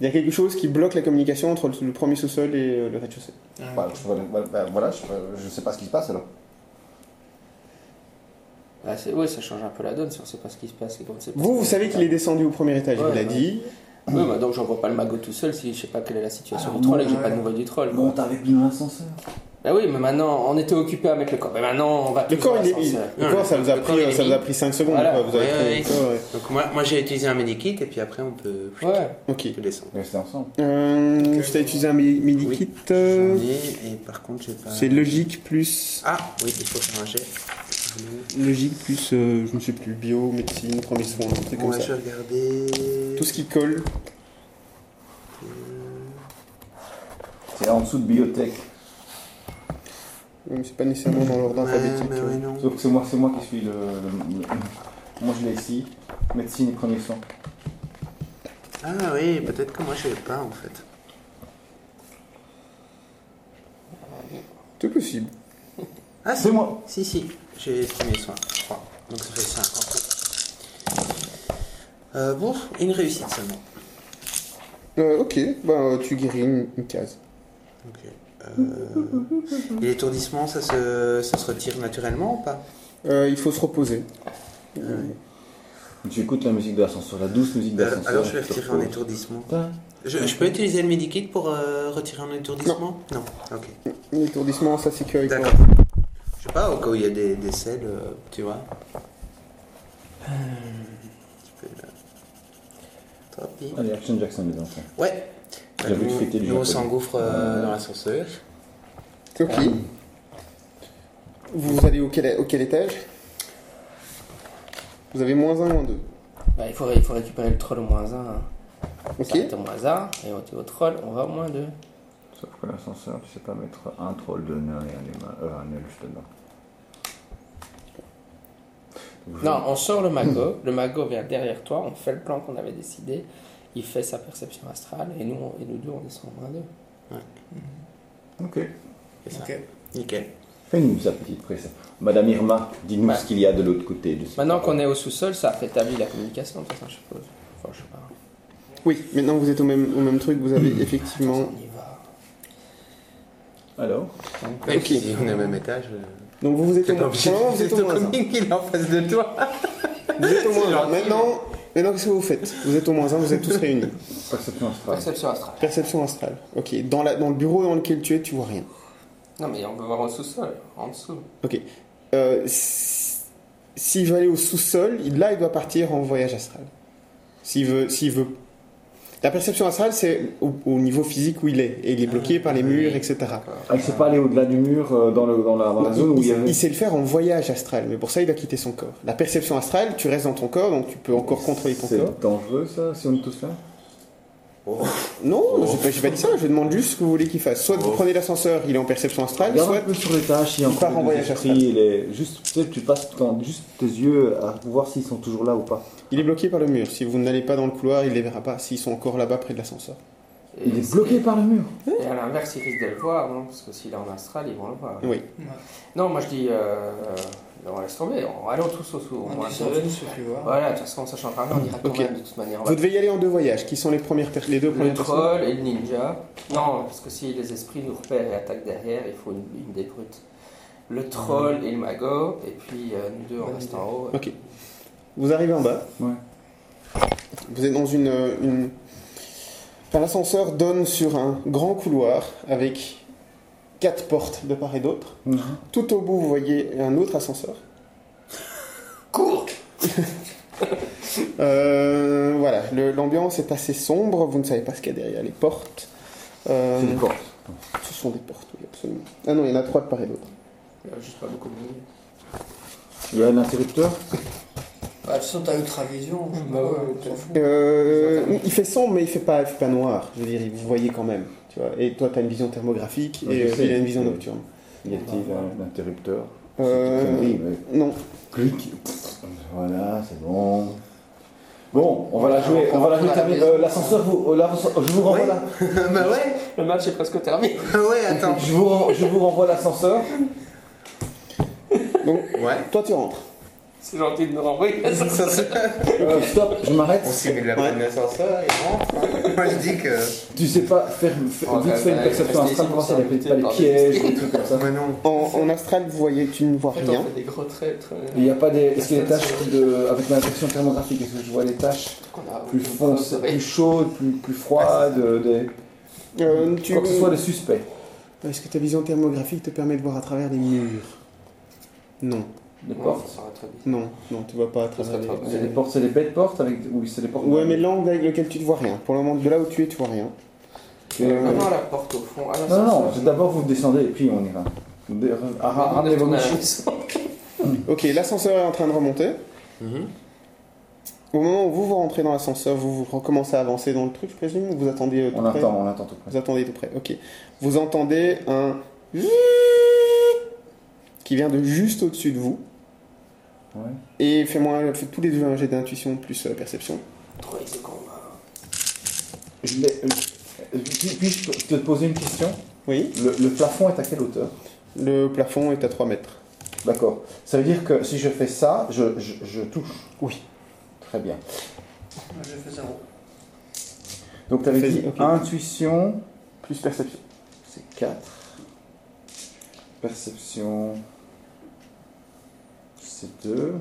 Il y a quelque chose qui bloque la communication entre le, le premier sous-sol et euh, le rez-de-chaussée.
Voilà, je- voilà, voilà, bah, voilà, je, je sais pas ce qui se passe alors.
Ah, c'est- oui, ça change un peu la donne si on sait pas ce qui se passe. et qu'on ne sait pas ce
Vous,
qui
vous
se
savez
passe.
qu'il est descendu au premier étage, il
Ouais,
l'a
ouais.
dit.
Oui, bah, donc j'envoie pas le magot tout seul si je sais pas quelle est la situation
Ah,
Alors,
du troll et que j'ai
ouais.
pas de nouvelles du troll. quoi.
Monte avec nous dans l'ascenseur.
Bah oui, mais maintenant, on était occupé à mettre le corps. Mais maintenant, on va
Le
tous
corps,
dans
il est. il-
l'ascenseur.
le corps, ça vous a
Le corps, il
pris,
est
ça vous a
mis.
pris 5 secondes.
Voilà.
quoi, vous avez
Ouais,
pris-
ouais,
quoi, ouais.
Donc moi, moi j'ai utilisé un medikit et puis après on peut
Ouais.
Ok.
on peut descendre.
Restez ensemble.
Euh, je t'ai utilisé un mi- mini
Oui.
kit.
J'en
euh,
ai, et par contre j'ai pas.
C'est logique plus.
Ah oui, il faut faire un jet.
Logique plus. euh, je ne sais plus, bio, médecine, premier soin, un truc
On
comme
va
ça.
regarder.
Tout ce qui colle.
C'est en dessous de bibliothèque.
Ouais, euh, mais C'est pas nécessairement dans l'ordre
Ouais,
alphabétique.
mais
euh.
ouais, non.
Sauf que c'est moi, c'est moi qui suis le, le- le- Moi je l'ai ici. Médecine et premier soin.
Ah oui, peut-être que moi je l'ai pas en fait.
C'est possible.
Ah
C'est
si,
moi.
si, si, j'ai estimé soin, je crois. Donc ça fait 5. Euh, bon, une réussite seulement.
Euh, ok, bah, euh, tu guéris une, une case.
Ok. Euh, et l'étourdissement, ça se, ça se retire naturellement ou pas
Euh, il faut se reposer. Euh,
Tu écoutes la musique de l'ascenseur, la douce musique de
Euh, alors,
l'ascenseur.
alors je vais retirer un
les
étourdissement. Je, je peux utiliser le medikit pour euh, retirer un étourdissement Non. Ok.
L'étourdissement, ça c'est que. avec-
D'accord. Je sais pas, au cas où il y a des, des selles, euh, tu vois. Euh. Tu peux, euh, là. Tant pis.
Allez, Action Jackson, les enfants.
Ouais. Bah,
J'avais
nous,
fêté le
nous, on
japonais.
s'engouffre euh, dans l'ascenseur.
Ok. Vous allez au quel, au quel étage Vous avez moins 1, moins 2.
Bah, il, faut, ré- il faut récupérer le troll au moins 1.
Ok.
On s'arrête au moins 1 et on était au troll, on va au moins 2.
Sauf que l'ascenseur, tu sais pas mettre un troll de nain et un humain, euh, un elfe dedans. Donc, je-
Non, on sort le magot, le magot vient derrière toi, on fait le plan qu'on avait décidé, il fait sa perception astrale et nous, on- et nous deux on descend au moins 2.
Ok.
C'est ça.
Ok.
Nickel.
Fais-nous sa petite presse. Madame Irma, dis-nous
Ouais.
ce qu'il y a de l'autre côté. De ce-
Maintenant qu'on est au sous-sol, ça rétablit la communication, de toute façon, je suppose. Enfin, je sais pas.
Oui, maintenant vous êtes au même, au même truc, vous avez effectivement.
On y va.
Alors
Même
Ok.
si on est au même étage. euh,
Donc vous vous êtes
T'es
au,
pas obligé
pour le moment, vous
de
êtes au moins un.
communiquer, il est en face de toi.
Vous êtes au moins un.
gentil,
Maintenant, Maintenant, qu'est-ce que vous faites Vous êtes au moins un, vous êtes tous réunis.
Perception astrale.
Perception astrale.
Perception astrale. Ok, dans, la, dans le bureau dans lequel tu es, tu vois rien.
Non, mais on peut voir en sous-sol, en dessous.
Ok. Euh, s- s'il veut aller au sous-sol, il- là, il doit partir en voyage astral. S'il veut, s'il veut. La perception astrale, c'est au, au niveau physique où il est, et il est bloqué par les
Ah
murs, etc.
Elle ne Ah, sait pas aller au-delà du mur euh, dans, le, dans, la, dans la zone où
il,
il y avait.
il sait le faire en voyage astral, mais pour ça, il doit quitter son corps. La perception astrale, tu restes dans ton corps, donc tu peux encore contrôler ton corps.
C'est dangereux ça, si on est tous là
Non, j'ai pas, j'ai pas dit ça, je demande juste ce que vous voulez qu'il fasse. Soit vous prenez l'ascenseur, il est en perception astrale,
Regarde un
soit.
peu sur les tâches, il y a
Il part
encore
en
des
voyage
esprits,
astral.
il est juste, tu sais, tu passes ton- juste tes yeux à voir s'ils sont toujours là ou pas.
Il est bloqué par le mur. Si vous n'allez pas dans le couloir, il les verra pas. S'ils sont encore là-bas près de l'ascenseur.
Et,
Il est bloqué par le mur.
et à l'inverse, il risque de le voir, non Parce que s'il est en astral, ils vont le voir.
Oui.
Non, moi je dis. Euh, on laisse tomber, on allons tous au sous.
On
on va
dit
se-
sur ce que tu vois. Bah,
Voilà, de toute façon, ça change rien, on ira quand
Ok.
même de toute manière. On va-
Vous devez y aller en deux voyages. Qui sont les premières per- les deux
Le
premières personnes
troll et le ninja. Non, parce que si les esprits nous repèrent et attaquent derrière, il faut une, une des brutes. Le troll et le mago, et puis euh, nous deux, on
Bonne
reste
idée.
en haut.
Ok. Vous arrivez en bas.
Ouais.
Vous êtes dans une. euh, une- Enfin, l'ascenseur donne sur un grand couloir avec quatre portes de part et d'autre.
Mhm.
Tout au bout, vous voyez un autre ascenseur.
Cours
Euh, voilà. Le- L'ambiance est assez sombre. Vous ne savez pas ce qu'il y a derrière les portes. Euh,
C'est des portes.
ce sont des portes, oui, absolument. Ah non, il y en a trois de part et d'autre.
Il y a Euh, juste pas beaucoup de monde.
Il y a un interrupteur.
Bah, de toute façon, t'as ultravision. je sais
Bah
pas,
ouais,
on s'en fout.
Euh, il fait sombre, mais il fait pas, il fait pas noir. Je veux dire, vous voyez quand même. Tu vois. Et toi, tu as une vision thermographique
Ouais,
et
je
euh,
sais.
il a une vision
Ouais.
nocturne.
Y a-t-il un interrupteur
Euh, Non.
Clic. Voilà, c'est bon. Bon, on va la jouer.
On
On va la jouer.
retourne à la
terminée.
maison.
Euh, L'ascenseur, vous, euh, l'ascenseur- je vous renvoie
Ouais.
là.
bah ouais, Ah
Le match est presque terminé.
ouais, attends.
Je vous, ren- je vous renvoie l'ascenseur.
Donc,
Ouais.
toi, tu rentres.
C'est gentil de nous renvoyer.
Ça, ça-
Euh, stop, je m'arrête.
On s'est mis de la
Ouais.
bonne ascenseur et on rentre. hein. Moi je dis que.
Tu sais pas faire, faire-
Oh,
vite
bah,
fait une
bah,
perception
restez
astrale
ici,
pour voir si
vous
elle
serez
pas les
invité
pièges, des trucs comme ça.
Mais non.
En, en astral, vous voyez, tu ne vois
En fait, on
rien.
fait des gros traits. très-
Il n'y a pas des. Est-ce qu'il y a des taches de, avec ma version thermographique Est-ce que je vois des taches
qu'on a-
plus foncées, plus chaudes, plus, plus froides des...
Euh, tu...
Quoi que ce soit de suspect.
Est-ce que ta vision thermographique te permet de voir à travers les murs Non,
Des
Ouais,
portes
ça serait très bien.
non, non, tu vois pas à
Ça
travers
serait
les
trop bien.
C'est des portes, c'est des bêtes portes avec. Oui, c'est des portes.
Ouais, mais l'angle avec lequel tu ne vois rien. Pour le moment, de là où tu es, tu vois rien.
Euh,
Vraiment à la porte au fond. à
Non, non,
l'ascenseur.
d'abord vous descendez et puis on ira. Des- ah, ah,
On
Ramenez vos
retourne à la
machines.
maison.
Ok, l'ascenseur est en train de remonter.
Mhm.
Au moment où vous vous rentrez dans l'ascenseur, vous, vous recommencez à avancer dans le truc, je présume, ou vous attendez euh, tout
On
près
attend, on attend tout près.
Vous attendez tout près, ok. Vous entendez un qui vient de juste au-dessus de vous.
Ouais.
Et fais-moi, faites tous les deux un jet d'intuition plus euh, perception.
Trois secondes.
Je l'ai- euh, euh, puis- Puis-je te poser une question
Oui.
le, le plafond est à quelle hauteur
Le plafond est à 3 mètres.
D'accord. Ça veut dire que si je fais ça, je, je- je touche.
Oui.
Très bien.
Moi, J'ai fait zéro.
Donc tu avais
Fais-y,
dit
ok.
intuition,
Plus perception.
c'est 4. Perception, c'est 2.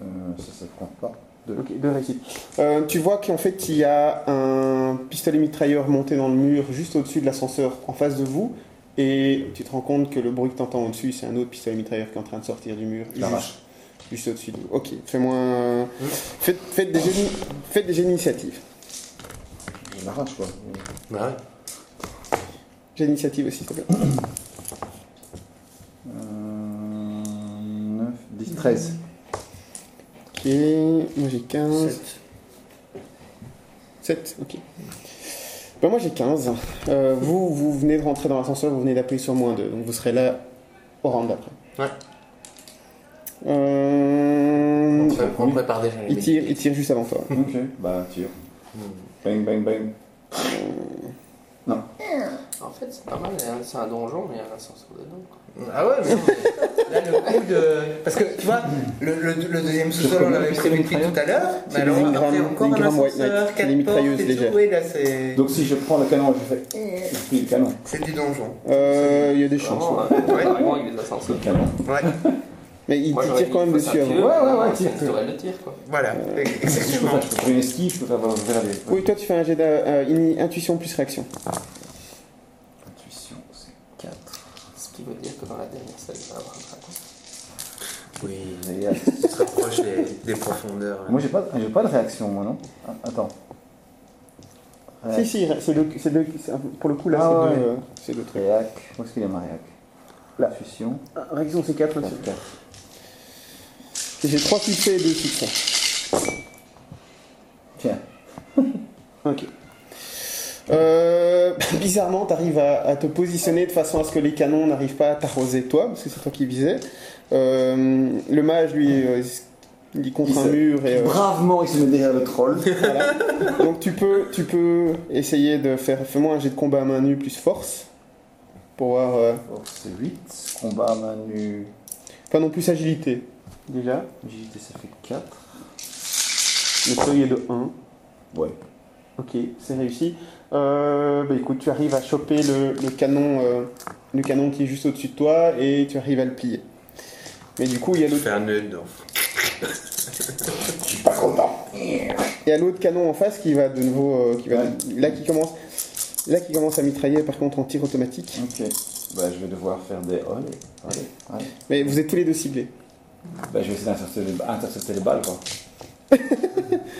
Euh, ça, ça prend pas.
Ok, deux réussites. Euh, tu vois qu'en fait, il y a un pistolet mitrailleur monté dans le mur juste au-dessus de l'ascenseur en face de vous. Et tu te rends compte que le bruit que tu entends au-dessus, c'est un autre pistolet mitrailleur qui est en train de sortir du mur.
La
juste-
vache.
Juste au-dessus de vous. Ok, fais-moi un- Faites, faites des jets d'ini- faites des jets d'initiative.
Je l'arrache quoi.
Bah ouais.
J'ai l'initiative aussi, s'il te plaît.
9, 10, 13.
Ok, moi j'ai 15.
Sept.
7, ok. Ben, moi j'ai 15. Euh, vous, vous venez de rentrer dans l'ascenseur, vous venez d'appuyer sur moins 2, donc vous serez là au round d'après.
Ouais.
Euh,
On, pré- on prépare déjà les
il, tire, il tire juste avant toi.
Ok, bah tire. Bang, bang, bang.
En fait, c'est pas mal, hein, c'est un donjon, mais il y a un ascenseur dedans. quoi.
Ah ouais, mais non, mais là, le coup de. Parce que tu vois, le, le- le deuxième sous-sol, on l'avait prévu depuis tout à l'heure, mais
C'est
alors
des
on a fait
grammes-
encore
des
un
grammes White
ascenseur,
Knight,
quatre
des mitrailleuses
portes et tout,
légères.
oui, là c'est.
Donc si je prends le canon et je fais. Je plie le canon.
C'est du donjon.
Euh, Il y a des chances.
Vraiment,
ouais.
hein, vraiment, il y a des ascenseurs.
Le canon.
Ouais.
Mais il
Moi,
te
j'aurais
tire
dit,
quand même
face à
dessus. hein.
Dieu,
avant.
Ouais, ouais, ouais,
euh,
tire,
c'est
tire.
Tourelle de tir, quoi.
Voilà,
Je peux
exactement.
faire- je peux faire une esquive, je peux faire vers les.
Oui, toi tu fais un jet d'intuition plus réaction.
Intuition, c'est 4.
Ce qui veut dire que dans la dernière salle, il va y avoir un dragon.
Oui, on se rapproche des, des profondeurs.
Moi, j'ai pas, j'ai pas de réaction, moi, non Ah, Attends.
Si,
Réac.
si, c'est deux- c'est deux- c'est un- pour le coup là,
Ah
c'est
ouais.
deux, euh, c'est deux trucs.
Réac. Où est-ce qu'il est, ma réac Intuition,
Ah, Réaction c'est 4 aussi.
4.
J'ai 3 succès et 2 succès.
Tiens.
Ok. Euh, bizarrement, t'arrives à, à te positionner de façon à ce que les canons n'arrivent pas à t'arroser toi, parce que c'est toi qui visais. Euh, le mage, lui, euh, il s- il est contre
Il
un
se-
mur et euh,
Bravement, il se met derrière le troll.
voilà. Donc tu peux, tu peux essayer de faire. Fais-moi un jet de combat à main nue plus force pour voir. euh,
Oh, c'est 8. Combat à main nue.
pas non plus agilité déjà.
JT, ça fait 4.
Le seuil est de 1.
Ouais.
Ok, c'est réussi. Euh, bah écoute, tu arrives à choper le, le canon, euh, le canon qui est juste au-dessus de toi et tu arrives à le plier. Mais du coup, il y a
Je
l'autre,
fais un nœud dedans.
il y a l'autre canon en face qui va de nouveau, euh, qui va
Ouais.
là qui commence, là qui commence à mitrailler. Par contre, en tir automatique.
Ok. Bah, je vais devoir faire des. Oh, allez, allez, allez.
Mais vous êtes tous les deux ciblés.
Bah, je vais essayer d'intercepter les, intercepter les balles, quoi.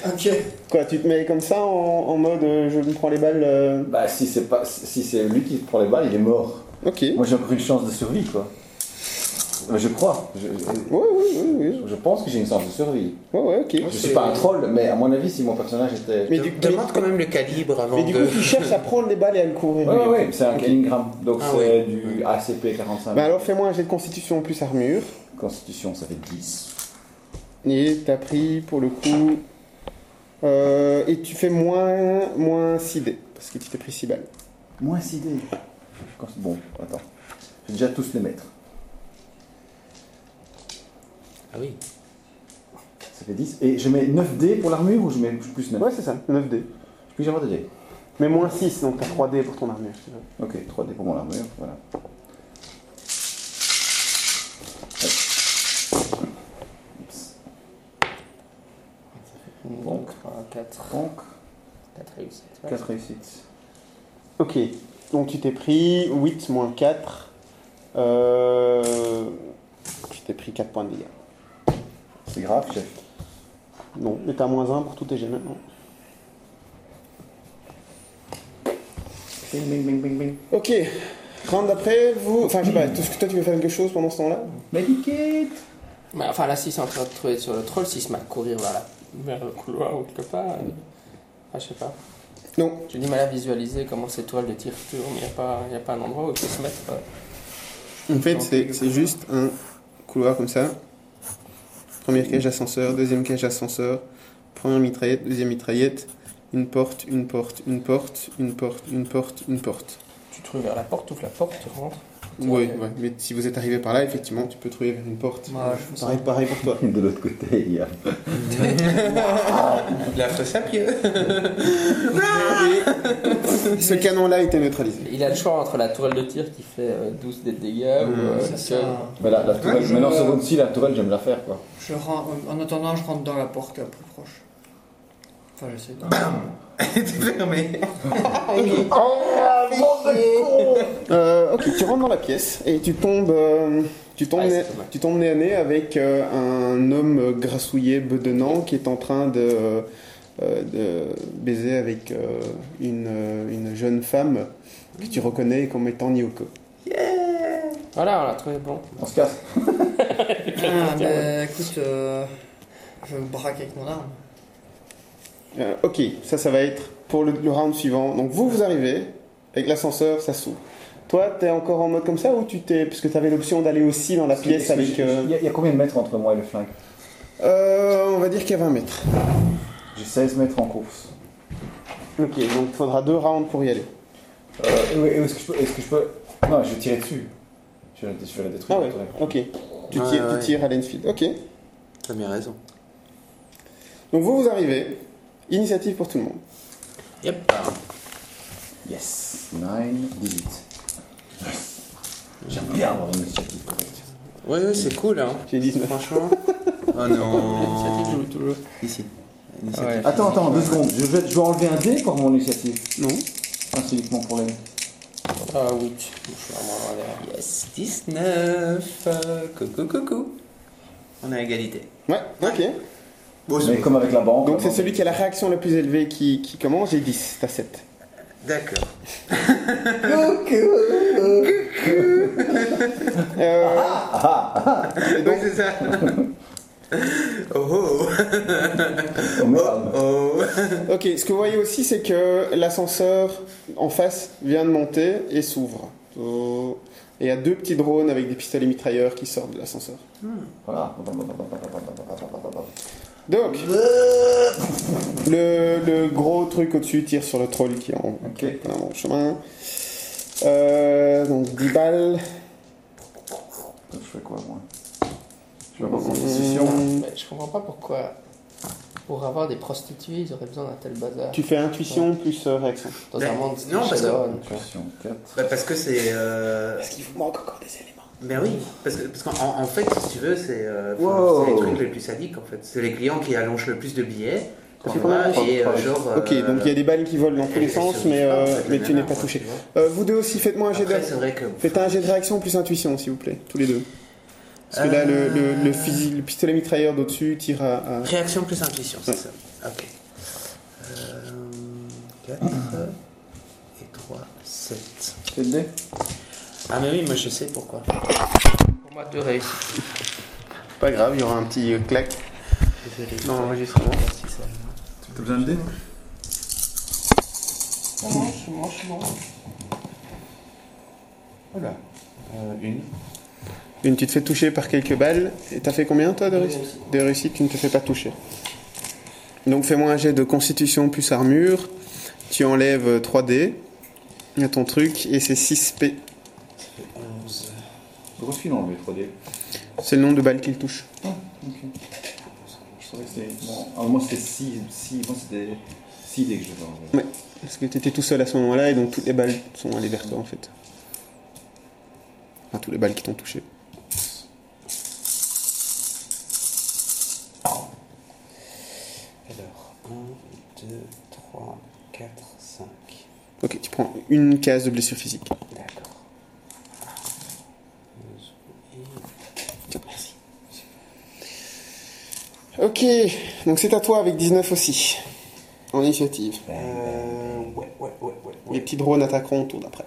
Ok.
Quoi, tu te mets comme ça en, en mode, euh, je me prends les balles. euh,
Bah, si c'est pas, si c'est lui qui prend les balles, il est mort.
Ok. Oui,
Moi, j'ai encore une chance de survie, quoi. Euh, Je crois. Je, je-
oui, oui, oui.
je pense que j'ai une chance de survie.
Ouais, ouais, ok.
Ouais,
Je
c'est-
suis pas un troll, mais à mon avis, si mon personnage était.
Mais
Je-
du, mais-
Demande quand même le calibre avant
mais du
de.
coup, tu cherches à prendre les balles et à le couvrir.
Ouais, ouais, ouais, c'est un
Ok.
Kaliningram, donc
Ah
c'est
ouais.
du ACP 45.
Bah alors, fais-moi un jet de constitution plus armure.
Constitution, ça fait 10.
Et t'as pris pour le coup. euh, et tu fais moins, moins 6 dés, parce que tu t'es pris 6 balles.
Moins 6 dés. Cons- Bon, attends. Je vais déjà tous les mettre.
Ah oui.
Ça fait 10. Et je mets 9 dés pour l'armure ou je mets plus 9
Ouais, c'est ça, 9 dés.
Je peux y avoir des dés.
Mais moins 6, donc t'as 3 dés pour ton armure. je sais pas.
Ok, 3 dés pour mon armure, voilà. Hop. Oups. Bon.
Un 4,
Donc,
4 réussites.
4 réussites.
Ok, donc tu t'es pris 8 moins 4. Euh, tu t'es pris 4 points de dégâts.
C'est grave, chef.
Non, mais t'as moins 1 pour tous tes hein. jets maintenant. Ok, round d'après, vous. Enfin, je sais pas, tout ce que toi tu veux faire quelque chose pendant ce temps-là
Medicate
Mais enfin, là, s'ils sont en train de trouver sur le troll, s'ils se mettent à courir vers, la- vers le couloir ou quelque part, euh, enfin, je sais pas.
Non,
J'ai du mal à visualiser comment ces toiles de tir tournent. Il n'y a, pas- y a pas un endroit où ils peuvent se mettre. euh,
En fait, c'est c'est juste un couloir comme ça. Première cage ascenseur, deuxième cage ascenseur, première mitraillette, deuxième mitraillette, une porte, une porte, une porte, une porte, une porte, une porte.
tu te trouves vers la porte, tu ouvres la porte, tu rentres.
Oui, ouais, mais si vous êtes arrivé par là, effectivement, tu peux trouver vers une porte.
Moi, je fais ça.
pareil, pareil pour toi.
De l'autre côté, il y a.
La fausse à pied.
Ce canon-là était neutralisé.
Il a le choix entre la tourelle de tir qui fait euh, 12 dés de dégâts ou. euh,
Ça, c'est
seul.
un-
Mais la, la tourelle,
je-
maintenant, seconde si la tourelle, j'aime la faire, quoi.
Je rentre, en attendant, je rentre dans la porte la plus proche. Enfin, j'essaie de.
Ah,
T'es fermé.
Euh, ok, tu rentres dans la pièce et tu tombes, euh, tu tombes,
Ah, c'est
nez,
dommage.
tu tombes nez à nez avec euh, un homme euh, grassouillet, bedonnant, qui est en train de, euh, euh, de baiser avec euh, une, euh, une jeune femme que tu reconnais comme étant Nyoko.
Voilà, on l'a trouvé bon.
On se casse.
Ah, bah, écoute, euh, je braque avec mon arme.
Euh, ok, ça, ça va être pour le, le round suivant. Donc vous, vous arrivez avec l'ascenseur, ça s'ouvre. Toi, t'es encore en mode comme ça ou tu t'es, parce que t'avais l'option d'aller aussi dans la pièce avec,
Il
euh,
y, a- il y a combien de mètres entre moi et le flingue
euh, on va dire qu'il y a 20 mètres.
J'ai 16 mètres en course.
Ok, donc il faudra deux rounds pour y aller.
Euh, et oui, et est-ce que je peux. Est-ce que je peux. Non, je vais tirer dessus. Je vais, la- je vais la détruire.
Ah
la
ouais,
tourelle.
ok. Tu tires,
Ouais,
tu
ouais.
tires à Lenfield. Ok.
T'as bien raison.
Donc vous, vous arrivez. Initiative pour tout le monde.
Yep.
Yes. 9, 18. J'aime bien avoir une initiative correcte.
Ouais, ouais, c'est cool, hein.
J'ai 19.
Franchement. Oh non.
Toujours, toujours.
Ici.
Ah
Ouais.
Attends, attends, deux secondes. Je vais, je vais enlever un dé pour mon initiative.
Non.
Ah, c'est uniquement pour les.
Ah oui, je suis vraiment à l'air.
Ah, Yes, 19. euh, Coucou, coucou. On est à égalité.
Ouais, ok.
Bon,
Mais comme avec la banque.
Donc
la
c'est
banque.
celui qui a la réaction la plus élevée qui, qui commence. J'ai 10, t'as 7.
D'accord.
Euh, et
Donc
donc,
c'est ça. oh
Oh,
oh.
merde.
oh.
ok, ce que vous voyez aussi, c'est que l'ascenseur en face vient de monter et s'ouvre. Oh. Et il y a deux petits drones avec des pistolets mitrailleurs qui sortent de l'ascenseur.
Voilà.
Donc, Euh. le, le gros truc au-dessus tire sur le troll qui est en,
Ok.
en avant, en chemin. Euh, donc 10 balles.
Je fais quoi, moi Je vais pas constitution.
Euh,
Mais je comprends pas pourquoi, pour avoir des prostituées, ils auraient besoin d'un tel bazar.
Tu fais intuition plus euh, réaction.
Dans
Ben,
un monde
non, parce que-
Shadowrun, quoi.
Constitution 4.
Bah, parce que c'est. Euh...
Parce qu'il vous manque encore des éléments.
Mais oui, parce que parce qu'en en, en fait, si tu veux, c'est euh, enfin,
Wow.
c'est les trucs les plus sadiques en fait. C'est les clients qui allongent le plus de billets.
Ça
qu'on
fait combien
a,
de temps
et euh,
Trois.
genre.
Ok, donc il y a des balles qui volent dans tous les sens, mais,
ah,
euh, mais tu n'es pas touché. Euh, vous deux aussi, faites-moi un jet de...
Après, c'est vrai que.
Faites un jet de réaction plus intuition, s'il vous plaît, tous les deux. Parce que là, le, le, le fusil, le pistolet mitrailleur d'au-dessus tire à... à-
Réaction plus intuition, c'est
Ouais.
ça. Ok. 4 et 3, 7.
C'est le dé
Ah, mais oui, moi je sais pourquoi.
Pour moi, deux réussites.
Pas grave, il y aura un petit euh, clac
Désolé.
dans l'enregistrement.
Merci, ça.
T'as besoin de dé
Voilà. une.
Une, tu te fais toucher par quelques balles. Et t'as fait combien, toi, de
Deux
réussites De réussites, tu ne te fais pas toucher. Donc fais-moi un jet de constitution plus armure. Tu enlèves euh, 3D à ton truc, et c'est 6P.
11.
Gros fil enlevé, 3D.
C'est le nombre de balles qu'il touche.
Ok. Je savais que c'était. Bon, alors moi c'était 6. 6 moi c'était 6 dés que je vais enlever.
Parce que t'étais tout seul à ce moment-là, et donc toutes les balles sont allées vers toi, en fait. Enfin, toutes les balles qui t'ont touché.
Alors, 1, 2, 3, 4, 5.
Ok, tu prends une case de blessure physique.
D'accord.
Tiens, merci. Ok, donc c'est à toi avec 19 aussi. En initiative.
Euh, ouais, ouais, ouais, ouais. ouais.
Les petits drones attaqueront au tour d'après.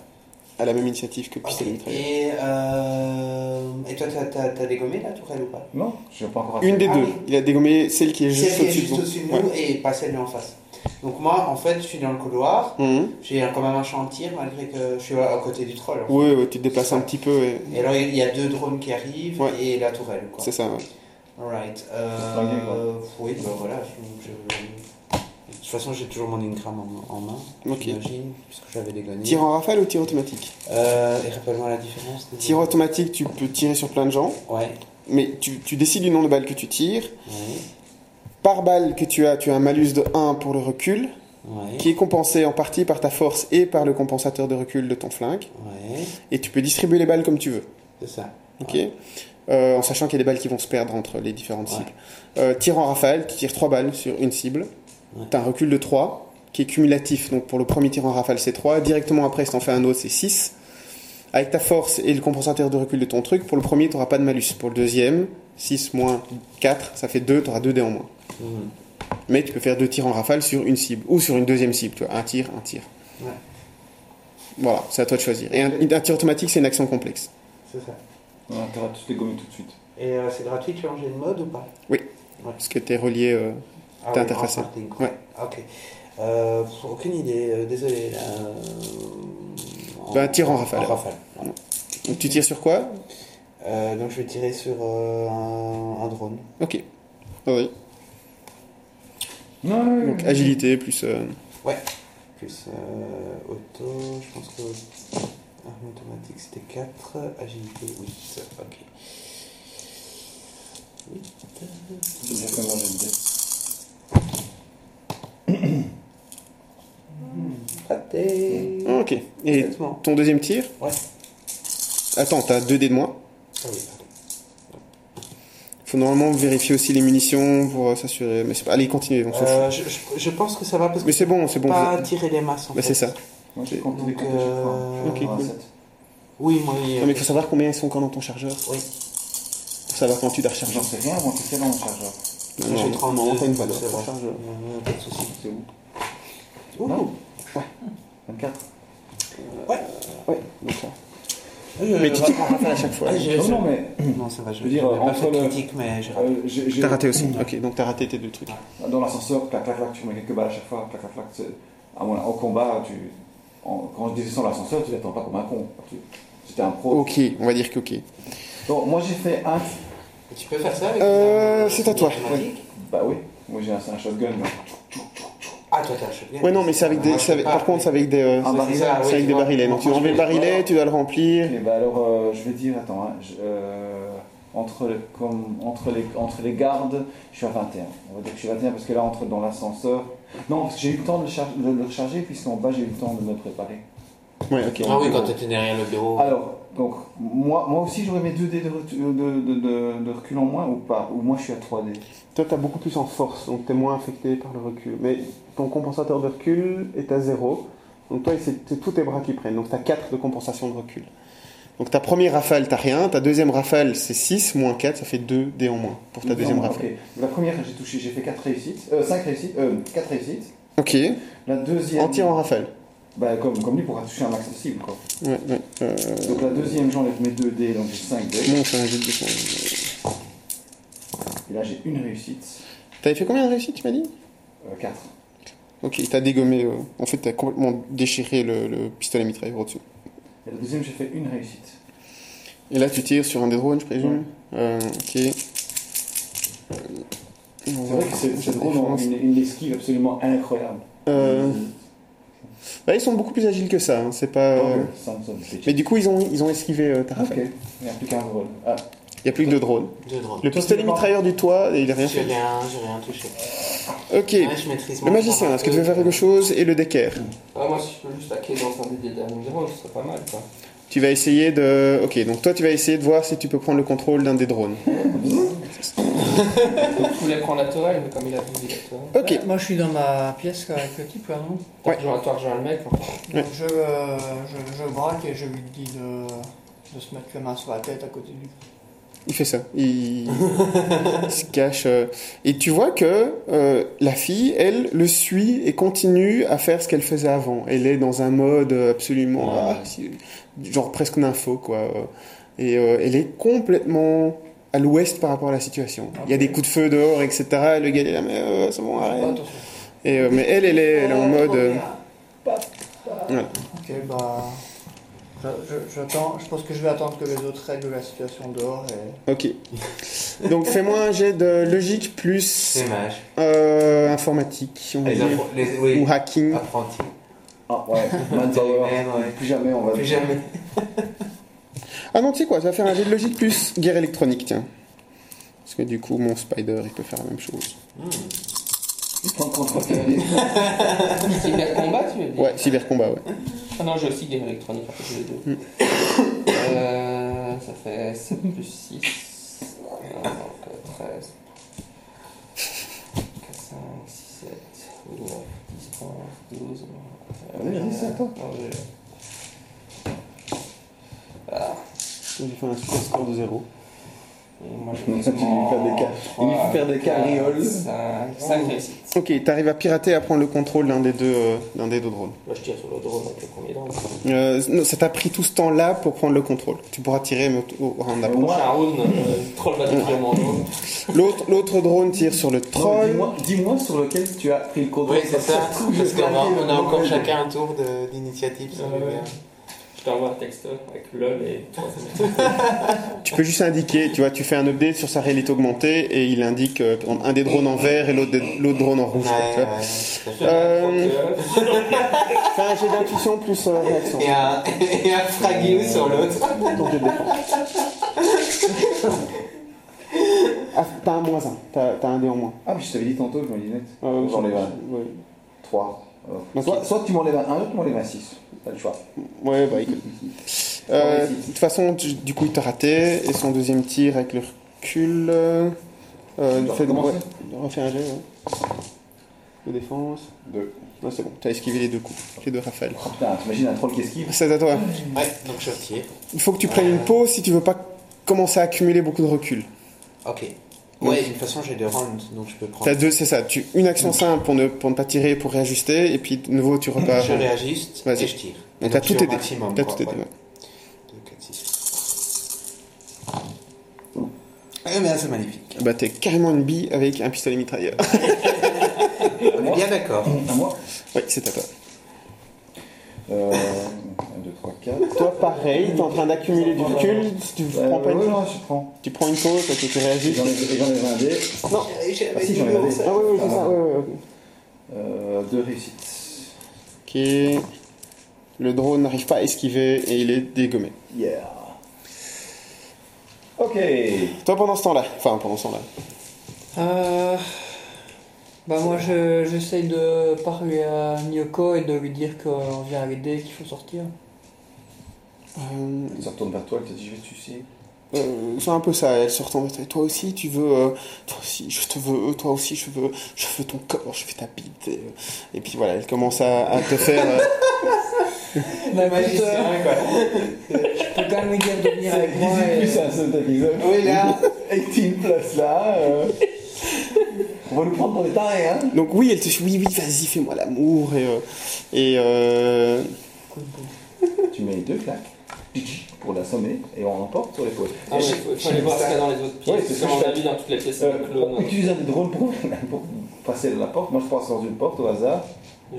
À la même initiative que
Ok,
Pistolet Mitrailleur.
Et, euh, et toi, t'as- t'as t'as dégommé là, Tourelle ou pas
Non, je n'ai pas encore
Une des
Ah
deux.
oui.
Il a dégommé celle qui est juste
Celle qui est
au-dessus de
juste
vous.
au-dessus de nous et pas celle de en face. Donc, moi, en fait, je suis dans le couloir.
Ouais. Mhm.
J'ai quand même un champ de tir malgré que je suis à à côté du troll. en fait.
Ouais, ouais, tu te déplaces un petit peu. et-
Et alors, il y a deux drones qui arrivent
Ouais.
et la tourelle quoi.
C'est ça, ouais.
Alright.
C'est flingué,
Euh, oui, bah voilà. Je, je- De toute façon, j'ai toujours mon Ingram en, en main,
Ok.
j'imagine, puisque j'avais dégonné.
Tir en rafale ou tir automatique
Euh, et rappelle-moi la différence. déjà.
Tir automatique, tu peux tirer sur plein de gens,
Ouais.
mais tu, tu décides du nombre de balles que tu tires.
Ouais.
Par balle que tu as, tu as un malus de 1 pour le recul,
Ouais.
qui est compensé en partie par ta force et par le compensateur de recul de ton flingue.
Ouais.
Et tu peux distribuer les balles comme tu veux.
C'est ça.
Ok Euh, en sachant qu'il y a des balles qui vont se perdre entre les différentes
Ouais.
cibles. Euh, tir en rafale, tu tires 3 balles sur une cible.
Ouais.
Tu as un recul de 3 qui est cumulatif. Donc pour le premier tir en rafale, c'est 3. Directement après, si t'en fais un autre, c'est 6. Avec ta force et le compensateur de recul de ton truc, pour le premier, tu pas de malus. Pour le deuxième, 6 moins 4, ça fait 2, tu auras 2 dés en moins.
Mhm.
Mais tu peux faire deux tirs en rafale sur une cible ou sur une deuxième cible, tu vois, un tir, un tir.
Ouais.
Voilà, c'est à toi de choisir. Et un, un tir automatique, c'est une action complexe.
C'est ça.
Non, t'auras tous les gommés tout de suite.
Et euh, c'est gratuit de changer de mode ou pas
Parce que tu es relié. euh,
ah,
T'as interfacé.
en starting, quoi.
Ouais.
Ok. Euh, pff, aucune idée, euh, désolé. là, euh,
Ben, tire en rafale, alors.
voilà.
Donc tu tires sur quoi
Euh, donc je vais tirer sur euh, un, un drone.
Ok. Ah Oui.
Non,
Donc agilité plus. euh,
Plus euh, auto, je pense que. Arme automatique c'était 4, agilité 8. Ok.
Je vais faire mon dé.
Raté
Ok. Et
Complètement.
ton deuxième tir
Ouais.
Attends, t'as 2 dés de moins.
Ah oui, pardon.
faut normalement vérifier aussi les munitions pour euh, s'assurer. Mais c'est pas... Allez, continuez, on s'en fout.
Euh, je, je- je pense que ça va parce que
Mais c'est bon, c'est bon.
pas
vous-
tirer les masses en
Bah,
fait.
c'est ça.
Moi, je compte les
Donc,
comptes à chaque fois. Ah,
euh,
Ok, cool.
Oui, moi, oui,
Non, Ah, mais il faut savoir combien ils sont quand dans ton chargeur.
Oui.
Pour savoir quand tu dois recharger.
J'en sais rien, moi, c'est dans mon chargeur.
j'ai
Non, non,
32,
non, t'as une valeur
c'est
pour
vrai.
chargeur.
Euh, pas de souci.
C'est où
Ouh,
Non. 24.
Donc, ça.
je-
Mais tu t'y prends pas à chaque fois.
Ah, j'ai-
Non,
je-
non, mais
Non, ça va, je
veux dire,
j'avais pas
entre
fait de
le-
critique, mais j'ai raté.
euh, j'ai- j'ai-
T'as raté aussi. Ok, donc t'as raté tes deux trucs.
Dans l'ascenseur, clac, clac, clac, tu mets quelques balles à chaque fois, clac, clac, clac. c'est- À mon, au combat, tu, en- quand je descends l'ascenseur, tu l'attends pas comme un con. Tu- J'étais un pro.
Ok, on va dire que ok.
Bon, moi j'ai fait un.
Tu peux faire ça avec
Euh,
une arme
c'est à toi.
automatique
Bah oui, moi j'ai un, c'est un shotgun. mais-
Ah, toi, t'as le shotgun.
Ouais, non, mais c'est avec des.
Moi,
c'est
je
avec-
sais pas.
Par contre, c'est avec des. euh,
Ah,
C'est
barillet,
ça,
c'est
oui,
avec
tu
des
vois.
barillets. Donc tu
Moi, je
enlever le
vais-
barillet, tu dois le remplir.
Et bah alors, euh, je vais dire, attends, hein, je- euh, entre, le- comme- entre, les, entre les gardes, je suis à 21. On va dire que je suis à 21 parce que là, entre dans l'ascenseur. Non, parce que j'ai eu le temps de le, char- de le recharger, puisqu'en bas, j'ai eu le temps de me préparer.
Ouais, ok.
Ah oui, quand t'étais derrière le bureau.
Ah,
Alors, donc, moi, moi aussi, j'aurais mes 2 dés de, retu- euh, de, de, de- de recul en moins ou pas Ou moi, je suis à 3 dés
Toi, t'as beaucoup plus en force, donc t'es moins affecté par le recul. Mais ton compensateur de recul est à zéro. Donc toi, c'est c'est tous tes bras qui prennent. Donc t'as 4 de compensation de recul. Donc ta première rafale, t'as rien. Ta deuxième rafale, c'est 6 moins 4, ça fait 2 dés en moins pour ta deuxième
Non,
rafale.
ok. La première, j'ai touché, j'ai fait 4 réussites. Euh, 5 réussites. Euh, 4 réussites.
Ok,
La deuxième.
en tirant rafale.
Bah, comme, comme lui, pourra toucher un max possible, quoi.
Ouais, ouais. Euh,
Donc, la deuxième, j'enlève mes 2 dés, donc j'ai 5 dés.
bon, c'est un jet de dessin.
Et là, j'ai une réussite. euh,
T'avais fait combien de réussites, tu m'as dit
4.
Ok, t'as dégommé. euh, en fait, t'as complètement déchiré le, le pistolet mitrailleur au-dessus.
Et la deuxième, j'ai fait une réussite.
Et là, tu tires sur un des drones, je présume Euh, Ok. C'est
C'est vrai que c'est c'est drôle, hein. on a une, une esquive absolument incroyable.
Euh, bah, ils sont beaucoup plus agiles que ça. hein, C'est pas. euh,
Oh, Samson, c'est
Mais du coup, ils ont, ils ont esquivé euh, ta
Ok,
rafale.
il n'y a plus qu'un drôle. Ah,
Il y a plus que deux drones.
Deux drones.
Le pistolet
tu vas-
mitrailleur du toit, il a rien
J'ai
fait.
rien, j'ai rien touché.
Ok.
Ouais, je maîtrise
Le
mon-
magicien, est-ce que tu veux faire quelque chose Et le décaire.
Ah, moi, si je peux juste hacker dans un des deux derniers rounds, ce serait pas mal, quoi.
Tu vas essayer de. Ok, donc toi, tu vas essayer de voir si tu peux prendre le contrôle d'un des drones.
Je voulais prendre la tourelle, mais comme il a vu la tourelle.
Ok.
Euh, Moi, je suis dans ma pièce avec le type là, non
T'as
Ouais.
rejoint- T'as rejoint le mec, en fait.
Ouais.
Donc, je, euh, je, je braque et je lui dis de, de se mettre la main sur la tête à côté du.
Il fait ça. Il, il se cache. euh, Et tu vois que euh, la fille, elle, le suit et continue à faire ce qu'elle faisait avant. Elle est dans un mode euh, absolument. ah, si- genre presque nympho, quoi. euh, Et euh, elle est complètement à l'ouest par rapport à la situation. Il y a des coups de feu dehors, etc. Et le gars, il est là, mais euh, c'est bon, arrête.
Attention.
Et, euh, mais elle, elle est, elle est en mode. euh,
Ok, bah. je- je- J'attends, je, pense que je vais attendre que les autres règlent la situation dehors et.
ok. Donc fais-moi un jet de logique plus
C'est mage.
euh, informatique, on va
Les
dire.
appre- les- oui,
Ou hacking.
apprentis.
ah ouais,
Ouais, ouais.
Manpower. Plus jamais, on va
Plus jamais.
Ah non, tu sais quoi, tu vas faire un jet de logique plus guerre électronique, tiens. Parce que du coup, mon spider, il peut faire la même chose.
prendre contre
Ok, allez. Cyber combat, tu veux dire
Ouais, cyber combat, ouais.
Ah non, j'ai aussi guerre électronique, en fait, les deux.
Mm.
euh, ça fait 7 plus 6. 13. 4, 5, 6, 7, 8, 9, 10, 11, 12.
Allez, vas-y, Ah hein, c'est à toi.
Non, j'ai-
J'ai fait un super score de 0.
Moi,
Il lui fait des ca- il lui fait faire des carrioles.
5, 5 réussites.
Ok, t'arrives à pirater, à prendre le contrôle d'un des deux, euh, d'un des deux drones.
Moi, je tire sur le drone avec le premier drone.
Euh, non, ça t'a pris tout ce temps-là pour prendre le contrôle. Tu pourras tirer mais au, au round après.
Moi, j'ai un round, euh, troll va détruire mon drone.
L'autre, l'autre drone tire sur le
Non,
troll.
Dis-moi dis-moi sur lequel tu as pris le contrôle.
Oui, c'est ça.
se trouve,
Parce
je
qu'on a,
claquais
on a
le
encore
mauvais
chacun un tour de- d'initiative. ça
Ouais,
va
ouais.
bien.
Je t'envoie un texte avec LOL et 3
Tu peux juste indiquer, tu vois, tu fais un update sur sa réalité augmentée et il indique euh, par exemple, un des drones en vert et l'autre, des- l'autre drone en rouge. quoi, tu
Ouais,
vois.
ouais, tout à fait.
Euh, fais un jet d'intuition plus euh, réaction.
Et un, et un fragile sur l'autre.
Ton jet de défense. Ah, t'as un moins un, t'as, t'as un dé en moins. Euh,
Ah, mais je t'avais dit tantôt, je m'en net.
Ouais, ouais,
J'enlève un.
ouais.
3.
Ok.
Soit, soit tu m'enlèves un 1, tu m'enlèves un 6. T'as le choix.
Ouais, bah écoute. Euh, De toute façon, tu- du coup, il t'a raté et son deuxième tir avec le calcul. Euh, euh,
dois
fais-
recommencer
ouais, refais un jet, ouais. De défense.
Deux.
Non, c'est bon, t'as esquivé les deux coups. Les deux Raphaël.
Oh, putain, t'imagines un troll qui esquive
C'est à toi.
Ouais, donc je retire.
Il faut que tu prennes une pause si tu veux pas commencer à accumuler beaucoup de recul.
Ok.
Ouais.
Ouais, de toute façon, j'ai des rounds, donc je peux prendre.
T'as deux, c'est ça. Tu, une action simple pour ne, pour ne pas tirer, pour réajuster, et puis de nouveau tu repars.
Je réajuste
Vas-y.
et je tire.
Mais
Et
t'as
donc,
tout
je suis au
aidé.
maximum,
T'as
quoi,
tout aidé,
ouais.
ouais.
2, 4, 6. Eh bien, c'est magnifique.
Bah t'es carrément une bille avec un pistolet mitrailleur.
On est bien d'accord.
À moi
oui, c'est à toi.
Euh. 1, 2, 3, 4.
Toi pareil, t'es en train d'accumuler du recul, tu prends pas une
non, je prends.
Tu prends une pause, ok, tu réagis.
Euh, J'en ai, j'en ai un dé.
Non.
Ah si, j'en ai un dé.
Ah oui, oui, c'est ça, ouais, ouais, ouais.
Euh, deux réussites.
Ok. Le drone n'arrive pas à esquiver et il est dégommé.
Yeah. Ok.
Toi pendant ce temps-là, enfin pendant ce temps-là.
Euh, Bah moi je- j'essaye de parler à Nyoko et de lui dire qu'on vient l'aider, qu'il faut sortir.
Euh,
Il se retourne vers toi, il te dit je vais te sucer.
euh, c'est un peu ça, elle se retourne. Toi aussi, tu veux. euh, toi aussi, je te veux. euh, Toi aussi, je veux. Je veux ton corps, je veux ta bite. Et, euh, et puis voilà, elle commence à, à te faire. euh,
Bah écoute, euh, je peux quand même lui dire de venir avec moi
C'est
et...
plus un seul épisode.
Oui, là.
18 plus là. euh. On va nous prendre pour des tarés, hein.
Donc oui, elle te dit oui, oui, vas-y, fais-moi l'amour. Et, euh, et euh,
Tu mets deux claques pour l'assommer et on l'emporte sur les fausses.
Ah ouais, faut, faut aller voir ce qu'il y a dans les autres pièces.
Ouais, c'est ce que
comme
je
on a vu dans toutes les pièces, c'est un
Euh,
clone.
utilise un des drones pour, pour passer dans la porte. Moi je passe dans une porte au hasard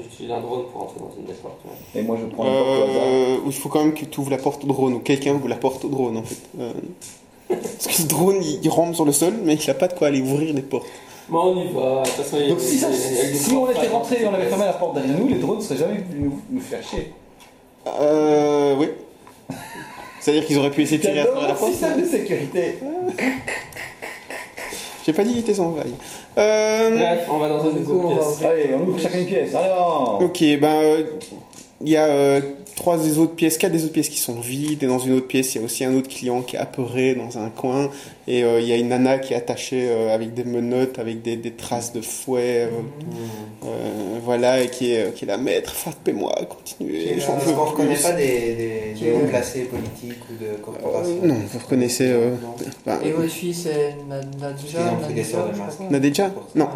J'utilise un drone pour entrer dans une des portes. ouais.
et moi je prends une porte au hasard.
euh, il faut quand même que tu ouvres la porte au drone ou quelqu'un ouvre la porte au drone en fait. Euh, parce que ce drone il, il rampe sur le sol mais il a pas de quoi aller ouvrir les portes.
Bon, on y va. De toute façon,
Euh,
il y a-
Donc si, ça,
il y a- il y a-
si on était rentré et on avait fermé la porte derrière nous, les drones ne seraient jamais venus nous, nous faire chier.
Euh, oui. C'est-à-dire qu'ils auraient pu essayer de tirer à travers la
un
porte.
système de sécurité.
J'ai pas dit qu'il était sans vaille. Euh,
Bref, on va dans une
Du coup,
autre
on va
pièce.
ouvrir.
Allez, on ouvre chacun une pièce. Allez, on
ok, ben euh, il y a euh, trois des autres pièces, quatre des autres pièces qui sont vides et dans une autre pièce il y a aussi un autre client qui est apeuré dans un coin et euh, il y a une nana qui est attachée euh, avec des menottes, avec des, des traces de fouet. euh,
Mm.
Euh, voilà, et qui est, qui est la maître, frappez-moi, continuez,
Et
j'en
je
veux
ne reconnaît
plus.
pas des, des,
Qui
des
est-
hauts placés politiques ou de corporations.
Euh, non, vous reconnaissez, euh,
Non.
Ben,
Et votre fille c'est Nadja,
ont pris des sorts de
je
masque.
crois.
Nadéja
Mm.
Non.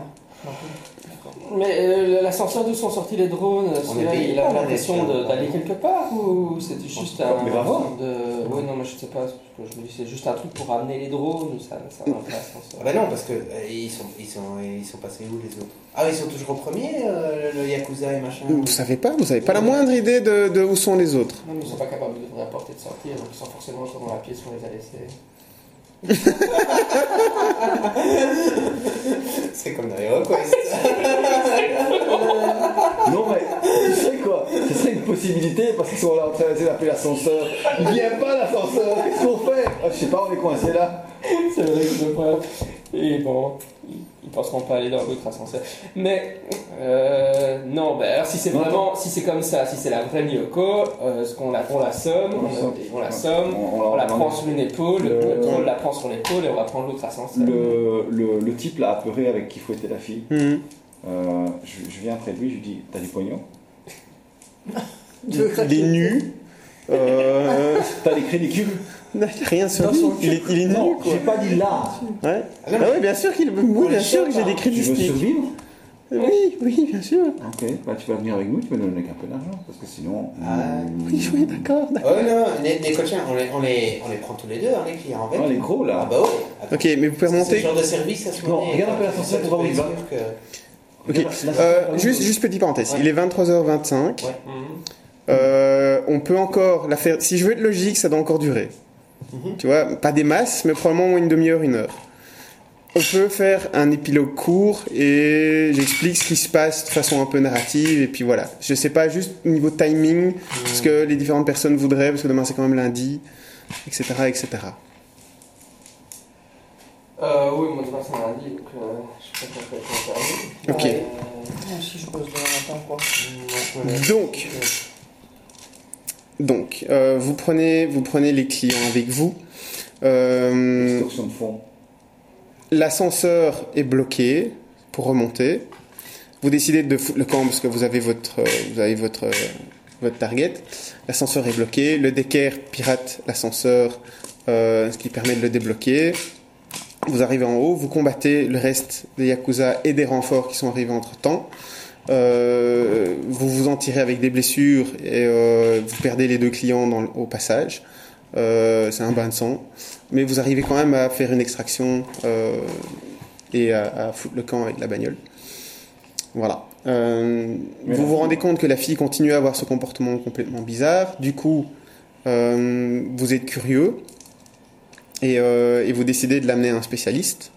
Mais euh, l'ascenseur d'où sont sortis les drones, est-ce
On
que
est
là,
payé
il a
par la
l'impression
nation.
de- d'aller quelque part ou c'était juste un.
Mais va voir.
de- Ouais, non, mais je sais pas. parce que Je me dis, c'est juste un truc pour amener les drones ou ça, ça va pas l'ascenseur.
Ah Bah non, parce que euh, ils, sont, ils, sont, ils sont passés où les autres Ah, ils sont toujours au premier, euh, le, le Yakuza et machin
Vous savez pas, vous avez pas la moindre idée de, de où sont les autres.
Non, mais ils sont pas capables de la porte et de sortir, donc ils sont forcément encore dans la pièce où on les a laissés.
C'est comme dans Hero Quest.
Non mais, tu sais quoi Ce serait une possibilité parce qu'ils sont là en train d'essayer d'appeler l'ascenseur. Il vient pas l'ascenseur, qu'est-ce qu'on fait Ah, Je sais pas, on est coincé là.
C'est vrai que je vois. Et bon, ils- ils penseront pas aller dans l'autre ascenseur. Mais euh, non, bah, alors si c'est vraiment, si c'est comme ça, si c'est la vraie Miyoko, euh, ce qu'on la, on la somme, on, on la somme, on la prend sur une épaule,
Euh,
le drone la prend sur l'épaule et on va prendre l'autre ascenseur.
Le, le, le type là apeuré avec qui fouettait la fille,
Mhm.
euh, je, je viens après lui, je lui dis T'as du pognon
Il, il est nu. Euh,
T'as des crédits cubes
il a rien sur lui. Il est, il est nu, quoi.
j'ai pas dit là
Ouais. Ah ouais, bien sûr qu'il, oui, bien sûr que j'ai des
Tu
crédits
veux
stick.
survivre
Oui, oui, bien sûr.
Ok, bah tu vas venir avec nous, tu vas nous donner un peu d'argent parce que sinon.
Ah,
Oui, oui, d'accord. d'accord.
Oh non, les, les cochins, on les, on, les, on les prend tous les deux, hein, les clients en fait.
Ah, les gros
Ah
là
bah ouais. Attends,
Ok, mais vous pouvez
C'est
remonter.
ce genre de service à ce
Non,
moment
regarde un peu l'ascenseur pour voir où il va.
Ok. Euh, juste, juste petite parenthèse.
Ouais.
Il est 23h25.
Mhm.
Euh, on peut encore la faire. Si je veux être logique, ça doit encore durer.
Mhm.
Tu vois, pas des masses, mais probablement une demi-heure, une heure. On peut faire un épilogue court et j'explique ce qui se passe de façon un peu narrative et puis voilà. Je sais pas juste au niveau timing
Mhm.
ce que les différentes personnes voudraient parce que demain c'est quand même lundi, etc., etc.
Euh, oui, moi demain c'est lundi, donc euh, je sais pas quand ça va être
Ok.
interdit. euh,
Ah, si je pose demain matin, je crois.
Donc, donc euh, vous prenez vous prenez les clients avec vous. Euh,
Distorsion de fond.
l'ascenseur est bloqué pour remonter. Vous décidez de foutre le camp parce que vous avez votre, euh, vous avez votre, euh, votre target. L'ascenseur est bloqué. Le décaire pirate l'ascenseur, euh, ce qui permet de le débloquer. Vous arrivez en haut, vous combattez le reste des Yakuza et des renforts qui sont arrivés entre temps. vous vous en tirez avec des blessures et euh, vous perdez les deux clients dans le- au passage. Euh, c'est un bain de sang. Mais vous arrivez quand même à faire une extraction euh, et à, à foutre le camp avec la bagnole. Voilà. Euh,
Mais
vous
la
vous
fille-
rendez compte que la fille continue à avoir ce comportement complètement bizarre. Du coup, euh, vous êtes curieux et, euh, et vous décidez de l'amener à un spécialiste.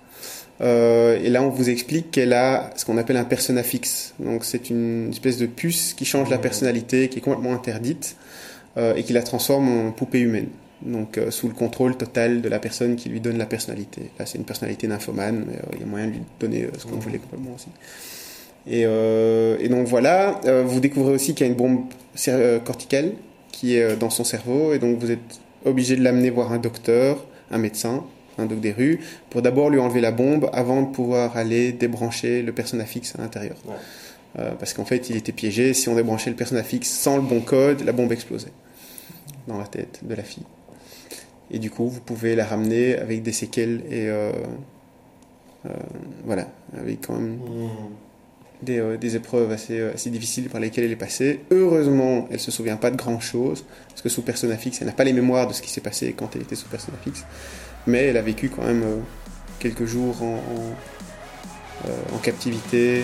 Euh, et là, on vous explique qu'elle a ce qu'on appelle un persona fixe. Donc, c'est une espèce de puce qui change la personnalité, qui est complètement interdite euh, et qui la transforme en poupée humaine. Donc, euh, sous le contrôle total de la personne qui lui donne la personnalité. Là, c'est une personnalité nymphomane, mais euh, il y a moyen de lui donner euh, ce qu'on voulait complètement aussi. Et, euh, et donc voilà, euh, vous découvrez aussi qu'il y a une bombe cér- euh, corticale qui est euh, dans son cerveau, et donc vous êtes obligé de l'amener voir un docteur, un médecin, un doc des rues, pour d'abord lui enlever la bombe avant de pouvoir aller débrancher le persona fixe à l'intérieur.
Ouais.
Euh, parce qu'en fait, il était piégé, si on débranchait le persona fixe sans le bon code, la bombe explosait dans la tête de la fille. Et du coup, vous pouvez la ramener avec des séquelles et... euh, euh, voilà, avec quand même
Hmm.
des, euh, des épreuves assez, euh, assez difficiles par lesquelles elle est passée. Heureusement, elle se souvient pas de grand-chose, parce que sous Persona Fixe, elle n'a pas les mémoires de ce qui s'est passé quand elle était sous Persona Fixe, mais elle a vécu quand même euh, quelques jours en, en, euh, en captivité,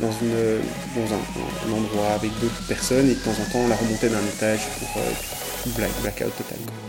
dans, une, euh, dans un, un endroit avec d'autres personnes, et de temps en temps, on la remontait d'un étage pour euh, black- blackout total. quoi.